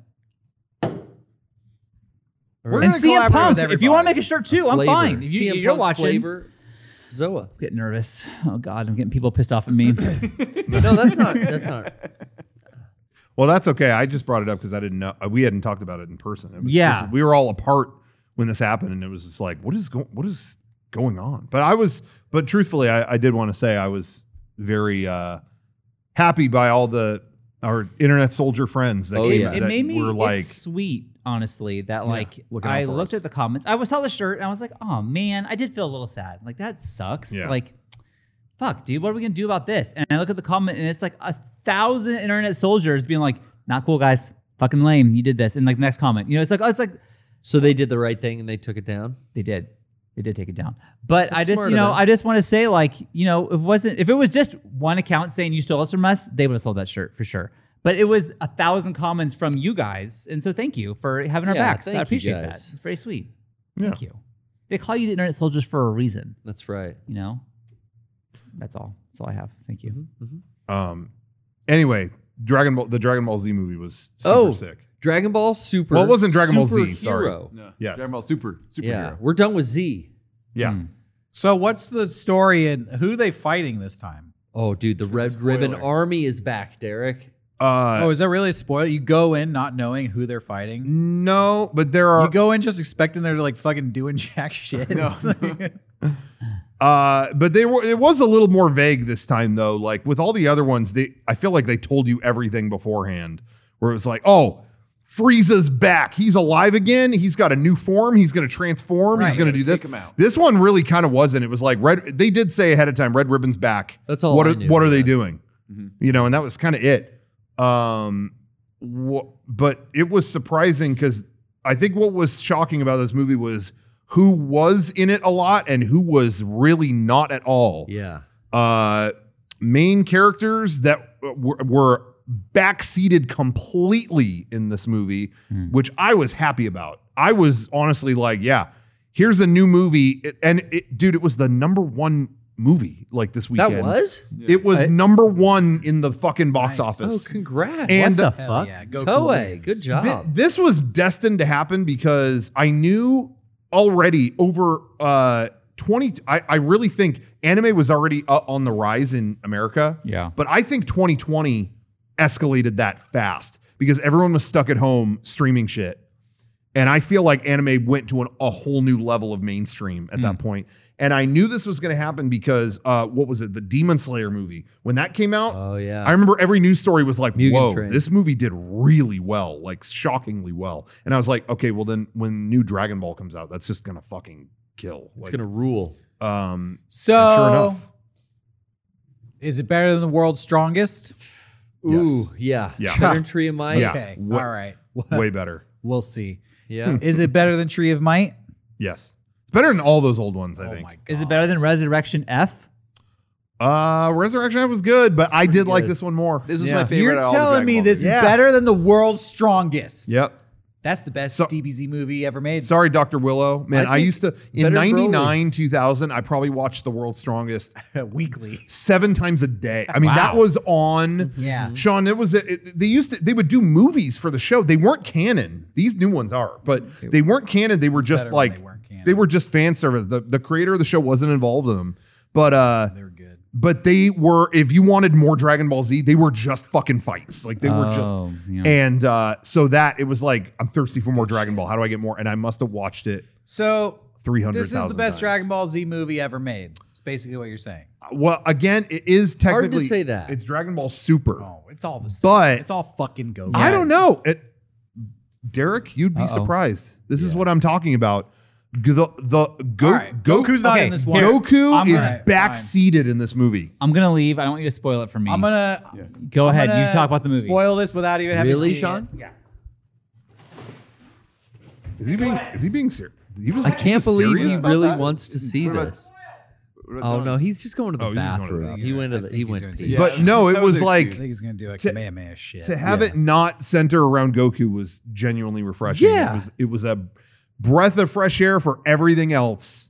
Speaker 1: We're
Speaker 4: and
Speaker 1: gonna
Speaker 4: CM
Speaker 1: collaborate
Speaker 4: Punk,
Speaker 1: with
Speaker 4: if you want to
Speaker 1: everybody.
Speaker 4: make a shirt too, I'm
Speaker 3: Flavor.
Speaker 4: fine. If you,
Speaker 3: CM
Speaker 4: you're
Speaker 3: Punk
Speaker 4: watching.
Speaker 3: Flavor,
Speaker 4: [laughs]
Speaker 3: Zoa.
Speaker 4: Get nervous. Oh God, I'm getting people pissed off
Speaker 1: [laughs]
Speaker 4: at me.
Speaker 3: No, that's not. That's
Speaker 4: [laughs]
Speaker 3: not.
Speaker 2: Well, that's okay. I just brought it up because I didn't know uh, we hadn't talked about it in person. It was
Speaker 4: Yeah.
Speaker 2: just- we were all apart when this happened, and it was just like, what is going? What is going on? But I was, but truthfully, I, I did want to say I was very uh, happy by all the our internet soldier friends that
Speaker 3: Oh,
Speaker 2: came.
Speaker 3: yeah.
Speaker 4: it
Speaker 2: that
Speaker 4: made me
Speaker 2: were
Speaker 4: it's
Speaker 2: like,
Speaker 4: sweet honestly that like
Speaker 2: looking out
Speaker 4: i
Speaker 2: for
Speaker 4: looked
Speaker 2: us.
Speaker 4: at the comments i saw the shirt and i was like oh man i did feel a little sad like that sucks
Speaker 2: Yeah.
Speaker 4: like fuck dude what are we gonna do about this and i look at the comment and it's like a thousand internet soldiers being like not cool guys fucking lame you did this and like next comment you know it's like oh, it's like
Speaker 3: So they did the right thing and they took it down.
Speaker 4: they did they did take it down but i
Speaker 3: That's
Speaker 4: just
Speaker 3: smart
Speaker 4: you
Speaker 3: of
Speaker 4: know
Speaker 3: them.
Speaker 4: i just want to say like you know if it wasn't if it was just one account saying you stole us from us they would have sold that shirt for sure but it was a thousand comments from you guys and so thank you for having our
Speaker 3: Yeah,
Speaker 4: backs
Speaker 3: thank
Speaker 4: i
Speaker 3: you
Speaker 4: appreciate that
Speaker 3: guys.
Speaker 4: it's very sweet thank you they call you the internet soldiers for a reason
Speaker 3: That's right.
Speaker 4: you know that's all that's all i have thank
Speaker 1: Mm-hmm.
Speaker 4: you
Speaker 2: Um, anyway, Dragon Ball, the Dragon Ball Z movie was super
Speaker 3: Oh.
Speaker 2: sick.
Speaker 3: Dragon Ball Super.
Speaker 2: Well, it wasn't Dragon Ball Z, sorry.
Speaker 3: Superhero.
Speaker 7: Yeah.
Speaker 2: Yes.
Speaker 7: Dragon Ball Super
Speaker 3: Yeah,
Speaker 7: superhero.
Speaker 3: we're done with Z.
Speaker 2: Yeah,
Speaker 3: Hmm.
Speaker 1: So what's the story and who they fighting this time?
Speaker 3: Oh, dude, the Red Ribbon Army is back, Derek.
Speaker 2: uh,
Speaker 1: oh, is that really a spoiler? You go in not knowing who they're fighting.
Speaker 2: no, but there are
Speaker 1: You go in just expecting they're like fucking doing [laughs] jack shit.
Speaker 2: Uh, but they were it was a little more vague this time though. Like with all the other ones, they I feel like they told you everything beforehand. Where it was like, oh, Frieza's back. He's alive again. He's got a new form. He's gonna transform. He's
Speaker 1: Right.
Speaker 2: gonna do this.
Speaker 7: take him out.
Speaker 2: This one really kind of wasn't. It was like red. They did say ahead of time, Red Ribbon's back.
Speaker 3: That's all
Speaker 2: What
Speaker 3: I
Speaker 2: are,
Speaker 3: knew,
Speaker 2: what are
Speaker 3: yeah.
Speaker 2: they doing? You know, and that was kind of it. Um, wha- but it was surprising because I think what was shocking about this movie was who was in it a lot and who was really not at all.
Speaker 3: Yeah.
Speaker 2: Uh, main characters that were, were backseated completely in this movie,
Speaker 3: Hmm.
Speaker 2: which I was happy about. I was honestly like, yeah, here's a new movie. It- And it, dude, it was the number one movie like this
Speaker 3: That
Speaker 2: weekend.
Speaker 3: was?
Speaker 2: It was number one in the fucking box
Speaker 3: Oh,
Speaker 2: office.
Speaker 3: congrats.
Speaker 2: And uh,
Speaker 4: the
Speaker 1: Hell
Speaker 4: fuck?
Speaker 1: yeah, go
Speaker 3: Toei, good
Speaker 2: Thi-
Speaker 3: job.
Speaker 2: this was destined to happen because I knew already over uh 20 I, I really think anime was already uh, on the rise in America.
Speaker 4: Yeah.
Speaker 2: But I think 2020 escalated that fast because everyone was stuck at home streaming shit. And I feel like anime went to an, a whole new level of mainstream at that point. And I knew this was going to happen because uh, what was it? The Demon Slayer movie. When that came out,
Speaker 3: Oh, yeah.
Speaker 2: I remember every news story was like,
Speaker 3: Mugen
Speaker 2: whoa,
Speaker 3: Train.
Speaker 2: this movie did really well, like shockingly well. And I was like, okay, well then when new Dragon Ball comes out, that's just gonna fucking kill.
Speaker 3: it's
Speaker 2: Like,
Speaker 3: going to rule.
Speaker 2: um
Speaker 1: So,
Speaker 2: sure enough.
Speaker 1: is it better than the world's strongest?
Speaker 2: Yes.
Speaker 3: Ooh, yeah.
Speaker 2: Yeah.
Speaker 3: Better than Tree of
Speaker 2: [laughs]
Speaker 3: Might.
Speaker 2: Yeah.
Speaker 1: Okay.
Speaker 2: Wha-
Speaker 1: All right.
Speaker 2: way better.
Speaker 1: We'll see.
Speaker 2: Hmm.
Speaker 3: Yeah.
Speaker 1: Is it better than Tree of Might?
Speaker 2: Yes. It's better than all those old ones,
Speaker 3: Oh
Speaker 2: I think.
Speaker 4: Is it better than Resurrection F?
Speaker 2: Uh Resurrection F was good, but I did like
Speaker 3: good.
Speaker 2: this one more.
Speaker 7: This is
Speaker 2: Yeah.
Speaker 7: my favorite.
Speaker 1: You're
Speaker 7: out of all the
Speaker 1: telling
Speaker 7: Dragon
Speaker 1: me
Speaker 7: Ball
Speaker 1: this
Speaker 7: movies.
Speaker 2: Yeah.
Speaker 1: is better than the world's strongest.
Speaker 2: Yep.
Speaker 1: That's the best
Speaker 2: So-
Speaker 1: DBZ movie ever made.
Speaker 2: Sorry, Dr. Willow. Man, I,
Speaker 3: I think
Speaker 2: used to in
Speaker 3: better
Speaker 2: ninety nine, two thousand, I probably watched The World's Strongest
Speaker 1: [laughs] Weekly.
Speaker 2: seven times a day. I mean, that
Speaker 1: Wow.
Speaker 2: was on.
Speaker 1: Yeah.
Speaker 2: Sean, it was. It, they used to. They would do movies for the show. They weren't canon. These new ones are, but they weren't canon. They were just
Speaker 1: better when
Speaker 2: like
Speaker 1: they weren't canon.
Speaker 2: they were just fan service. The the creator of the show wasn't involved in them, but uh, they were good. But they were. If you wanted more Dragon Ball Z, they were just fucking fights. Like they were just.
Speaker 4: Oh, yeah.
Speaker 2: And uh, so that it was like I'm thirsty for more Dragon Ball. How do I get more? And I must have watched it
Speaker 1: So
Speaker 2: three hundred.
Speaker 1: this is the best
Speaker 2: times.
Speaker 1: Dragon Ball Z movie ever made. It's basically what you're saying.
Speaker 2: Well, again, it is
Speaker 3: to
Speaker 2: technically
Speaker 3: say that.
Speaker 2: it's Dragon Ball Super.
Speaker 1: Oh, it's all the same.
Speaker 2: But-
Speaker 1: it's all fucking go.
Speaker 2: I don't know. It, Derek, you'd be
Speaker 4: Uh-oh.
Speaker 2: surprised. This is what I'm talking about. G- The the go,
Speaker 1: All right. Goku's not
Speaker 4: Okay,
Speaker 1: in this one.
Speaker 4: here-
Speaker 2: Goku
Speaker 1: I'm
Speaker 2: is
Speaker 1: gonna-
Speaker 2: backseated in this movie.
Speaker 4: I'm gonna leave. I don't want you to spoil it for me.
Speaker 1: I'm gonna
Speaker 4: go
Speaker 1: I'm
Speaker 4: ahead.
Speaker 1: gonna
Speaker 4: You talk about the movie.
Speaker 1: Spoil this without even having
Speaker 3: Really,
Speaker 1: seen
Speaker 3: Sean?
Speaker 1: It.
Speaker 2: Is he being is he being serious? He was
Speaker 3: I can't
Speaker 2: he was
Speaker 3: believe
Speaker 2: serious
Speaker 3: he
Speaker 2: about
Speaker 3: really
Speaker 2: that?
Speaker 3: wants to see
Speaker 7: about-
Speaker 3: this. Oh no, he's just going to the
Speaker 2: Oh, he's just going to the
Speaker 3: bathroom. He went to the, he
Speaker 1: he's
Speaker 3: went.
Speaker 1: gonna
Speaker 3: pee.
Speaker 1: do
Speaker 2: But no, it
Speaker 7: That was
Speaker 2: was
Speaker 7: an
Speaker 1: I
Speaker 2: like
Speaker 1: think he's gonna do a Kamehameha shit.
Speaker 2: to have it not center around Goku was genuinely refreshing.
Speaker 3: Yeah.
Speaker 2: It was it was a breath of fresh air for everything else.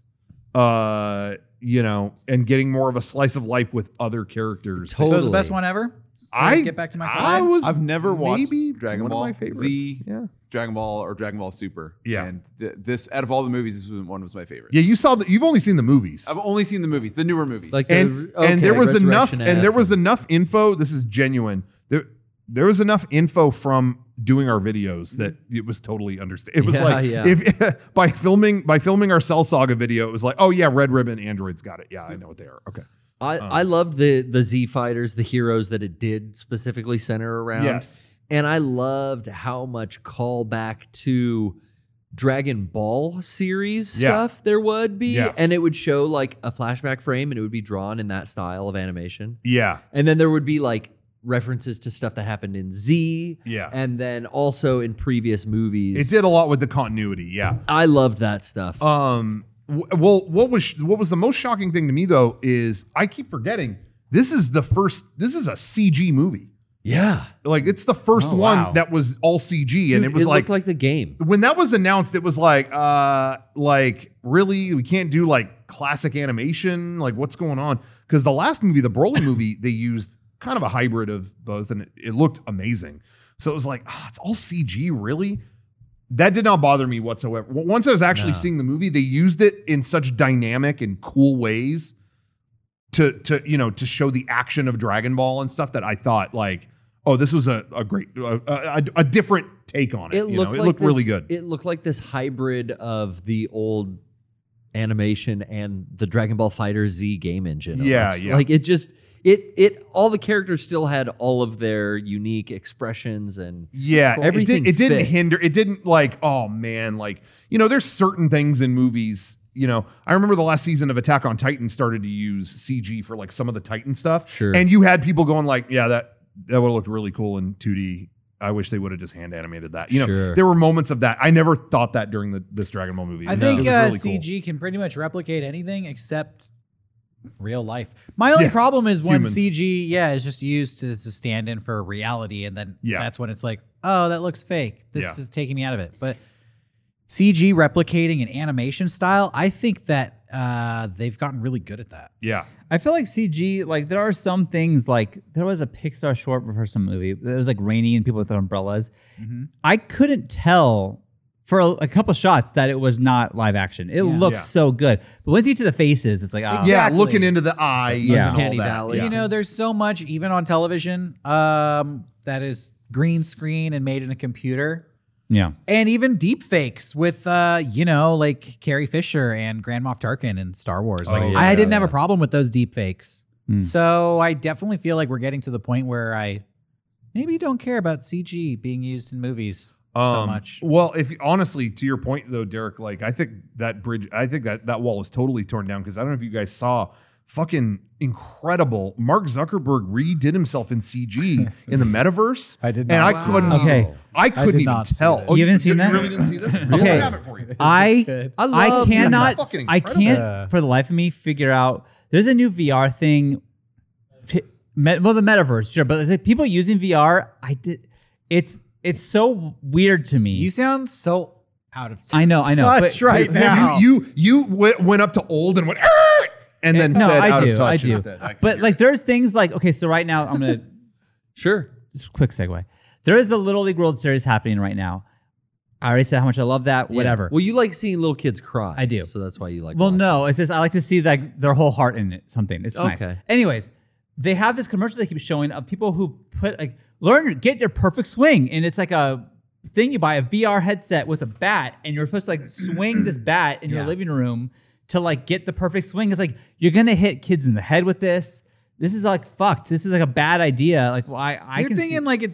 Speaker 2: Uh, you know, and getting more of a slice of life with other characters.
Speaker 1: so
Speaker 3: Totally.
Speaker 1: it's the best one ever. So
Speaker 2: I
Speaker 1: get back to my.
Speaker 2: I
Speaker 1: question?
Speaker 2: was
Speaker 7: I've never watched
Speaker 2: maybe
Speaker 7: Dragon
Speaker 2: one
Speaker 7: Ball
Speaker 2: of my favorites.
Speaker 7: Z.
Speaker 2: Yeah.
Speaker 7: Dragon Ball or Dragon Ball Super.
Speaker 2: Yeah.
Speaker 7: And th- this, out of all the movies, this was one was my favorite.
Speaker 2: Yeah, you saw that you've only seen the movies.
Speaker 7: I've only seen the movies, the newer movies.
Speaker 3: Like-
Speaker 2: and
Speaker 3: Okay,
Speaker 2: and there was enough
Speaker 3: Resurrection
Speaker 2: and
Speaker 3: F
Speaker 2: there was
Speaker 3: and-
Speaker 2: enough info. This is genuine. There there was enough info from doing our videos that it was totally understand. It was
Speaker 3: Yeah,
Speaker 2: like
Speaker 3: yeah.
Speaker 2: if [laughs] by filming by filming our Cell Saga video, it was like, oh yeah, Red Ribbon Androids got it. Yeah, I know what they are. Okay.
Speaker 3: I, I
Speaker 2: Oh.
Speaker 3: loved the the Z fighters, the heroes that it did specifically center around.
Speaker 2: Yes.
Speaker 3: And I loved how much callback to Dragon Ball series
Speaker 2: Yeah.
Speaker 3: stuff there would be.
Speaker 2: Yeah.
Speaker 3: And it would show like a flashback frame and it would be drawn in that style of animation.
Speaker 2: Yeah.
Speaker 3: And then there would be like references to stuff that happened in Z.
Speaker 2: Yeah.
Speaker 3: And then also in previous
Speaker 2: It
Speaker 3: movies.
Speaker 2: did a lot with the continuity. Yeah.
Speaker 3: I loved that stuff.
Speaker 2: Um. w- Well, what was what was the most shocking thing to me though is I keep forgetting this is the first. This is a CG movie.
Speaker 3: yeah.
Speaker 2: Like it's the first
Speaker 4: Oh,
Speaker 2: one
Speaker 4: wow.
Speaker 2: that was all CG, and
Speaker 3: Dude,
Speaker 2: it was like,
Speaker 3: looked like the game.
Speaker 2: when that was announced, it was like, uh, like really, we can't do like classic animation. Like what's going on? Because the last movie, the Broly movie, they used kind of a hybrid of both, and it, it looked amazing. So it was like, ah, it's all CG, really. That did not bother me whatsoever. W- Once I was actually seeing the movie, they used it in such dynamic and cool ways to to you know to show the action of Dragon Ball and stuff that I thought like oh this was a, a great a, a, a different take on it.
Speaker 3: It
Speaker 2: you
Speaker 3: looked
Speaker 2: know?
Speaker 3: like
Speaker 2: it looked really
Speaker 3: this-
Speaker 2: good.
Speaker 3: It looked like this hybrid of the old animation and the Dragon Ball Fighter Z game engine.
Speaker 2: Yeah,
Speaker 3: almost.
Speaker 2: yeah.
Speaker 3: Like it just it it all the characters still had all of their unique expressions and
Speaker 2: yeah,
Speaker 3: cool.
Speaker 2: it
Speaker 3: Everything
Speaker 2: did- It, did, not
Speaker 3: fit.
Speaker 2: hinder. It didn't like oh man, like you know there's certain things in movies. You know, I remember the last season of Attack on Titan started to use CG for like some of the Titan stuff.
Speaker 3: Sure.
Speaker 2: And you had people going like, yeah, that that would have looked really cool in 2D. I wish they would have just hand animated that. You know,
Speaker 3: Sure.
Speaker 2: there were moments of that. I never thought that during the, this Dragon Ball movie.
Speaker 1: I
Speaker 2: It
Speaker 1: think
Speaker 2: was
Speaker 1: uh,
Speaker 2: really cool.
Speaker 1: CG can pretty much replicate anything except real life. My only
Speaker 2: Yeah.
Speaker 1: problem is when
Speaker 2: Humans.
Speaker 1: CG, yeah, is just used to, as a stand in for reality, and then
Speaker 2: Yeah.
Speaker 1: that's when it's like, oh, that looks fake. This
Speaker 2: Yeah.
Speaker 1: is taking me out of it. But CG replicating an animation style, I think that uh, they've gotten really good at that.
Speaker 2: Yeah.
Speaker 4: I feel like CG, like there are some things like there was a Pixar short for some movie. It was like rainy and people with umbrellas.
Speaker 1: Mm-hmm.
Speaker 4: I couldn't tell for a, a couple shots that it was not live action. It looked
Speaker 2: Yeah.
Speaker 4: so good, but once you get to the faces, it's like ah,
Speaker 2: Yeah,
Speaker 1: Exactly.
Speaker 2: looking into the eye
Speaker 4: Yeah.
Speaker 2: and all
Speaker 3: Uncanny
Speaker 2: that.
Speaker 3: valley.
Speaker 2: Yeah.
Speaker 1: You know, there's so much even on television um, that is green screen and made in a computer.
Speaker 4: yeah.
Speaker 1: and even deep fakes with uh you know like Carrie Fisher and Grand Moff Tarkin and Star Wars. Like
Speaker 2: Oh, yeah, Hmm.
Speaker 1: I didn't
Speaker 2: yeah.
Speaker 1: have a problem with those deep fakes. So I definitely feel like we're getting to the point where I maybe don't care about CG being used in movies so
Speaker 2: Um,
Speaker 1: much.
Speaker 2: Well, if honestly, to your point though, Derek, like I think that bridge, I think that that wall is totally torn down because I don't know if you guys saw fucking incredible Mark Zuckerberg redid himself
Speaker 1: [laughs]
Speaker 2: in CG in the metaverse.
Speaker 1: I did
Speaker 2: and
Speaker 1: not
Speaker 2: I
Speaker 1: see
Speaker 2: couldn't.
Speaker 1: that.
Speaker 4: Okay.
Speaker 2: even- I couldn't
Speaker 1: did
Speaker 2: even
Speaker 1: not see
Speaker 2: tell. Oh,
Speaker 1: that.
Speaker 4: You haven't seen that?
Speaker 2: You really didn't see this?
Speaker 4: [laughs] Okay.
Speaker 2: I have it for you.
Speaker 4: I
Speaker 3: I
Speaker 4: I,
Speaker 3: love
Speaker 4: cannot
Speaker 2: Fucking
Speaker 4: I
Speaker 2: incredible.
Speaker 4: can't
Speaker 1: Yeah.
Speaker 4: for the life of me figure out. There's a new VR thing. T- met- well, the metaverse, sure, but the people using VR, I did. It's it's so weird to me.
Speaker 1: You sound so out of
Speaker 4: I know, I know,
Speaker 1: touch
Speaker 4: but-
Speaker 1: right
Speaker 4: but-
Speaker 1: now.
Speaker 2: You you you went, went up to old and went "Arr!" and then
Speaker 4: Eh, no,
Speaker 2: said
Speaker 4: I
Speaker 2: out
Speaker 4: do,
Speaker 2: of
Speaker 4: I
Speaker 2: touch
Speaker 4: do.
Speaker 2: instead. I can
Speaker 4: But
Speaker 2: hear
Speaker 4: like, there's things like okay, so right now I'm gonna [laughs]
Speaker 3: Sure.
Speaker 4: just quick segue. There is the Little League World Series happening right now. I already said how much I love that.
Speaker 3: Yeah.
Speaker 4: Whatever.
Speaker 3: Well, you like seeing little kids cry.
Speaker 4: I do.
Speaker 3: So that's why you like.
Speaker 4: Well,
Speaker 3: watching.
Speaker 4: no, it's just I like to see like their whole heart in it. Something. It's nice.
Speaker 3: Okay.
Speaker 4: Anyways, they have this commercial they keep showing of people who put like learn get your perfect swing, and it's like a thing you buy a VR headset with a bat, and you're supposed to like swing this bat in your living room to like get the perfect swing. It's like you're gonna hit kids in the head with this. This is like fucked. This is like a bad idea. Like why I
Speaker 1: You're
Speaker 4: can
Speaker 1: thinking
Speaker 4: see-
Speaker 1: like a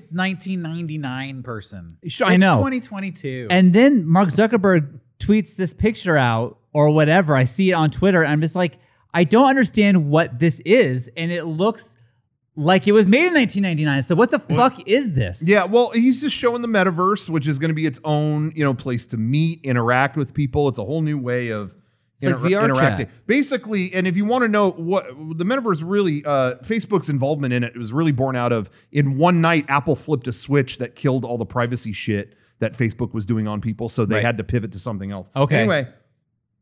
Speaker 1: 1999 person.
Speaker 4: Sure, I
Speaker 1: It's
Speaker 4: know.
Speaker 1: 2022.
Speaker 4: And then Mark Zuckerberg tweets this picture out or whatever. I see it on Twitter. And I'm just like, I don't understand what this is. And it looks like it was made in 1999. So what the fuck is this?
Speaker 2: Yeah, well, he's just showing the metaverse, which is going to be its own, you know, place to meet, interact with people. It's a whole new way of
Speaker 3: It's like VR
Speaker 2: interacting.
Speaker 3: chat.
Speaker 2: Basically, and if you want to know what the metaverse really, uh, Facebook's involvement in it was really born out of in one night, Apple flipped a switch that killed all the privacy shit that Facebook was doing on people, so they
Speaker 4: Right.
Speaker 2: had to pivot to something else.
Speaker 4: Okay.
Speaker 2: Anyway,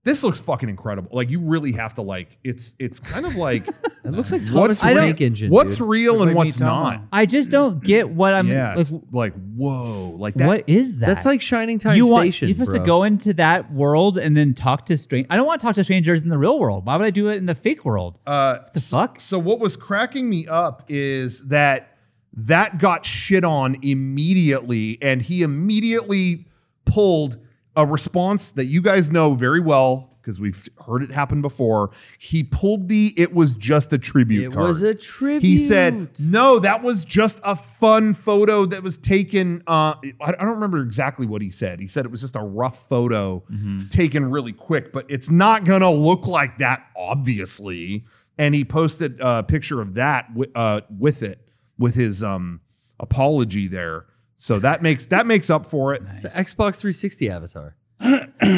Speaker 2: this looks fucking incredible. Like you really have to like. It's it's kind of
Speaker 3: [laughs]
Speaker 2: like
Speaker 3: It looks like
Speaker 2: what's
Speaker 3: Thomas
Speaker 4: I
Speaker 3: the
Speaker 4: don't-
Speaker 3: Tank Engine.
Speaker 2: what's
Speaker 3: dude.
Speaker 2: real
Speaker 1: Looks
Speaker 2: and
Speaker 1: like
Speaker 2: what's
Speaker 1: Meet Tomo.
Speaker 2: not.
Speaker 4: I just don't get what I'm
Speaker 2: yeah,
Speaker 4: like,
Speaker 2: it's like whoa, like that
Speaker 4: what is that?
Speaker 3: That's like Shining Time
Speaker 4: you want,
Speaker 3: Station.
Speaker 4: You're supposed to
Speaker 3: bro.
Speaker 4: go into that world and then talk to strangers. I don't want to talk to strangers in the real world. Why would I do it in the fake world?
Speaker 2: Uh,
Speaker 4: what the fuck?
Speaker 2: so what was cracking me up is that that got shit on immediately, and he immediately pulled a response that you guys know very well because we've heard it happen before. He pulled the "it was just a tribute."
Speaker 3: It
Speaker 2: card.
Speaker 3: was a tribute.
Speaker 2: He said, "No, that was just a fun photo that was taken." Uh, I, I don't remember exactly what he said. He said it was just a rough photo
Speaker 4: Mm-hmm.
Speaker 2: taken really quick, but it's not gonna look like that, obviously. And he posted a picture of that wi- uh, with it with his um, apology there. So that makes that makes up for it.
Speaker 3: It's an Xbox 360 avatar.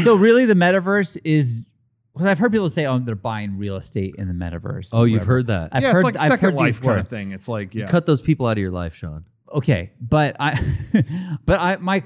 Speaker 4: so really the metaverse is, because I've heard people say, oh, they're buying real estate in the metaverse.
Speaker 3: Oh, you've heard that.
Speaker 4: I've
Speaker 2: yeah,
Speaker 4: heard,
Speaker 2: it's like
Speaker 4: I've heard
Speaker 2: Second
Speaker 4: these
Speaker 2: Life kind
Speaker 4: words.
Speaker 2: of thing. It's like yeah,
Speaker 3: Cut those people out of your life, Sean.
Speaker 4: okay, but I, [laughs] but I, my,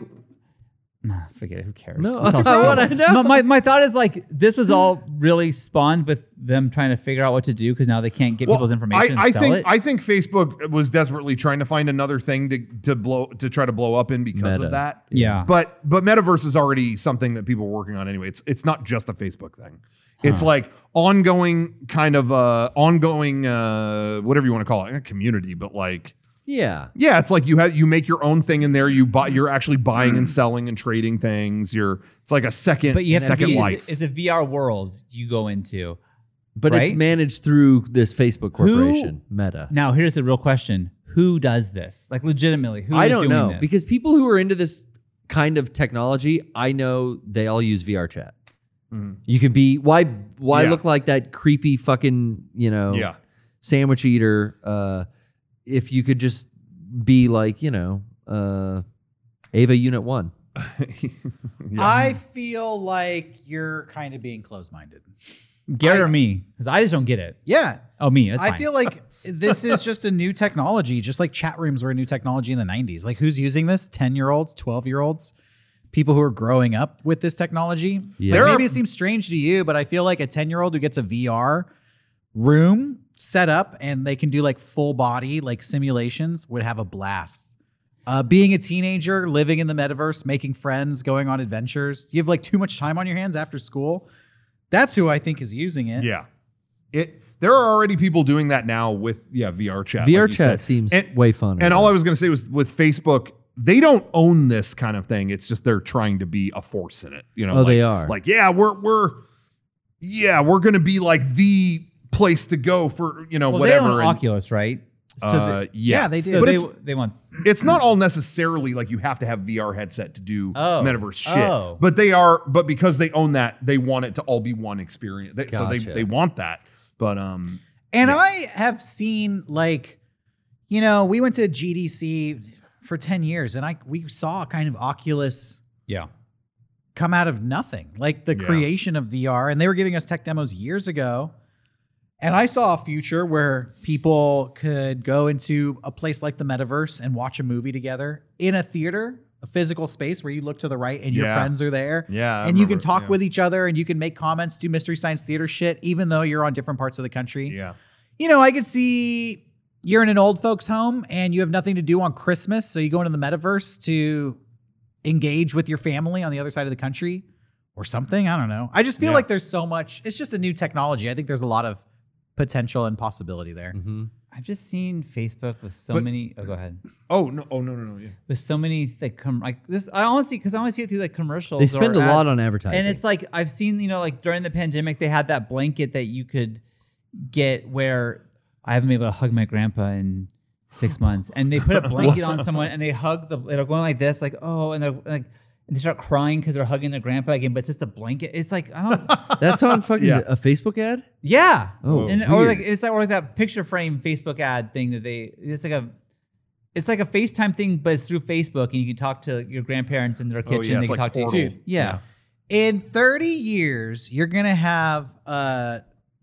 Speaker 4: [sighs] nah, forget it. Who cares?
Speaker 3: [laughs] No,
Speaker 4: It's all
Speaker 3: I
Speaker 4: stupid.
Speaker 3: wanna know.
Speaker 4: My, my, my thought is like this was all really spawned with them trying to figure out what to do because now they can't get people's
Speaker 2: I,
Speaker 4: information. and
Speaker 2: I
Speaker 4: sell
Speaker 2: think
Speaker 4: it.
Speaker 2: I think Facebook was desperately trying to find another thing to to blow to try to blow up in because
Speaker 3: Meta.
Speaker 2: of that.
Speaker 4: Yeah.
Speaker 2: But but metaverse is already something that people are working on anyway. It's it's not just a Facebook thing. It's like ongoing kind of uh ongoing uh whatever you want to call it, not community, but like
Speaker 3: Yeah.
Speaker 2: yeah, it's like you have you make your own thing in there. You buy you're actually buying and selling and trading things. You're it's like a second
Speaker 4: Mm. but you have
Speaker 2: second
Speaker 4: to be,
Speaker 2: life.
Speaker 4: it's, it's a VR world you go into.
Speaker 3: But it's
Speaker 4: Right?
Speaker 3: managed through this Facebook corporation, Meta.
Speaker 4: Now here's the real question: Who does this? Like legitimately, who?
Speaker 3: I
Speaker 4: is
Speaker 3: don't
Speaker 4: doing
Speaker 3: know
Speaker 4: this?
Speaker 3: because people who are into this kind of technology, I know they all use VR chat. You can be why why
Speaker 2: Mm. Yeah.
Speaker 3: look like that creepy fucking you know
Speaker 2: yeah.
Speaker 3: sandwich eater uh, if you could just be like you know uh, Ava Unit One.
Speaker 1: I feel like you're kind of being closed-minded.
Speaker 4: Garrett or me? Because I just don't get it.
Speaker 1: Yeah,
Speaker 4: Oh, me. That's
Speaker 1: I
Speaker 4: fine.
Speaker 1: feel like this is just a new technology, just like chat rooms were a new technology in the 90s. Like, who's using this? 10 year olds, 12 year olds? people who are growing up with this technology. Like,
Speaker 3: Yeah.
Speaker 2: There are-
Speaker 1: maybe it seems strange to you, but I feel like a 10 year old who gets a VR room set up and they can do like full body like simulations would have a blast. Uh, being a teenager, living in the metaverse, making friends, going on adventures, you have like too much time on your hands after school. That's who I think is using it.
Speaker 2: Yeah. It there are already people doing that now with yeah, VR chat.
Speaker 3: VR
Speaker 2: you
Speaker 3: chat
Speaker 2: said.
Speaker 3: seems
Speaker 2: And-
Speaker 3: way funner.
Speaker 2: And all I was going to say was with Facebook, they don't own this kind of thing. It's just they're trying to be a force in it. You know,
Speaker 3: Oh,
Speaker 2: like,
Speaker 3: they are.
Speaker 2: Like, yeah, we're we're yeah, we're going to be like the place to go for you know
Speaker 4: Well,
Speaker 2: whatever.
Speaker 4: they own
Speaker 2: and,
Speaker 4: Oculus, right? So
Speaker 2: uh,
Speaker 4: they-
Speaker 2: yeah.
Speaker 1: Yeah, they do.
Speaker 4: so
Speaker 2: But
Speaker 4: they,
Speaker 2: it's,
Speaker 4: they want
Speaker 2: it's not all necessarily like you have to have VR headset to do
Speaker 4: Hmm. Oh.
Speaker 2: metaverse shit.
Speaker 4: Oh.
Speaker 2: But they are, but because they own that, they want it to all be one experience. They- So they
Speaker 3: Gotcha.
Speaker 2: they want that. But um,
Speaker 1: And I have seen like, you know, we went to GDC for 10 years and I we saw kind of Oculus
Speaker 4: yeah.
Speaker 1: come out of nothing. Like the
Speaker 2: Yeah.
Speaker 1: creation of VR and they were giving us tech demos years ago. And I saw a future where people could go into a place like the metaverse and watch a movie together in a theater, a physical space where you look to the right and your
Speaker 2: Yeah.
Speaker 1: friends are there.
Speaker 2: Yeah, I
Speaker 1: and you can
Speaker 2: remember,
Speaker 1: talk
Speaker 2: yeah.
Speaker 1: with each other and you can make comments, do mystery science theater shit, even though you're on different parts of the country
Speaker 2: yeah,
Speaker 1: you know, I could see you're in an old folks' home and you have nothing to do on Christmas, so you go into the metaverse to engage with your family on the other side of the country or something. I don't know. I just feel
Speaker 2: Yeah.
Speaker 1: like there's so much. It's just a new technology. I think there's a lot of potential and possibility there.
Speaker 4: I've just seen Facebook with so
Speaker 2: But-
Speaker 4: many. Oh, go ahead.
Speaker 2: Oh no! Oh no! No! No! Yeah.
Speaker 4: With so many like com- like this. I honestly because I only see it through like commercials.
Speaker 3: They spend
Speaker 4: or
Speaker 3: a
Speaker 4: ad-
Speaker 3: lot on advertising.
Speaker 4: And it's like I've seen, you know, like during the pandemic, they had that blanket that you could get where I haven't been able to hug my grandpa in six months, and they put a blanket on someone and they hug the, they're going like this, like oh, and they're like. And they start crying because they're hugging their grandpa again, but it's just a blanket. It's like I don't,
Speaker 3: That's
Speaker 2: [laughs]
Speaker 3: on fucking
Speaker 2: Yeah.
Speaker 3: a Facebook ad.
Speaker 4: yeah.
Speaker 3: Oh,
Speaker 4: and or like
Speaker 3: weird.
Speaker 4: it's like or like that picture frame Facebook ad thing that they. It's like a, it's like a FaceTime thing, but it's through Facebook, and you can talk to your grandparents in their kitchen.
Speaker 2: yeah,
Speaker 4: they
Speaker 2: it's
Speaker 4: can
Speaker 2: like
Speaker 4: talk to you.
Speaker 2: Portal.
Speaker 4: Dude, yeah.
Speaker 1: In 30 years, you're going to have a,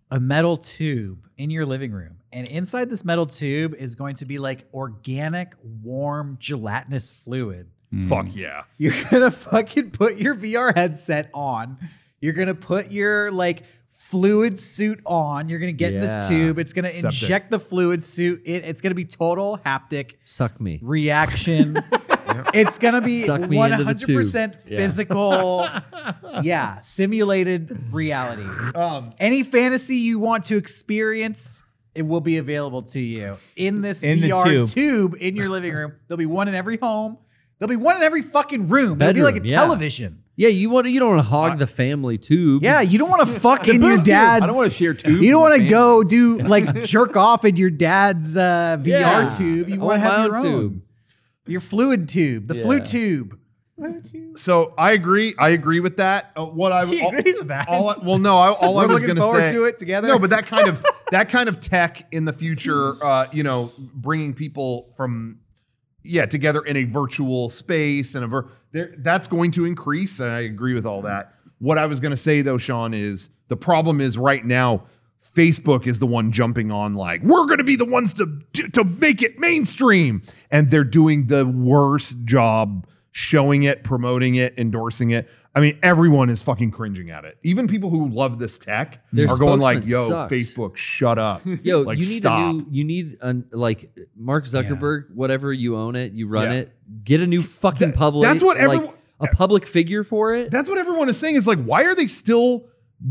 Speaker 1: a metal tube in your living room. And inside this metal tube is going to be like organic, warm, gelatinous fluid.
Speaker 4: Hmm.
Speaker 2: Fuck yeah!
Speaker 1: You're [laughs] gonna fucking put your VR headset on. You're gonna put your like fluid suit on. You're gonna get in
Speaker 3: Yeah.
Speaker 1: this tube. It's gonna
Speaker 2: Septic.
Speaker 1: inject the fluid suit. It, it's gonna be total haptic
Speaker 3: Suck me.
Speaker 1: reaction.
Speaker 3: [laughs]
Speaker 1: it's gonna be
Speaker 3: Suck me into the
Speaker 1: 100
Speaker 3: tube.
Speaker 1: percent
Speaker 3: [laughs]
Speaker 1: physical. yeah, simulated reality.
Speaker 7: Um,
Speaker 1: Any fantasy you want to experience. It will be available to you in this
Speaker 4: In the
Speaker 1: VR
Speaker 4: tube.
Speaker 1: tube in your living room. There'll be one in every home. There'll be one in every fucking room. There'll be like a
Speaker 3: Bedroom, yeah.
Speaker 1: television.
Speaker 3: Yeah, you want you don't want to hog the family tube.
Speaker 1: Yeah, you don't
Speaker 3: [laughs]
Speaker 1: want to fuck in your
Speaker 7: Boom, tube.
Speaker 1: dad's.
Speaker 7: I don't want to share tubes.
Speaker 1: you don't
Speaker 7: with
Speaker 1: want to
Speaker 7: my
Speaker 1: go do like jerk off in your dad's uh, VR
Speaker 3: Yeah.
Speaker 1: tube. You
Speaker 3: I
Speaker 1: want to
Speaker 3: want
Speaker 1: have
Speaker 3: my
Speaker 1: your
Speaker 3: own
Speaker 1: own.
Speaker 3: tube.
Speaker 1: Your fluid tube, the fluid
Speaker 3: Yeah.
Speaker 1: tube.
Speaker 2: So I agree. I agree with that. Uh,
Speaker 1: [laughs]
Speaker 2: what I
Speaker 4: He agrees with that.
Speaker 2: All, I- well, no. I, all I
Speaker 1: We're
Speaker 2: was
Speaker 1: looking
Speaker 2: going to
Speaker 1: forward
Speaker 2: say
Speaker 1: to it together.
Speaker 2: No, but that
Speaker 1: [laughs]
Speaker 2: kind of that kind of tech in the future. Uh, you know, bringing people from yeah together in a virtual space and a vir- there, that's going to increase. And I agree with all
Speaker 3: Mm-hmm.
Speaker 2: that. What I was going to say though, Sean, is the problem is right now. Facebook is the one jumping on like we're going to be the ones to to to make it mainstream, and they're doing the worst job showing it, promoting it, endorsing it. I mean, everyone is fucking cringing at it. Even people who love this tech
Speaker 3: Their
Speaker 2: are going like,
Speaker 3: spokesman
Speaker 2: "Yo,
Speaker 3: sucks."
Speaker 2: Facebook, shut
Speaker 3: [laughs]
Speaker 2: up!
Speaker 3: Yo,
Speaker 2: like
Speaker 3: you need
Speaker 2: stop."
Speaker 3: a new. You need an like Mark Zuckerberg, whatever you own it, you run
Speaker 2: Yeah.
Speaker 3: it. Get a new fucking public.
Speaker 2: that's what
Speaker 3: like,
Speaker 2: everyone-
Speaker 3: a public figure for it.
Speaker 2: That's what everyone is saying. Is like, why are they still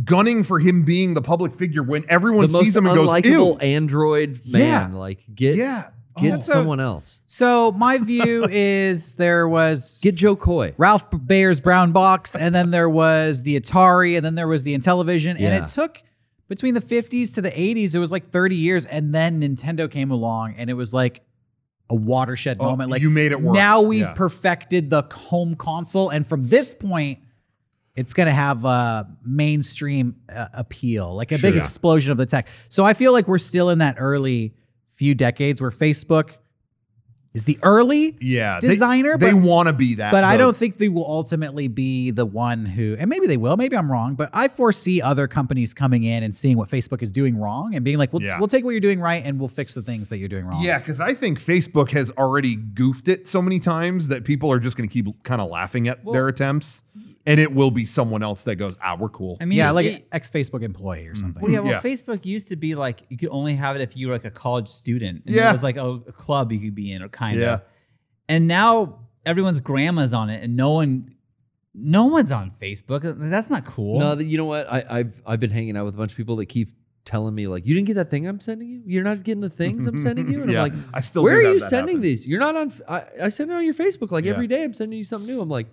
Speaker 2: gunning for him being the public figure when everyone
Speaker 3: the
Speaker 2: sees
Speaker 3: most
Speaker 2: him and goes, "Ew,
Speaker 3: unlikable android man.
Speaker 2: Yeah.
Speaker 3: Like get
Speaker 2: yeah, Oh,
Speaker 3: get
Speaker 2: that's a-
Speaker 3: someone else.
Speaker 1: So my view [laughs] is there was
Speaker 3: Get Joe Coy.
Speaker 1: Ralph Bayer's Brown Box, and then there was the Atari, and then there was the Intellivision. And
Speaker 3: Yeah.
Speaker 1: it took between the 50s to the 80s, it was like 30 years. And then Nintendo came along, and it was like a watershed
Speaker 2: Oh,
Speaker 1: moment. Like,
Speaker 2: you made it work.
Speaker 1: Now we've
Speaker 2: Yeah.
Speaker 1: perfected the home console. And from this point, it's going to have a mainstream uh, appeal, like a big
Speaker 2: Sure.
Speaker 1: explosion of the tech. So I feel like we're still in that early few decades where Facebook is the early
Speaker 2: yeah they-
Speaker 1: designer.
Speaker 2: They,
Speaker 1: but,
Speaker 2: want to be that,
Speaker 1: but I
Speaker 2: though.
Speaker 1: don't think they will ultimately be the one who, and maybe they will, maybe I'm wrong, but I foresee other companies coming in and seeing what Facebook is doing wrong and being like, we'll,
Speaker 2: Yeah.
Speaker 1: we'll take what you're doing right and we'll fix the things that you're doing wrong.
Speaker 2: Yeah, because I think Facebook has already goofed it so many times that people are just going to keep kind of laughing at their attempts, and it will be someone else that goes, "Ah, we're cool."
Speaker 4: I mean,
Speaker 1: Yeah, like
Speaker 4: it-
Speaker 1: an ex Facebook employee or something.
Speaker 4: Well, yeah,
Speaker 2: Yeah.
Speaker 4: well, Facebook used to be like you could only have it if you were like a college student. And
Speaker 2: Yeah.
Speaker 4: It was like a, a club you could be in or kind
Speaker 2: Yeah.
Speaker 4: of. And now everyone's grandma's on it and no one no one's on Facebook. That's not cool.
Speaker 3: No, th- you know what? I, I've I've been hanging out with a bunch of people that keep telling me like, you didn't get that thing I'm sending you. You're not getting the things I'm sending you.
Speaker 2: [laughs]
Speaker 3: And
Speaker 2: Yeah,
Speaker 3: I'm like,
Speaker 2: I still
Speaker 3: Where
Speaker 2: do
Speaker 3: are
Speaker 2: have
Speaker 3: you
Speaker 2: that
Speaker 3: sending
Speaker 2: happen.
Speaker 3: these? You're not on. f- I, I send it on your Facebook like
Speaker 2: Yeah.
Speaker 3: every day. I'm sending you something new. I'm like,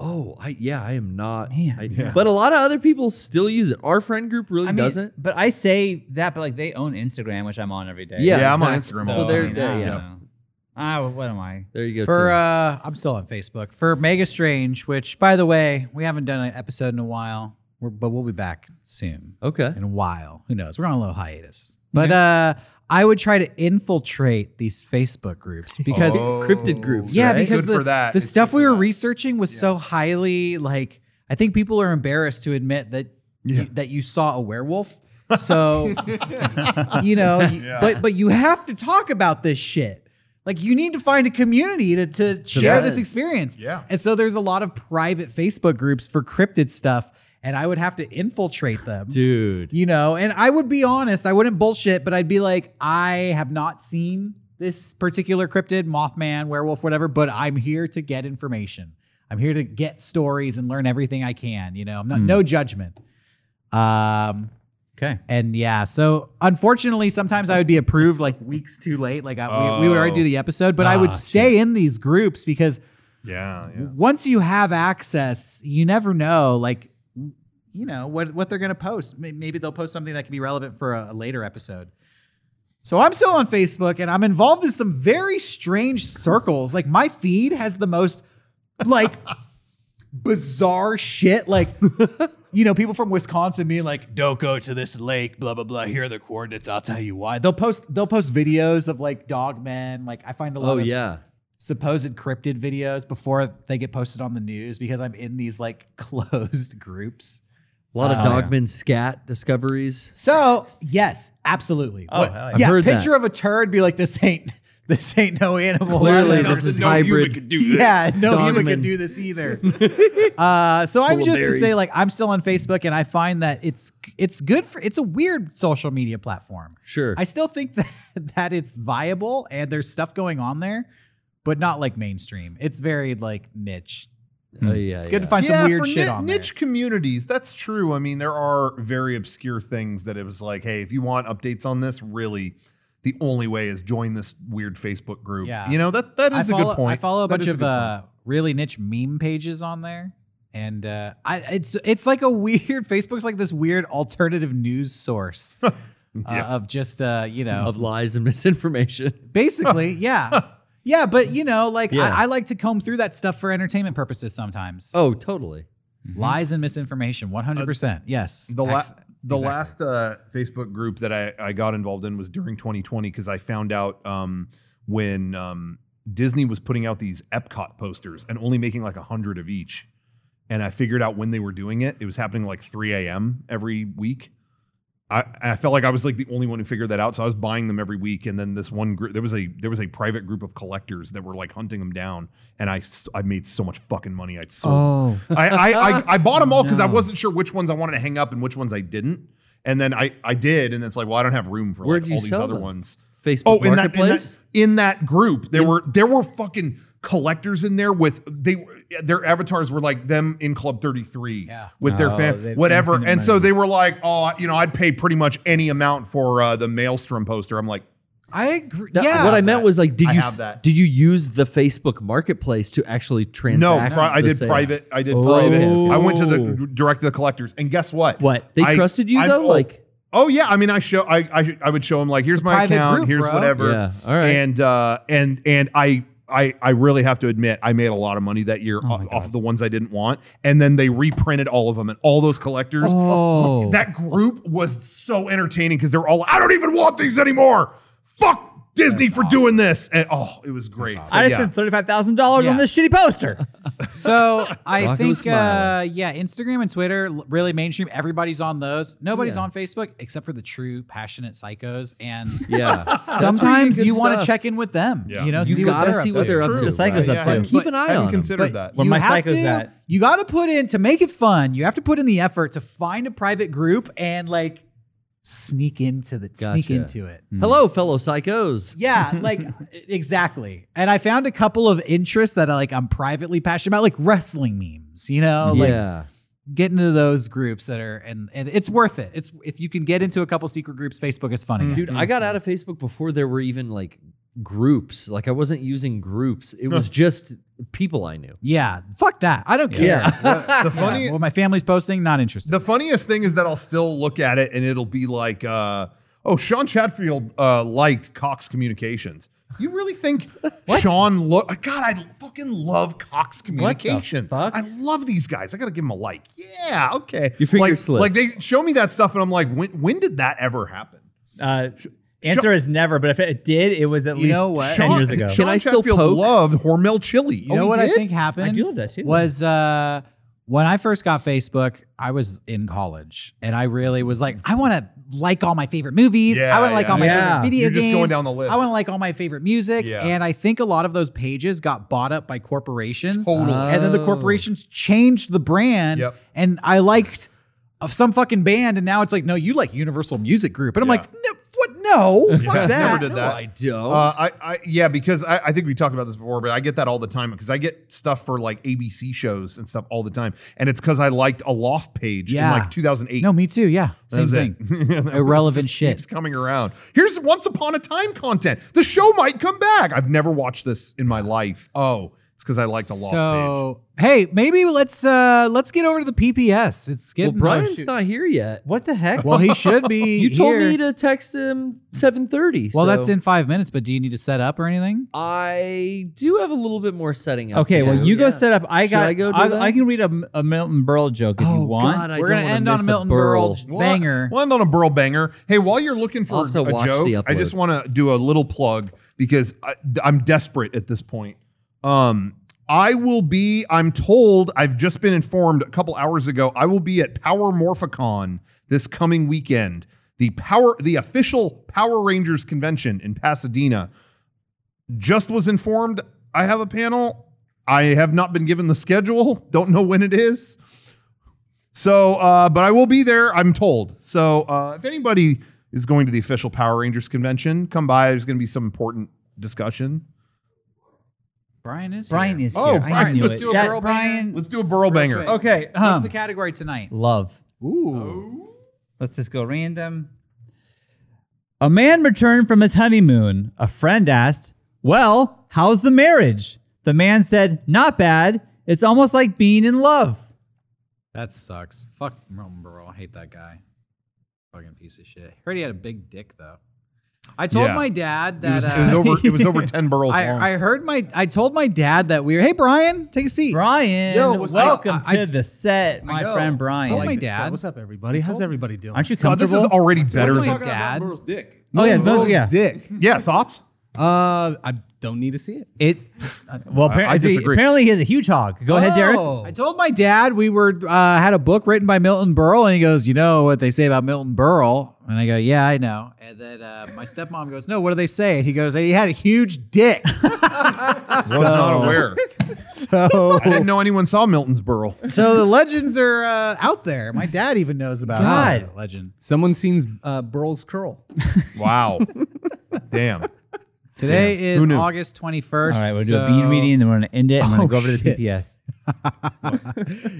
Speaker 3: oh, I yeah, I am not.
Speaker 4: Man.
Speaker 3: I- But a lot of other people still use it. Our friend group really
Speaker 4: I mean,
Speaker 3: doesn't.
Speaker 4: But I say that, but like they own Instagram, which I'm on every day.
Speaker 3: Yeah,
Speaker 2: Yeah, I'm on
Speaker 3: exactly.
Speaker 2: Instagram
Speaker 3: So
Speaker 2: all the
Speaker 3: there,
Speaker 2: time.
Speaker 3: there,
Speaker 4: I
Speaker 3: yeah.
Speaker 4: don't know. Ah, what am I?
Speaker 3: There you go.
Speaker 1: For
Speaker 3: Tim.
Speaker 1: uh, I'm still on Facebook for Mega Strange, which by the way, we haven't done an episode in a while, we're, but we'll be back soon.
Speaker 2: uh,
Speaker 3: okay.
Speaker 1: In a while, who knows? We're on a little hiatus, but uh, I would try to infiltrate these Facebook groups because
Speaker 2: Oh.
Speaker 3: Cryptid groups,
Speaker 1: yeah,
Speaker 3: right?
Speaker 1: because
Speaker 2: Good
Speaker 1: the,
Speaker 2: for that.
Speaker 1: the
Speaker 2: It's
Speaker 1: stuff
Speaker 7: good
Speaker 1: we
Speaker 7: for
Speaker 1: were
Speaker 7: that.
Speaker 1: researching was so highly like I think people are embarrassed to admit that you, that you saw a [laughs] werewolf. So you know, you- but but you have to talk about this shit. Like you need to find a community to, to share this
Speaker 2: Yes.
Speaker 1: experience.
Speaker 2: Yeah.
Speaker 1: And so there's a lot of private Facebook groups for cryptid stuff, and I would have to infiltrate them.
Speaker 3: Dude.
Speaker 1: You know, and I would be honest, I wouldn't bullshit, but I'd be like, I have not seen this particular cryptid, Mothman, werewolf, whatever, but I'm here to get information. I'm here to get stories and learn everything I can. You know, I'm not no judgment. Um,
Speaker 4: Okay.
Speaker 1: and yeah, so unfortunately, sometimes I would be approved like weeks too late. Like I, we, we would already do the episode, but I would stay in these groups because
Speaker 2: Yeah, yeah.
Speaker 1: once you have access, you never know, like, you know, what, what they're going to post. May- Maybe they'll post something that can be relevant for a, a later episode. So I'm still on Facebook and I'm involved in some very strange circles. Like, my feed has the most, like, [laughs] bizarre shit. Like, you know, people from Wisconsin being like, "Don't go to this lake." Blah blah blah. Here are the coordinates. I'll tell you why. They'll post. They'll post videos of like dog men. Like, I find a lot
Speaker 3: Oh
Speaker 1: of
Speaker 3: yeah.
Speaker 1: supposed cryptid videos before they get posted on the news because I'm in these like [laughs] closed groups.
Speaker 3: A lot of
Speaker 2: Oh,
Speaker 3: Dogman scat discoveries.
Speaker 1: So yes, absolutely.
Speaker 4: Oh,
Speaker 1: What-
Speaker 4: hell
Speaker 1: yeah,
Speaker 3: heard
Speaker 1: picture of a turd be like this ain't [laughs] this ain't no animal. [laughs]
Speaker 3: Clearly,
Speaker 1: Like,
Speaker 3: this is
Speaker 7: no human
Speaker 3: hybrid.
Speaker 7: could do this.
Speaker 1: yeah, no human
Speaker 3: Dogman.
Speaker 1: could do this
Speaker 3: [laughs]
Speaker 1: either. uh, so I'm
Speaker 3: Full of
Speaker 1: just to say,
Speaker 3: berries.
Speaker 1: like, I'm still on Facebook, and I find that it's it's good for it's a weird social media platform.
Speaker 3: Sure.
Speaker 1: I still think [laughs] that, that it's viable and there's stuff going on there, but not like mainstream. It's very like niche.
Speaker 3: Oh, yeah,
Speaker 1: It's good
Speaker 3: yeah.
Speaker 1: to find
Speaker 2: Yeah,
Speaker 1: some weird
Speaker 2: for
Speaker 1: shit
Speaker 2: ni-
Speaker 1: on
Speaker 2: niche communities. That's true. I mean, there are very obscure things that it was like, hey, if you want updates on this, really, the only way is join this weird Facebook group.
Speaker 1: Yeah.
Speaker 2: you know that that
Speaker 1: there. I
Speaker 2: is a
Speaker 1: follow-
Speaker 2: good point.
Speaker 1: I follow a
Speaker 2: That
Speaker 1: bunch
Speaker 2: is
Speaker 1: of
Speaker 2: good
Speaker 1: uh, really niche meme pages on there. And uh, I, it's it's like a [laughs] weird Facebook's like this weird alternative news
Speaker 2: [laughs]
Speaker 1: source uh, of just uh, you know
Speaker 3: of lies and [laughs] misinformation.
Speaker 2: [laughs]
Speaker 1: Basically, yeah. Yeah, but you know, like
Speaker 3: Yeah.
Speaker 1: I, I like to comb through that stuff for entertainment purposes sometimes.
Speaker 3: Oh, totally.
Speaker 1: Lies and misinformation, 100%. yes.
Speaker 2: The
Speaker 1: uh, Ex-
Speaker 2: last the
Speaker 1: exactly.
Speaker 2: last uh, Facebook group that I, I got involved in was during 2020 because I found out um, when um, Disney was putting out these Epcot posters and only making like a hundred of each, and I figured out when they were doing it. It was happening like 3 a.m. every week. I, and I felt like I was like the only one who figured that out, so I was buying them every week. And then this one group, there was a there was a private group of collectors that were like hunting them down, and I s- I made so much fucking money. I sold
Speaker 3: Oh,
Speaker 2: I, I, I, I bought them all because I
Speaker 3: No.
Speaker 2: wasn't sure which ones I wanted to hang up and which ones I didn't. And then I, I did, and it's like, well, I don't have room for
Speaker 3: Where'd
Speaker 2: like,
Speaker 3: you
Speaker 2: all these
Speaker 3: sell
Speaker 2: other
Speaker 3: them?
Speaker 2: ones.
Speaker 3: Facebook
Speaker 2: Oh, in that, in
Speaker 3: Marketplace.
Speaker 2: that in that group, there were there were fucking collectors in there with they were- their avatars were like them in Club Thirty Three
Speaker 1: Yeah.
Speaker 2: with their
Speaker 4: Oh,
Speaker 2: fan
Speaker 4: they've
Speaker 2: whatever,
Speaker 4: infinite
Speaker 2: and so
Speaker 4: money.
Speaker 2: they were like, oh, you know, I'd pay pretty much any amount for uh, the Maelstrom poster. I'm like,
Speaker 1: I agree.
Speaker 3: That-
Speaker 1: yeah.
Speaker 3: what I meant was like, did
Speaker 2: I
Speaker 3: you
Speaker 2: have
Speaker 3: s-
Speaker 2: that.
Speaker 3: did you use the Facebook Marketplace to actually
Speaker 2: no,
Speaker 3: transact?
Speaker 2: pri- I
Speaker 3: the
Speaker 2: did
Speaker 3: sale?
Speaker 2: private, I did
Speaker 3: Oh,
Speaker 2: private.
Speaker 3: okay.
Speaker 2: I went to
Speaker 4: Oh.
Speaker 2: the direct to the collectors, and guess what?
Speaker 3: What they
Speaker 2: I-
Speaker 3: trusted you
Speaker 2: I'm
Speaker 3: though?
Speaker 2: old.
Speaker 3: like
Speaker 2: Oh yeah, I mean, I show I I, sh- I would show him like here's my
Speaker 1: private
Speaker 2: account,
Speaker 1: group,
Speaker 2: here's
Speaker 1: bro.
Speaker 2: whatever.
Speaker 3: Yeah, all right.
Speaker 2: And uh, and and I I I really have to admit I made a lot of money that year
Speaker 3: Oh
Speaker 2: o- off of the ones I didn't want, and then they reprinted all of them and all those collectors.
Speaker 3: Oh.
Speaker 2: [laughs] that group was so entertaining because they're all I don't even want these anymore. Fuck Disney for doing this. And oh, it was great. So,
Speaker 4: I just
Speaker 2: yeah.
Speaker 4: spent thirty five thousand dollars on
Speaker 1: Yeah.
Speaker 4: this shitty poster.
Speaker 3: [laughs]
Speaker 1: So I
Speaker 3: Rocco
Speaker 1: think,
Speaker 3: was
Speaker 1: uh,
Speaker 3: smiling.
Speaker 1: yeah, Instagram and Twitter l- really mainstream. Everybody's on those. Nobody's on Facebook except for the true passionate psychos. And
Speaker 3: [laughs] Yeah.
Speaker 1: sometimes
Speaker 3: good
Speaker 1: you want to
Speaker 3: stuff.
Speaker 1: check in with them.
Speaker 2: Yeah.
Speaker 1: You know,
Speaker 3: You
Speaker 1: see
Speaker 3: gotta
Speaker 1: what they're
Speaker 3: see
Speaker 1: up
Speaker 3: what
Speaker 1: to.
Speaker 3: they're
Speaker 2: That's
Speaker 3: up to.
Speaker 2: true.
Speaker 3: The psycho's
Speaker 2: Yeah,
Speaker 3: up
Speaker 2: yeah.
Speaker 3: to. Keep an eye
Speaker 2: hadn't
Speaker 3: on them.
Speaker 2: considered that.
Speaker 3: [laughs]
Speaker 4: Where
Speaker 1: you
Speaker 4: my
Speaker 1: have
Speaker 4: psycho's
Speaker 1: to-
Speaker 4: at.
Speaker 1: You got to put in to make it fun. You have to put in the effort to find a private group and like sneak into the sneak
Speaker 3: Gotcha.
Speaker 1: into it.
Speaker 3: Hello, fellow psychos.
Speaker 1: Yeah,
Speaker 3: [laughs]
Speaker 1: like e, exactly. And I found a couple of interests that I like I'm privately passionate about, like wrestling memes, you know, like
Speaker 3: yeah.
Speaker 1: get into those groups that are and and it's worth it. It's if you can get into a couple secret groups, Facebook is fun again.
Speaker 3: Dude, I got out of Facebook before there were even like groups. Like I wasn't using groups. It was just people I knew.
Speaker 1: Yeah, fuck that. I don't care. [laughs]
Speaker 2: The
Speaker 1: Yeah,
Speaker 2: funny,
Speaker 1: well, my family's posting, not interested.
Speaker 2: the funniest thing is that I'll still look at it and it'll be like, uh, oh, Sean Chatfield uh, liked Cox Communications. You really think Sean? Lo- God, I fucking love Cox Communications.
Speaker 4: fuck?
Speaker 2: I love these guys. I gotta give them a like. Yeah, okay.
Speaker 3: Your finger
Speaker 2: like,
Speaker 3: slipped.
Speaker 2: like they show me that stuff, and I'm like, when when did that ever happen?
Speaker 4: Uh, answer is never, but if it did, it was at
Speaker 1: You
Speaker 4: least
Speaker 1: know what?
Speaker 4: ten
Speaker 2: Sean-
Speaker 4: years ago.
Speaker 2: Sean
Speaker 3: Can I still
Speaker 2: Chatfield
Speaker 3: poke?
Speaker 2: loved Hormel chili. Oh,
Speaker 1: You know what I think happened?
Speaker 4: Oh, I do love that too.
Speaker 1: Was uh, when I first got Facebook, I was in college, and I really was like, I want to like all my favorite movies.
Speaker 2: Yeah,
Speaker 1: I want to like
Speaker 2: yeah.
Speaker 1: all my
Speaker 4: Yeah.
Speaker 1: favorite video
Speaker 2: You're just
Speaker 1: games.
Speaker 2: going down the list.
Speaker 1: I want to like all my favorite music,
Speaker 2: Yeah.
Speaker 1: and I think a lot of those pages got bought up by corporations,
Speaker 2: Totally.
Speaker 1: and then the
Speaker 3: Oh.
Speaker 1: corporations changed the brand,
Speaker 2: Yep.
Speaker 1: and I liked of some fucking band, and now it's like, no, you like Universal Music Group, and I'm
Speaker 2: Yeah.
Speaker 1: like, no, what? No, fuck
Speaker 2: Yeah, [laughs]
Speaker 1: that.
Speaker 2: never did
Speaker 3: No,
Speaker 2: that.
Speaker 3: I don't.
Speaker 2: Uh, I, I yeah, because I, I think we talked about this before, but I get that all the time because I get stuff for like ABC shows and stuff all the time, and it's because I liked a Lost page
Speaker 1: Yeah.
Speaker 2: in like 2008.
Speaker 1: No, me too. Yeah,
Speaker 2: That
Speaker 1: same
Speaker 2: was
Speaker 1: thing.
Speaker 2: It. [laughs]
Speaker 1: Irrelevant
Speaker 2: Just
Speaker 1: shit.
Speaker 2: keeps coming around. Here's once upon a time content. The show might come back. I've never watched this in my life. Oh, it's because I liked the Lost page.
Speaker 1: so, hey, maybe let's uh let's get over to the PPS. It's
Speaker 3: well,
Speaker 1: getting
Speaker 3: Brian's not here yet.
Speaker 4: what the heck?
Speaker 1: well, he should be.
Speaker 3: [laughs] You told
Speaker 1: here.
Speaker 3: me to text him 7:30.
Speaker 1: Well,
Speaker 3: so
Speaker 1: that's in five minutes. But do you need to set up or anything?
Speaker 3: I do have a little bit more setting up.
Speaker 4: Okay,
Speaker 3: to
Speaker 4: well,
Speaker 3: do,
Speaker 4: you go
Speaker 3: yeah.
Speaker 4: set up. I
Speaker 3: Should
Speaker 4: got.
Speaker 3: I go do
Speaker 4: I,
Speaker 3: that?
Speaker 4: I can read a, a Milton Berle joke if
Speaker 3: Oh,
Speaker 4: you want.
Speaker 3: God, I
Speaker 1: We're
Speaker 3: don't
Speaker 1: gonna
Speaker 3: wanna
Speaker 1: end on
Speaker 3: miss
Speaker 1: a Milton
Speaker 3: Burl.
Speaker 1: Berle banger.
Speaker 2: Well, I'm on a Burl banger. Hey, while you're looking for
Speaker 3: I'll
Speaker 2: a
Speaker 3: have to watch the
Speaker 2: joke, I
Speaker 3: upload.
Speaker 2: just want to do a little plug because I, am desperate at this point. Um, I will be, I'm told, I've just been informed a couple hours ago, I will be at Power Morphicon this coming weekend. The power, the official Power Rangers convention in Pasadena. Just was informed I have a panel. I have not been given the schedule. Don't know when it is. So, uh, but I will be there, I'm told. So, uh, if anybody is going to the official Power Rangers convention, come by. There's going to be some important discussion.
Speaker 1: Brian is.
Speaker 4: Brian
Speaker 1: here.
Speaker 4: is.
Speaker 2: Oh,
Speaker 4: here. I
Speaker 2: Brian,
Speaker 4: knew
Speaker 2: let's
Speaker 4: it.
Speaker 2: do a
Speaker 4: That
Speaker 2: Burl
Speaker 4: Brian.
Speaker 2: Let's do a Burl banger.
Speaker 1: quick.
Speaker 4: Okay.
Speaker 1: What's
Speaker 4: Um,
Speaker 1: the category tonight?
Speaker 4: love.
Speaker 1: Ooh,
Speaker 8: Oh.
Speaker 4: Let's just go random. A man returned from his honeymoon. A friend asked, Well, how's the marriage? The man said, Not bad. It's almost like being in love.
Speaker 1: that sucks. Fuck Milton Berle. I hate that guy. Fucking piece of shit. Heard he had a big dick though. I told
Speaker 2: Yeah.
Speaker 1: my dad
Speaker 2: It
Speaker 1: that.
Speaker 2: was,
Speaker 1: uh,
Speaker 2: it was over. It was over ten burls long.
Speaker 1: I, I heard my. I told my dad that we were. Hey, Brian, take a seat.
Speaker 4: Brian,
Speaker 2: Yo, what's up?
Speaker 4: welcome
Speaker 1: I-
Speaker 4: to the set, my
Speaker 2: know.
Speaker 4: friend Brian.
Speaker 1: Told my dad.
Speaker 8: What's up, everybody? How's everybody doing?
Speaker 4: Aren't you
Speaker 2: God, this
Speaker 4: comfortable?
Speaker 2: is already better.
Speaker 1: Wait,
Speaker 2: Than,
Speaker 7: Talking about
Speaker 1: Dad.
Speaker 7: Burl's dick.
Speaker 4: oh, yeah. Both, yeah.
Speaker 8: dick.
Speaker 2: [laughs] yeah, thoughts?
Speaker 8: Uh, I don't need to see it.
Speaker 4: It, well, apparently,
Speaker 2: I disagree. Oh.
Speaker 4: apparently he's a huge hog. Go ahead, Derek.
Speaker 1: Oh. I told my dad we were uh, had a book written by Milton Berle, and he goes, "You know what they say about Milton Berle?" And I go, "Yeah, I know." And then uh, my stepmom goes, "No, what do they say?" And he goes, "He had a huge dick."
Speaker 4: [laughs]
Speaker 2: Was not aware.
Speaker 1: so,
Speaker 2: I didn't know anyone saw Milton's burl.
Speaker 1: so the legends are uh, out there. My dad even knows about
Speaker 4: God.
Speaker 1: it. legend.
Speaker 8: Someone seen's uh, Burl's curl.
Speaker 2: Wow. Damn.
Speaker 1: Today
Speaker 2: Damn. Who
Speaker 1: is
Speaker 2: knew?
Speaker 1: August twenty first.
Speaker 4: All right, we'll do a bean reading, then we're going to end it. and we're going to go
Speaker 2: Oh,
Speaker 4: over to the
Speaker 1: shit.
Speaker 4: PPS.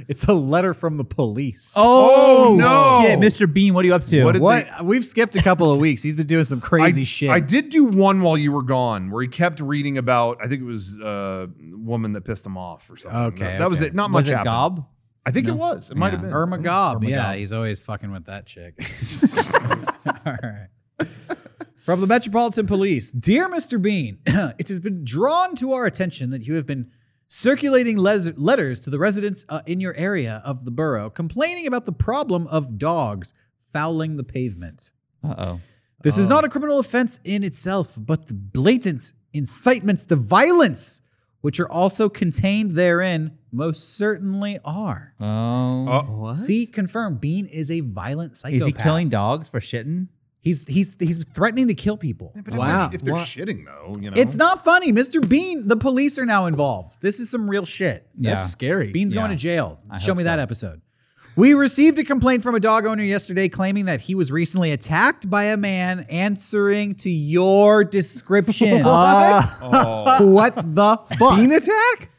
Speaker 1: It's a letter from the police.
Speaker 2: Oh, no.
Speaker 4: shit, Mr. Bean, what are you up to?
Speaker 2: What did
Speaker 1: what? We've skipped a couple of weeks. He's been doing some crazy
Speaker 2: I,
Speaker 1: shit.
Speaker 2: I did do one while you were gone, where he kept reading about. I think it was uh, woman that pissed him off or something.
Speaker 1: Okay,
Speaker 2: that, that was
Speaker 1: okay.
Speaker 2: it. Not
Speaker 4: was
Speaker 2: much
Speaker 4: it
Speaker 2: happened.
Speaker 4: Gob?
Speaker 2: I think it was. It might have been.
Speaker 1: Irma Gob.
Speaker 4: Irma
Speaker 1: yeah,
Speaker 4: Gobb.
Speaker 1: he's always fucking with that
Speaker 4: [laughs]
Speaker 1: chick. [laughs] All right. From the Metropolitan Police Dear Mr. Bean, [clears throat] it has been drawn to our attention that you have been circulating les- letters to the residents uh, in your area of the borough complaining about the problem of dogs fouling the pavement.
Speaker 4: Uh oh.
Speaker 1: This is not a criminal offense in itself, but the blatant incitements to violence, which are also contained therein, most certainly are.
Speaker 4: Oh.
Speaker 8: Um,
Speaker 3: What?
Speaker 1: See, confirm Bean is a violent
Speaker 4: Is
Speaker 1: psychopath.
Speaker 4: he killing dogs for shitting?
Speaker 1: He's he's he's threatening to kill people.
Speaker 2: But if
Speaker 6: Wow.
Speaker 2: they're, if they're
Speaker 6: What?
Speaker 2: shitting though, you know,
Speaker 1: It's not funny, Mr. Bean. The police are now involved. This is some real shit.
Speaker 4: yeah.
Speaker 6: That's scary.
Speaker 1: Bean's
Speaker 4: Yeah.
Speaker 1: going to jail.
Speaker 4: I
Speaker 1: Show
Speaker 4: hope
Speaker 1: me that
Speaker 4: so.
Speaker 1: episode. We received a complaint from a dog owner yesterday claiming that he was recently attacked by a man answering to your
Speaker 4: [laughs]
Speaker 1: description.
Speaker 4: Uh,
Speaker 1: what the fuck?
Speaker 8: Bean attack?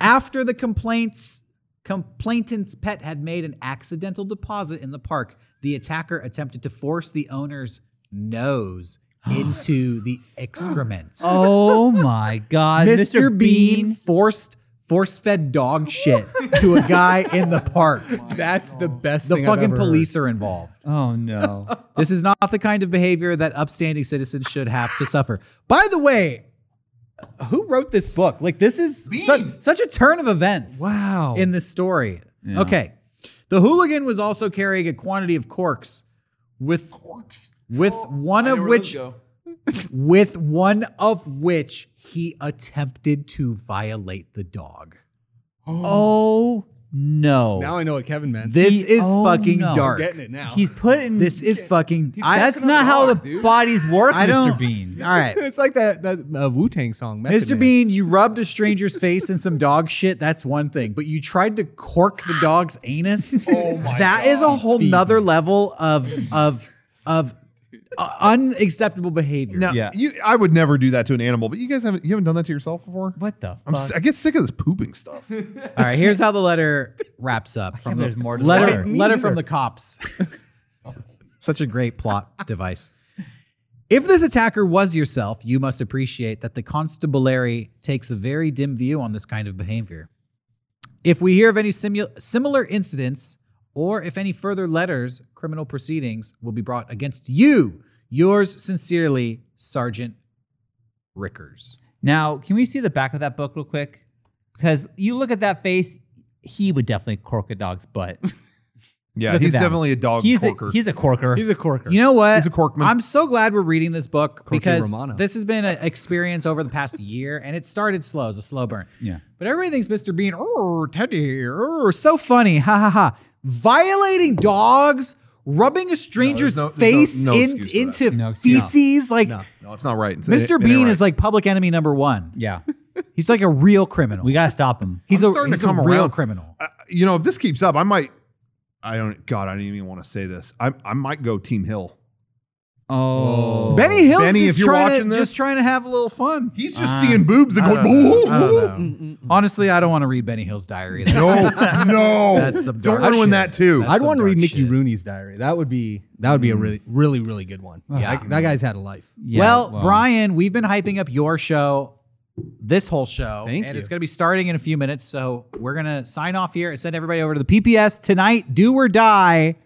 Speaker 1: After the complaints complainant's pet had made an accidental deposit in the park, the attacker attempted to force the owner's
Speaker 8: [gasps]
Speaker 1: nose into the excrement.
Speaker 8: Uh,
Speaker 4: Oh my God,
Speaker 1: Mr. Bean, forced force fed dog shit to a guy in the
Speaker 8: [laughs]
Speaker 1: park.
Speaker 8: That's the best
Speaker 1: The
Speaker 8: thing I've
Speaker 1: fucking
Speaker 8: ever heard.
Speaker 1: police are involved.
Speaker 4: Oh
Speaker 8: [laughs]
Speaker 4: no.
Speaker 1: This is not the kind of behavior that upstanding citizens should have to suffer. By the way, who wrote this book? Like this is such, such a turn of events.
Speaker 6: Wow.
Speaker 1: In this story. Okay. The hooligan was also carrying a quantity of corks with corks with one
Speaker 7: I know
Speaker 1: of
Speaker 7: where
Speaker 1: which
Speaker 7: those go.
Speaker 1: with one of which he attempted to violate the dog.
Speaker 4: oh no.
Speaker 8: Now I know what Kevin meant.
Speaker 1: This
Speaker 4: He-
Speaker 1: is
Speaker 4: oh,
Speaker 1: fucking
Speaker 4: no.
Speaker 1: dark.
Speaker 8: Getting it now.
Speaker 4: He's putting.
Speaker 1: This is fucking. I,
Speaker 4: that's not how
Speaker 7: dogs,
Speaker 4: the
Speaker 7: dude.
Speaker 4: bodies work,
Speaker 1: I don't.
Speaker 4: Mr. Bean.
Speaker 1: All
Speaker 8: [laughs]
Speaker 1: right.
Speaker 8: it's like that that uh, Wu Tang song. Method
Speaker 1: Mr.
Speaker 8: Man.
Speaker 1: Bean, you rubbed a stranger's face in some dog shit. That's one thing, but you tried to cork the dog's anus. [laughs] Oh my That is a whole nother level of of of uh, unacceptable behavior. [laughs]
Speaker 2: now,
Speaker 4: Yeah.
Speaker 2: you, I would never do that to an animal, but you guys haven't, you haven't done that to yourself before.
Speaker 4: What the
Speaker 2: I'm,
Speaker 4: fuck?
Speaker 2: si get sick of this pooping stuff.
Speaker 1: All right, here's how the letter wraps up. From the,
Speaker 4: there's more to the
Speaker 1: letter,
Speaker 4: letter.
Speaker 1: letter, from the cops. [laughs] Such a great plot [laughs] device. If this attacker was yourself, you must appreciate that the constabulary takes a very dim view on this kind of behavior. If we hear of any simu- similar incidents, or if any further letters, criminal proceedings will be brought against you. Yours sincerely, Sergeant Rickers.
Speaker 4: Now, can we see the back of that book real quick? Because you look at that face, he would definitely cork a dog's butt.
Speaker 2: [laughs] Yeah,
Speaker 4: Look at
Speaker 2: he's
Speaker 4: that.
Speaker 2: definitely a dog
Speaker 4: he's
Speaker 2: corker.
Speaker 4: a he's a corker.
Speaker 8: He's a corker.
Speaker 1: You know what?
Speaker 2: He's a corkman.
Speaker 1: I'm so glad we're reading this book because
Speaker 6: Romano.
Speaker 1: this has been an experience over the past year, and it started slow as a slow burn.
Speaker 4: Yeah.
Speaker 1: But everything's Mr. Bean. Oh, Teddy. Oh, so funny. Ha ha ha. Violating dogs, rubbing a stranger's
Speaker 2: no- there's no-
Speaker 1: face
Speaker 2: no
Speaker 1: in,
Speaker 2: excuse for
Speaker 1: into
Speaker 4: No excuse.
Speaker 1: feces. Like
Speaker 2: no, it's not right. It's- it-
Speaker 1: Mr.
Speaker 2: it ain't
Speaker 1: Bean
Speaker 2: right.
Speaker 1: is like public enemy number one.
Speaker 4: yeah,
Speaker 1: He's like a real criminal.
Speaker 4: we gotta stop him.
Speaker 8: [laughs]
Speaker 1: he's
Speaker 2: I'm
Speaker 1: a,
Speaker 2: starting to
Speaker 1: he's a
Speaker 2: come
Speaker 1: real
Speaker 2: around.
Speaker 1: criminal.
Speaker 2: Uh, you know, if this keeps up, I might. I don't. God, I didn't even want to say this. I I might go Team Hill.
Speaker 4: Oh,
Speaker 1: Benny Hill
Speaker 2: Benny,
Speaker 1: is
Speaker 2: if you're
Speaker 1: trying
Speaker 2: watching
Speaker 1: to,
Speaker 2: this-
Speaker 1: just trying to have a little fun.
Speaker 2: He's just seeing boobs and going.
Speaker 1: Ah. I
Speaker 2: "Ooh, ooh."
Speaker 1: don't know. Honestly, I don't want to read Benny Hill's diary. [laughs] That's-
Speaker 2: [laughs] No, no.
Speaker 1: That's some
Speaker 2: don't
Speaker 1: dark
Speaker 2: ruin
Speaker 1: shit.
Speaker 2: that too.
Speaker 1: That's
Speaker 8: I'd
Speaker 1: some
Speaker 8: want to read
Speaker 1: dark
Speaker 8: Mickey
Speaker 1: shit.
Speaker 8: Rooney's diary. That would be that would be a really really really good one. Yeah, that guy's had a life.
Speaker 4: Mm. Yeah,
Speaker 1: well, Brian, we've been hyping up your show this whole show,
Speaker 6: Thank
Speaker 1: and
Speaker 6: you.
Speaker 1: it's going to be starting in a few minutes. So we're going to sign off here and send everybody over to the PPS tonight. Do or die,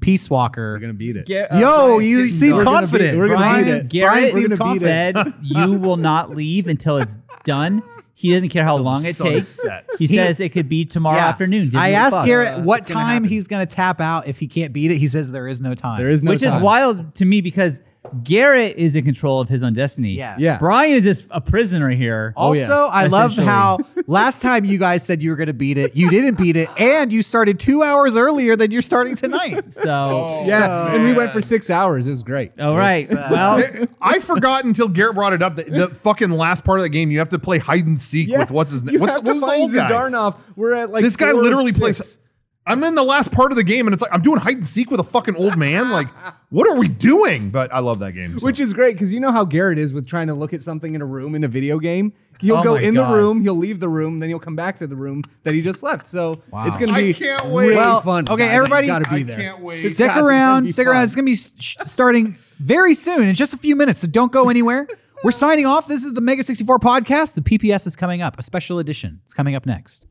Speaker 1: Peace Walker.
Speaker 8: We're gonna beat it.
Speaker 4: Garrett,
Speaker 1: Yo, you seem
Speaker 8: uh, We're gonna
Speaker 1: confident.
Speaker 8: beat- we're gonna
Speaker 1: Brian,
Speaker 8: beat
Speaker 1: Brian
Speaker 8: it.
Speaker 4: Garrett
Speaker 1: seems
Speaker 8: We're gonna beat
Speaker 1: confident.
Speaker 4: said
Speaker 8: [laughs]
Speaker 4: you will not leave until it's done. He doesn't care how long it takes. He says it could be tomorrow
Speaker 1: Yeah.
Speaker 4: afternoon. Give
Speaker 1: I
Speaker 4: me a
Speaker 1: asked
Speaker 4: fuck.
Speaker 1: Garrett what
Speaker 8: it's gonna
Speaker 1: time
Speaker 8: happen.
Speaker 1: he's going to tap out if he can't beat it. He says there is no time.
Speaker 8: There is no
Speaker 4: which
Speaker 8: time.
Speaker 4: is wild to me because Garrett is in control of his own destiny.
Speaker 1: Yeah.
Speaker 8: Yeah.
Speaker 4: Brian is just a prisoner here.
Speaker 1: Also,
Speaker 8: oh, yes,
Speaker 1: I love
Speaker 4: essentially.
Speaker 1: how last time you guys said you were going to beat it, you didn't beat it, and you started two hours earlier than you're starting tonight.
Speaker 8: [laughs]
Speaker 1: [laughs]
Speaker 4: So,
Speaker 2: Oh,
Speaker 8: Yeah, and we went for six hours. It was great.
Speaker 4: all right.
Speaker 1: uh,
Speaker 8: [laughs]
Speaker 4: well,
Speaker 2: [laughs] I forgot until Garrett brought it up that the fucking last part of the game you have to play hide and seek with what's his name.
Speaker 8: You
Speaker 2: What's
Speaker 8: have
Speaker 2: what
Speaker 8: to
Speaker 2: was the old
Speaker 8: find
Speaker 2: guy?
Speaker 8: Zidarnov. We're at like
Speaker 2: this guy
Speaker 8: four or
Speaker 2: literally
Speaker 8: six.
Speaker 2: plays. I'm in the last part of the game and it's like I'm doing hide and seek with a fucking old man. Like, what are we doing? But I love that game. so.
Speaker 8: Which is great because you know how Garrett is with trying to look at something in a room in a video game. He'll
Speaker 4: Oh
Speaker 8: go
Speaker 4: my
Speaker 8: in
Speaker 4: God.
Speaker 8: the room, he'll leave the room, then he'll come back to the room that he just left. So it's going to
Speaker 2: I
Speaker 8: be
Speaker 2: can't wait.
Speaker 8: really
Speaker 1: Well,
Speaker 8: fun.
Speaker 1: okay,
Speaker 8: guys. You
Speaker 1: everybody-
Speaker 8: gotta be
Speaker 2: I
Speaker 8: there.
Speaker 2: can't wait.
Speaker 8: It's
Speaker 1: Stick
Speaker 8: gotta-
Speaker 1: around.
Speaker 8: it's gonna
Speaker 1: Stick
Speaker 8: be
Speaker 1: around.
Speaker 8: fun.
Speaker 1: It's going to be sh- starting very soon in just a few minutes. So don't go anywhere. We're signing off. This is the Mega 64 podcast. The PPS is coming up, a special edition. It's coming up next.